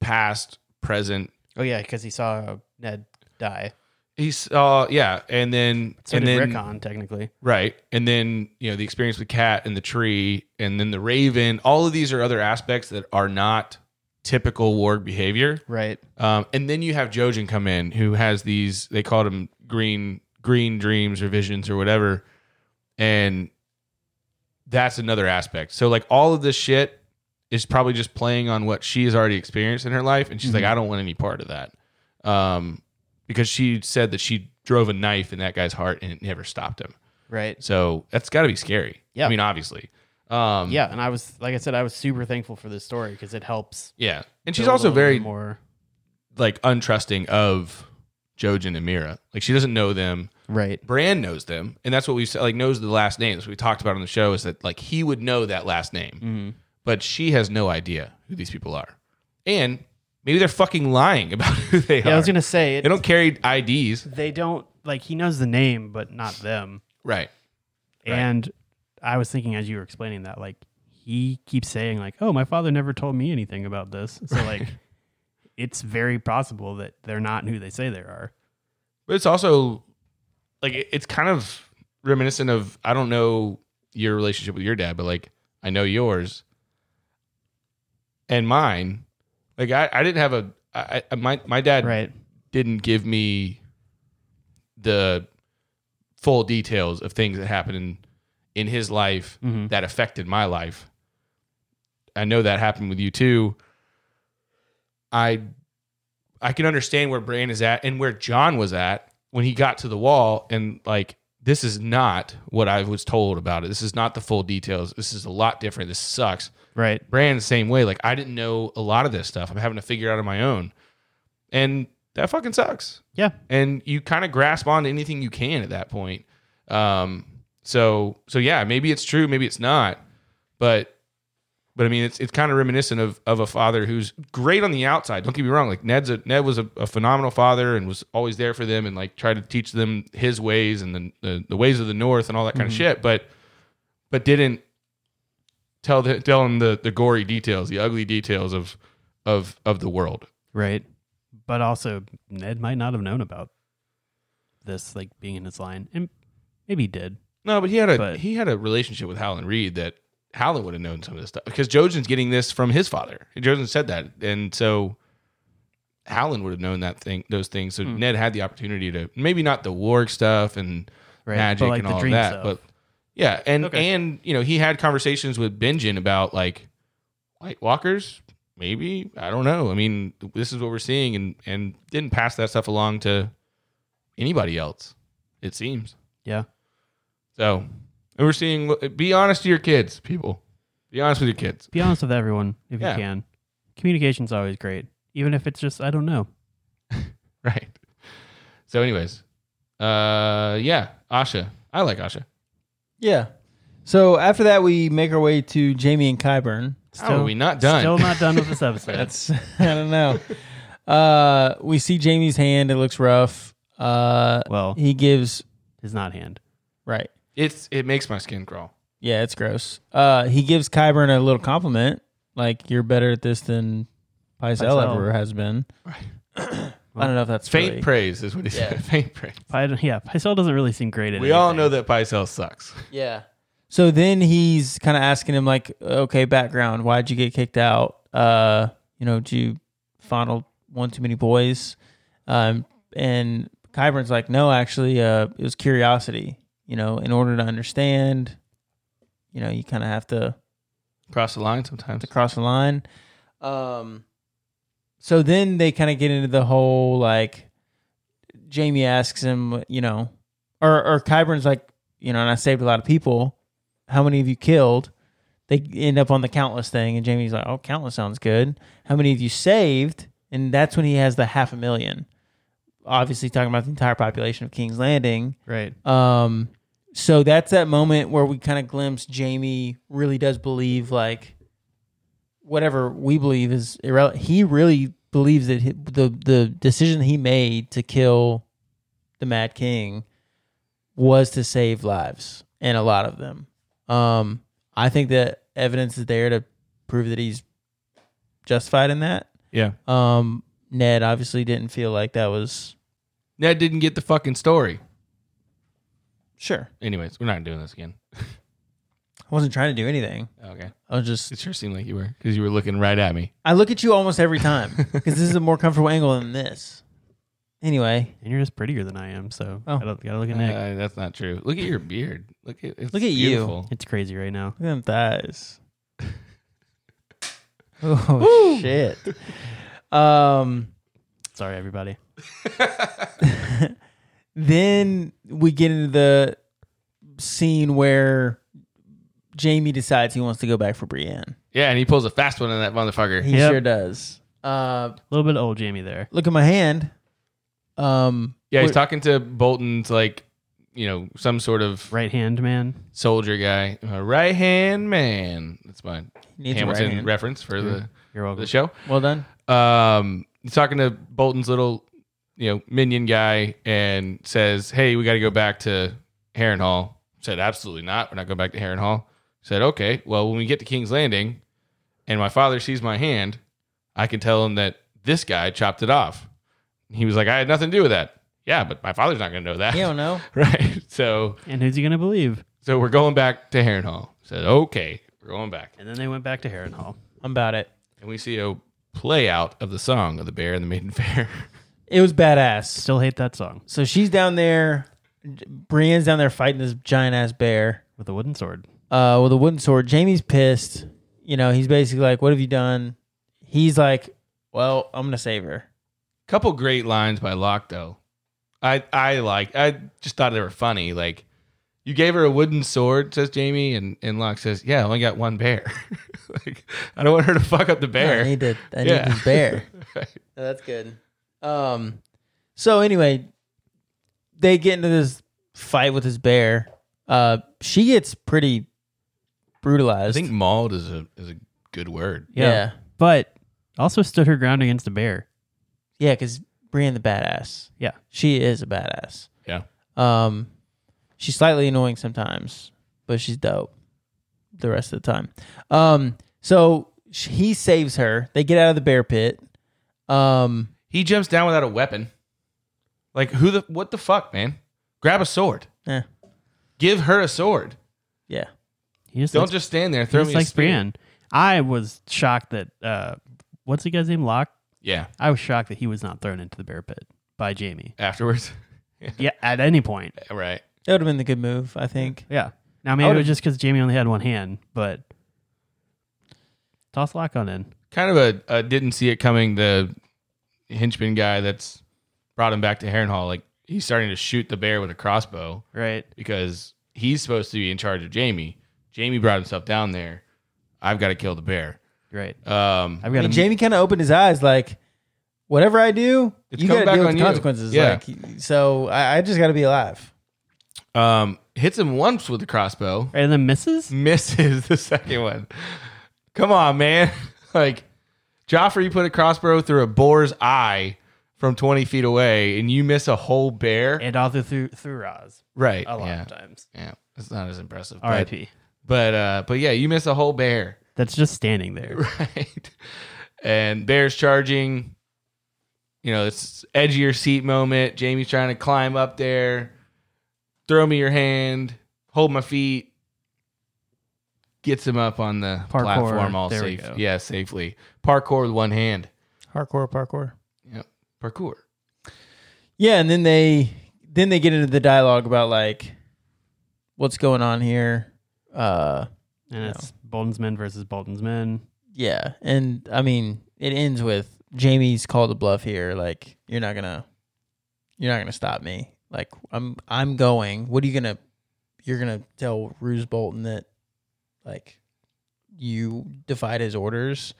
Speaker 1: past, present.
Speaker 2: Oh yeah, because he saw Ned die.
Speaker 1: He saw yeah, and then
Speaker 2: So
Speaker 1: and
Speaker 2: did
Speaker 1: then
Speaker 2: Rickon technically.
Speaker 1: Right. And then, you know, the experience with Cat and the tree and then the Raven, all of these are other aspects that are not typical warg behavior.
Speaker 2: Right.
Speaker 1: Um, and then you have Jojen come in who has these, they called him green, green dreams or visions or whatever. And that's another aspect. So like all of this shit is probably just playing on what she has already experienced in her life. And she's like, I don't want any part of that. Um, because she said that she drove a knife in that guy's heart and it never stopped him.
Speaker 2: Right.
Speaker 1: So that's got to be scary.
Speaker 2: Yeah.
Speaker 1: I mean, obviously. Um,
Speaker 2: Yeah, and I was like I said, I was super thankful for this story because it helps
Speaker 1: Yeah. And she's
Speaker 2: build a
Speaker 1: also
Speaker 2: little bit
Speaker 1: very
Speaker 2: more
Speaker 1: like untrusting of Jojen and Mira. Like she doesn't know them.
Speaker 3: Right.
Speaker 1: Brand knows them, and that's what we said. Like knows the last names. We talked about on the show is that like he would know that last name,
Speaker 2: Mm-hmm.
Speaker 1: but she has no idea who these people are, and maybe they're fucking lying <laughs> about who they are.
Speaker 2: Yeah, I was gonna say it,
Speaker 1: They don't carry IDs,
Speaker 2: they don't like he knows the name, but not them.
Speaker 1: right?
Speaker 2: And I was thinking as you were explaining that, like he keeps saying, like, "Oh, my father never told me anything about this."
Speaker 1: <laughs>
Speaker 2: So like, it's very possible that they're not who they say they are.
Speaker 1: But it's also like it- it's kind of reminiscent of I don't know your relationship with your dad, but like I know yours and mine. Like I, I didn't have a I, I my my dad
Speaker 2: Right.
Speaker 1: didn't give me the full details of things that happened in, in his life
Speaker 2: Mhm.
Speaker 1: that affected my life. I know that happened with you too. I I can understand where Bran is at and where John was at when he got to the wall and like this is not what I was told about it. This is not the full details. This is a lot different. This sucks.
Speaker 2: Right.
Speaker 1: Brand the same way. Like I didn't know a lot of this stuff. I'm having to figure it out on my own, and that fucking sucks.
Speaker 2: Yeah.
Speaker 1: And you kind of grasp on to anything you can at that point. Um, so so yeah, maybe it's true, maybe it's not, but but I mean it's it's kind of reminiscent of of a father who's great on the outside. Don't get me wrong. Like Ned's a, Ned was a, a phenomenal father and was always there for them and like tried to teach them his ways and the the, the ways of the North and all that kind of shit. But but didn't tell the, tell him the, the gory details, the ugly details of of of the world.
Speaker 2: Right. But also, Ned might not have known about this, like being in his line, and maybe he did.
Speaker 1: No, but he had a
Speaker 2: But-
Speaker 1: he had a relationship with Howland Reed that Howland would have known some of this stuff because Jojen's getting this from his father. Jojen said that, and so Howland would have known that thing, those things.
Speaker 2: Hmm.
Speaker 1: So Ned had the opportunity to maybe not the Warwick stuff and
Speaker 2: Right,
Speaker 1: magic
Speaker 2: but, like,
Speaker 1: and
Speaker 2: the
Speaker 1: all of
Speaker 2: dream
Speaker 1: that,
Speaker 2: stuff.
Speaker 1: but yeah, and
Speaker 2: Okay.
Speaker 1: and you know he had conversations with Benjen about like White Walkers, maybe I don't know. I mean, this is what we're seeing, and and didn't pass that stuff along to anybody else. It seems.
Speaker 2: Yeah.
Speaker 1: So, and we're seeing. uh, Be honest to your kids, people. Be honest with your kids. <laughs>
Speaker 2: Be honest with everyone if
Speaker 1: Yeah.
Speaker 2: you can. Communication's always great, even if it's just I don't know.
Speaker 1: Right. So, anyways, uh, yeah, Asha. I like Asha.
Speaker 3: Yeah. So after that, we make our way to Jamie and Kyburn.
Speaker 1: How are Oh, we not done?
Speaker 2: Still not done with this episode.
Speaker 3: That's <laughs> I don't know. Uh, we see Jamie's hand; it looks rough. Uh,
Speaker 2: well,
Speaker 3: he gives
Speaker 2: his not hand.
Speaker 3: right.
Speaker 1: <laughs> It's it makes my skin crawl.
Speaker 3: Yeah, it's gross. Uh, he gives Kyburn a little compliment, like you're better at this than Paisel
Speaker 2: Pycelle.
Speaker 3: ever has been.
Speaker 1: Right.
Speaker 3: <clears throat> I don't know if that's
Speaker 1: Faint
Speaker 3: really-
Speaker 1: praise is what he said. <laughs> Faint praise.
Speaker 2: I don't- yeah, Picel doesn't really seem great at
Speaker 1: We all
Speaker 2: anything.
Speaker 1: know that Pycelle sucks.
Speaker 3: Yeah. So then he's kind of asking him like, okay, background. Why'd you get kicked out? Uh, you know, did you fondle one too many boys? Um, and Kyburn's like, no, actually, uh, it was curiosity. You know, in order to understand, you know, you kind of have to
Speaker 1: <laughs> Cross the line sometimes.
Speaker 3: to cross the line. Um, so then they kind of get into the whole like Jamie asks him, you know, or or Kyburn's like, you know, and I saved a lot of people. How many of you killed? They end up on the countless thing, and Jamie's like, oh, countless sounds good. How many of you saved? And that's when he has the half a million. Obviously, talking about the entire population of King's Landing.
Speaker 2: Right.
Speaker 3: Um, so that's that moment where we kind of glimpse Jamie really does believe like whatever we believe is irrelevant. He really believes that hi- the the decision he made to kill the Mad King was to save lives and a lot of them. Um, I think that evidence is there to prove that he's justified in that.
Speaker 1: Yeah.
Speaker 3: Um, Ned obviously didn't feel like that was
Speaker 1: Ned didn't get the fucking story.
Speaker 3: sure.
Speaker 1: Anyways, we're not doing this again.
Speaker 3: I wasn't trying to do anything.
Speaker 1: Okay.
Speaker 3: I was just
Speaker 1: It sure seemed like you were because you were looking right at me.
Speaker 3: I look at you almost every time because this is a more comfortable angle than this. Anyway,
Speaker 2: And you're just prettier than I am, so
Speaker 3: Oh.
Speaker 2: I don't gotta look at Nick.
Speaker 1: Uh, that's not true. Look at your beard. Look at it's
Speaker 3: Look at you.
Speaker 1: beautiful.
Speaker 2: It's crazy right now.
Speaker 3: look at them thighs. Oh shit. Um.
Speaker 2: Sorry, everybody.
Speaker 3: Then we get into the scene where Jamie decides he wants to go back for Brienne.
Speaker 1: Yeah, and he pulls a fast one on that motherfucker.
Speaker 3: He
Speaker 2: Yep.
Speaker 3: sure does. Uh,
Speaker 2: A little bit of old Jamie there.
Speaker 3: look at my hand. Uh, Um,
Speaker 1: Yeah, he's
Speaker 3: wait,
Speaker 1: talking to Bolton's like, you know, some sort of
Speaker 2: Right hand man.
Speaker 1: soldier guy, Uh, right hand man. That's my
Speaker 3: needs a
Speaker 1: Hamilton
Speaker 3: right hand.
Speaker 1: reference for the
Speaker 2: You're
Speaker 1: the
Speaker 2: welcome.
Speaker 1: show.
Speaker 3: well done.
Speaker 1: Um, he's talking to Bolton's little, you know, minion guy, and says, "Hey, we got to go back to Heron Hall." Said, "Absolutely not. We're not going back to Heron Hall." Said, "Okay. Well, when we get to King's Landing, and my father sees my hand, I can tell him that this guy chopped it off." He was like, "I had nothing to do with that." Yeah, but my father's not going to know that.
Speaker 3: You don't know.
Speaker 1: <laughs> right. So,
Speaker 2: And who's he going to believe?
Speaker 1: so we're going back to Heron Hall. Said, "Okay, we're going back."
Speaker 2: And then they went back to Heron Hall.
Speaker 3: I'm about it.
Speaker 1: And we see a play out of the song of the Bear and the Maiden <laughs> Fair.
Speaker 3: It was badass.
Speaker 2: Still hate that song
Speaker 3: So she's down there. Brienne's down there fighting this giant ass bear
Speaker 2: with a wooden sword.
Speaker 3: uh, with a wooden sword. Jamie's pissed. You know, he's basically like, "What have you done?" He's like, "Well, I'm gonna save her."
Speaker 1: Couple great lines by Locke though. I I like I just thought they were funny. Like you gave her a wooden sword, says Jamie, and, and Locke says, Yeah, I only got one bear. <laughs> like I don't want her to fuck up the
Speaker 3: I
Speaker 1: bear.
Speaker 3: need to. I
Speaker 1: Yeah.
Speaker 3: need this bear.
Speaker 1: <laughs> Right.
Speaker 3: No, Oh, that's good. Um, so anyway, they get into this fight with this bear. Uh, she gets pretty brutalized.
Speaker 1: I think mauled is a is a good word.
Speaker 3: yeah,
Speaker 2: But also stood her ground against a bear.
Speaker 3: yeah, because Brienne the badass.
Speaker 2: Yeah.
Speaker 3: she is a badass.
Speaker 1: Yeah.
Speaker 3: Um, she's slightly annoying sometimes, but she's dope the rest of the time. Um, so sh- he saves her. They get out of the bear pit. Um,
Speaker 1: He jumps down without a weapon. Like who the what the fuck, man? Grab a sword.
Speaker 3: eh,
Speaker 1: Give her a sword.
Speaker 3: yeah.
Speaker 2: He just
Speaker 1: Don't
Speaker 2: likes,
Speaker 1: just stand there.
Speaker 2: he
Speaker 1: Throw
Speaker 2: just
Speaker 1: me a
Speaker 2: likes
Speaker 1: spear.
Speaker 2: Brienne. I was shocked that, uh, what's the guy's name? Locke?
Speaker 1: Yeah.
Speaker 2: I was shocked that he was not thrown into the bear pit by Jamie.
Speaker 1: Afterwards. <laughs>
Speaker 2: Yeah, at any point.
Speaker 1: right.
Speaker 3: That would have been the good move, I think.
Speaker 2: Yeah. Now maybe it
Speaker 3: would've-
Speaker 2: was just because Jamie only had one hand, but toss Locke on in.
Speaker 1: kind of a, a didn't see it coming. The henchman guy that's brought him back to Heron Hall, like he's starting to shoot the bear with a crossbow
Speaker 2: Right.
Speaker 1: because he's supposed to be in charge of Jamie. Jamie brought himself down there. I've got to kill the bear.
Speaker 2: Right.
Speaker 1: Um,
Speaker 2: I've
Speaker 3: I
Speaker 2: got
Speaker 3: mean,
Speaker 2: a
Speaker 3: Jamie kind of opened his eyes, like, whatever I do,
Speaker 1: It's
Speaker 3: you got
Speaker 1: coming
Speaker 3: to
Speaker 1: back
Speaker 3: deal with
Speaker 1: on
Speaker 3: the
Speaker 1: you.
Speaker 3: consequences.
Speaker 1: Yeah.
Speaker 3: Like, so I, I just got to be alive.
Speaker 1: um, hits him once with the crossbow,
Speaker 2: Right, and then misses?
Speaker 1: misses the second one. Come on, man! <laughs> like Joffrey put a crossbow through a boar's eye from twenty feet away, and you miss a whole bear.
Speaker 2: And also through through Roz
Speaker 1: right?
Speaker 2: a lot
Speaker 1: yeah,
Speaker 2: of times.
Speaker 1: yeah. It's not as impressive. but-
Speaker 2: R.I.P.
Speaker 1: But uh, but yeah, you miss a whole bear,
Speaker 2: That's just
Speaker 1: <laughs>
Speaker 2: standing there.
Speaker 1: right? And bears charging. You know, it's edge of your seat moment. Jamie's trying to climb up there. Throw me your hand. Hold my feet. Gets him up on the
Speaker 2: Parkour,
Speaker 1: platform all
Speaker 2: there we
Speaker 1: safe.
Speaker 2: go.
Speaker 1: Yeah, safely. Parkour with one hand.
Speaker 3: Hardcore parkour.
Speaker 1: Parkour.
Speaker 3: Yeah, and then they then they get into the dialogue about like what's going on here. Uh,
Speaker 2: And it's Bolton's men versus Bolton's men.
Speaker 3: yeah, and I mean it ends with Jamie's called a bluff here. Like you're not gonna you're not gonna stop me. Like I'm I'm going. What are you gonna you're gonna tell Ruse Bolton that like you defied his orders.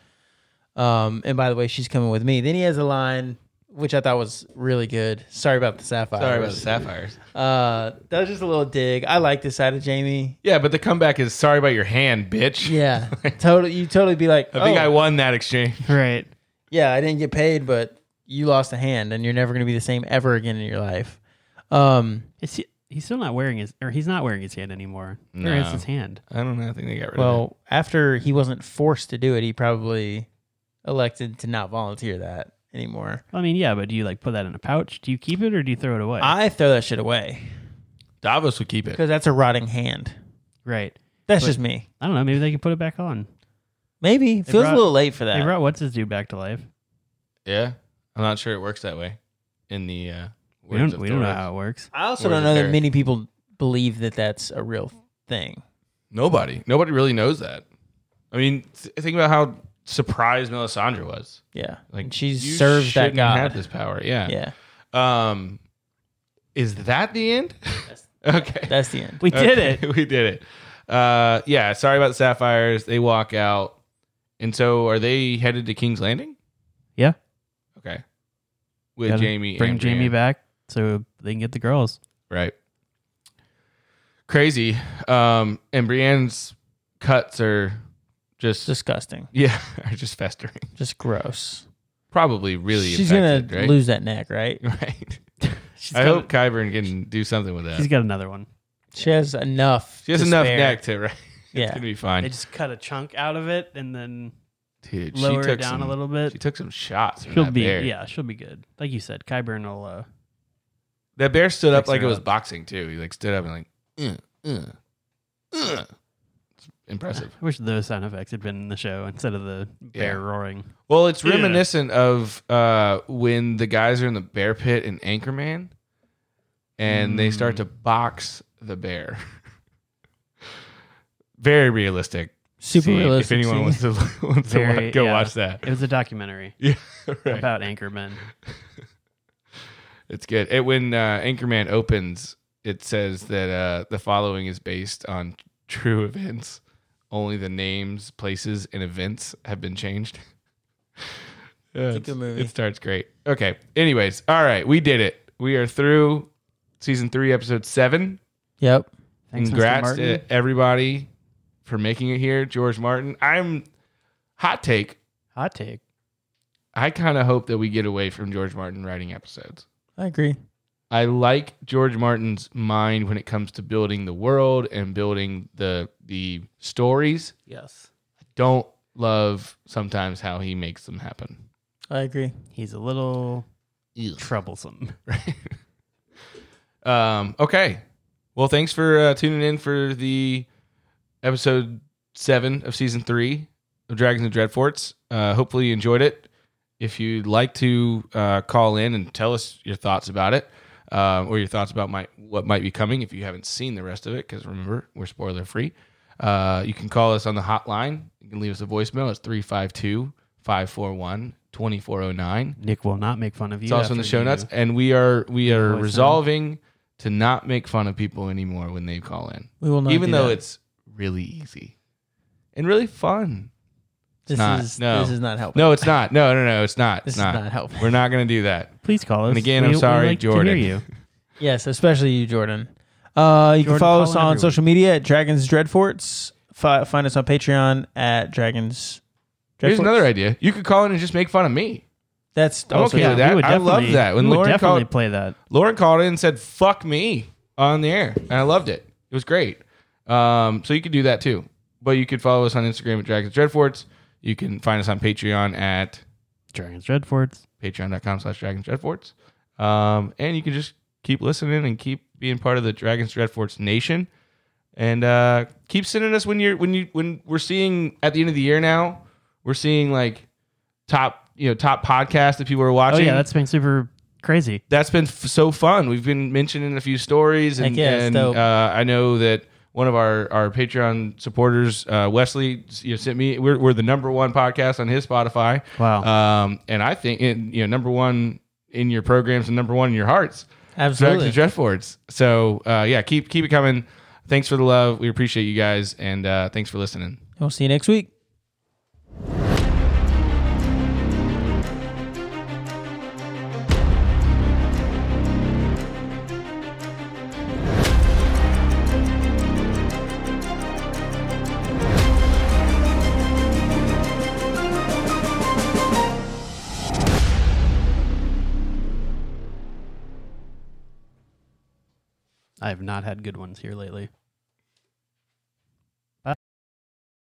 Speaker 3: Um, and by the way, she's coming with me. Then he has a line which I thought was really good. Sorry about the sapphire.
Speaker 1: Sorry about the sapphires.
Speaker 3: Uh, that was just a little dig. I like this side of Jamie.
Speaker 1: Yeah, but the comeback is sorry about your hand, bitch. <laughs>
Speaker 3: Yeah, totally. You totally be like,
Speaker 1: I think
Speaker 3: oh,
Speaker 1: I won that exchange. <laughs>
Speaker 2: Right.
Speaker 3: yeah, I didn't get paid, but you lost a hand, and you're never gonna be the same ever again in your life. Um,
Speaker 2: Is he, he's still not wearing his or he's not wearing his hand anymore. Where is
Speaker 1: No.
Speaker 2: his hand?
Speaker 1: I don't know. I think they got rid of
Speaker 3: well, after he wasn't forced to do it, he probably elected to not volunteer that anymore.
Speaker 2: I mean, yeah, but do you like put that in a pouch? Do you keep it or do you throw it away?
Speaker 3: I throw that shit away
Speaker 1: it. Davos would keep it.
Speaker 3: because that's a rotting hand.
Speaker 2: right.
Speaker 3: That's
Speaker 2: But-
Speaker 3: just me.
Speaker 2: I don't know. Maybe they can put it back on.
Speaker 3: Maybe feels
Speaker 2: brought-
Speaker 3: a little late for
Speaker 2: They
Speaker 3: that.
Speaker 2: brought what's his dude back to life.
Speaker 1: Yeah, I'm not sure it works that way. In the uh,
Speaker 2: We
Speaker 1: words
Speaker 2: don't.
Speaker 1: of
Speaker 2: We don't know
Speaker 1: Thoros.
Speaker 2: how it works.
Speaker 3: I also
Speaker 1: Or is
Speaker 3: don't
Speaker 1: it
Speaker 3: know that
Speaker 1: there?
Speaker 3: many people believe that that's a real thing.
Speaker 1: Nobody, nobody really knows that. I mean, th- think about how surprised Melisandre was.
Speaker 3: Yeah,
Speaker 1: Like
Speaker 3: like she
Speaker 1: you
Speaker 3: serves that
Speaker 1: shouldn't
Speaker 3: god.
Speaker 1: Have this power, yeah.
Speaker 3: Yeah,
Speaker 1: Um, is that the end? <laughs> okay,
Speaker 3: that's the end.
Speaker 2: <laughs> We did it.
Speaker 1: Okay, <laughs> we did it. Uh, yeah. Sorry about the sapphires. They walk out, and so are they headed to King's Landing?
Speaker 2: Yeah.
Speaker 1: Okay. with
Speaker 2: Gotta
Speaker 1: Jamie.
Speaker 2: Bring
Speaker 1: and
Speaker 2: Jamie
Speaker 1: Brienne.
Speaker 2: back so they can get the girls.
Speaker 1: Right. Crazy. Um, and Brienne's cuts are just,
Speaker 3: Disgusting.
Speaker 1: yeah, <laughs> are just festering.
Speaker 3: Just gross.
Speaker 1: Probably really
Speaker 3: She's
Speaker 1: infected,
Speaker 3: gonna
Speaker 1: right?
Speaker 3: lose that neck, right?
Speaker 1: <laughs> Right.
Speaker 2: She's
Speaker 1: I
Speaker 2: got-
Speaker 1: hope Kyburn can do something with that.
Speaker 2: she's got another one.
Speaker 3: She has enough.
Speaker 1: she has
Speaker 3: to
Speaker 1: enough
Speaker 3: spare.
Speaker 1: neck to <laughs> right. It's
Speaker 3: Yeah.
Speaker 1: gonna be
Speaker 2: They
Speaker 1: fine.
Speaker 2: just cut a chunk out of it and then
Speaker 1: Dude, she
Speaker 2: lower
Speaker 1: took
Speaker 2: it down
Speaker 1: some,
Speaker 2: a little
Speaker 1: She
Speaker 2: bit.
Speaker 1: took some shots. from
Speaker 2: She'll
Speaker 1: that
Speaker 2: be
Speaker 1: bear.
Speaker 2: yeah, she'll be good. Like you said, Kyburn will. Uh,
Speaker 1: That bear stood up
Speaker 2: Fix
Speaker 1: like
Speaker 2: her
Speaker 1: it was
Speaker 2: up.
Speaker 1: boxing too. He like stood up and like, uh, uh, uh. It's impressive.
Speaker 2: I wish those sound effects had been in the show instead of the bear
Speaker 1: Yeah.
Speaker 2: roaring.
Speaker 1: Well, it's
Speaker 2: Yeah.
Speaker 1: reminiscent of uh, when the guys are in the bear pit in Anchorman, and they start to box the bear. Very realistic.
Speaker 3: Super
Speaker 1: scene. If
Speaker 3: realistic.
Speaker 1: anyone
Speaker 3: scene.
Speaker 1: wants to, <laughs> wants to
Speaker 2: Very-
Speaker 1: wa- go
Speaker 2: yeah.
Speaker 1: watch that,
Speaker 2: It was a documentary
Speaker 1: yeah, <laughs> right.
Speaker 2: about anchormen.
Speaker 1: It's good. It when uh, Anchorman opens, it says that uh, the following is based on <laughs> true events. Only the names, places, and events have been changed. <laughs> Yeah,
Speaker 3: a
Speaker 1: it's-
Speaker 3: good movie.
Speaker 1: It starts great. Okay. Anyways, all right, we did it. We are through season three, episode seven.
Speaker 3: Yep.
Speaker 2: Thanks, Mr.
Speaker 1: Congrats
Speaker 2: Martin.
Speaker 1: to everybody for making it here. George Martin. I'm hot take.
Speaker 2: Hot take.
Speaker 1: I kind of hope that we get away from George Martin writing episodes.
Speaker 3: I agree.
Speaker 1: I like George Martin's mind when it comes to building the world and building the the stories.
Speaker 2: Yes,
Speaker 1: Don't love sometimes how he makes them happen.
Speaker 3: I agree.
Speaker 2: he's a little
Speaker 1: Ew.
Speaker 2: troublesome.
Speaker 1: Right. um, okay. Well, thanks for uh, tuning in for the episode seven of season three of Dragons and Dreadforts. Uh, hopefully, you enjoyed it. If you'd like to uh, call in and tell us your thoughts about it, uh, or your thoughts about my, what might be coming, if you haven't seen the rest of it, because remember we're spoiler free. Uh, you can call us on the hotline. You can leave us a voicemail. It's 352 541 2409.
Speaker 2: Nick will not make fun of you.
Speaker 1: It's also in the
Speaker 2: after
Speaker 1: show
Speaker 2: you-
Speaker 1: notes, and we are we are
Speaker 2: voice note.
Speaker 1: resolving to not make fun of people anymore when they call in,
Speaker 3: We will not.
Speaker 1: even
Speaker 3: do
Speaker 1: though
Speaker 3: that.
Speaker 1: it's really easy and really fun.
Speaker 3: this
Speaker 1: not-
Speaker 3: is
Speaker 1: no.
Speaker 3: this is not helping.
Speaker 1: No, it's not. No, no, no, it's not.
Speaker 3: This
Speaker 1: It's
Speaker 3: is
Speaker 1: not.
Speaker 3: not helping. <laughs>
Speaker 1: We're not going to do that.
Speaker 2: Please call us.
Speaker 1: And again,
Speaker 2: We-
Speaker 1: I'm
Speaker 2: we
Speaker 1: sorry,
Speaker 2: like to hear
Speaker 1: Jordan. <laughs>
Speaker 2: you.
Speaker 3: Yes, especially you, Jordan. Uh,
Speaker 2: Jordan,
Speaker 3: you can
Speaker 2: call
Speaker 3: follow us
Speaker 2: in
Speaker 3: on
Speaker 2: every
Speaker 3: social media at Dragons Dreadforts. Fi- find us on Patreon at Dragons. Dreadforts.
Speaker 1: Here's another idea. You could call in and just make fun of me.
Speaker 3: That's
Speaker 1: I'm
Speaker 3: also
Speaker 1: okay with
Speaker 3: yeah.
Speaker 1: that.
Speaker 2: we would
Speaker 1: I love
Speaker 2: definitely-
Speaker 1: that. When
Speaker 2: we would
Speaker 1: Lauren
Speaker 2: definitely
Speaker 1: called-
Speaker 2: play that.
Speaker 1: Lauren called in and said, "Fuck me" on the air, and I loved it. It was great. Um, so you could do that too. But you could follow us on Instagram at Dragons Dreadforts. You can find us on Patreon at
Speaker 2: Dragons Redfords.
Speaker 1: patreon.com slash dragons dreadforts um, and you can just keep listening and keep being part of the dragons dreadforts nation and uh, keep sending us when you're when you when we're seeing at the end of the year now we're seeing like top you know top podcasts that people are
Speaker 2: Oh
Speaker 1: watching
Speaker 2: yeah, that's been super crazy.
Speaker 1: that's been f- so fun we've been mentioning a few stories and,
Speaker 3: Heck yeah, it's
Speaker 1: and
Speaker 3: dope.
Speaker 1: uh, i know that one of our, our Patreon supporters, uh, Wesley, you know, sent me. We're, we're the number one podcast on his Spotify.
Speaker 2: Wow.
Speaker 1: Um, and I think and, you know number one in your programs and number one in your hearts. Dragons
Speaker 3: absolutely.
Speaker 1: and Dreadforts. So uh, yeah, keep keep it coming. Thanks for the love. We appreciate you guys, and uh, thanks for listening.
Speaker 3: we'll see you next week.
Speaker 2: I have not had good ones here lately.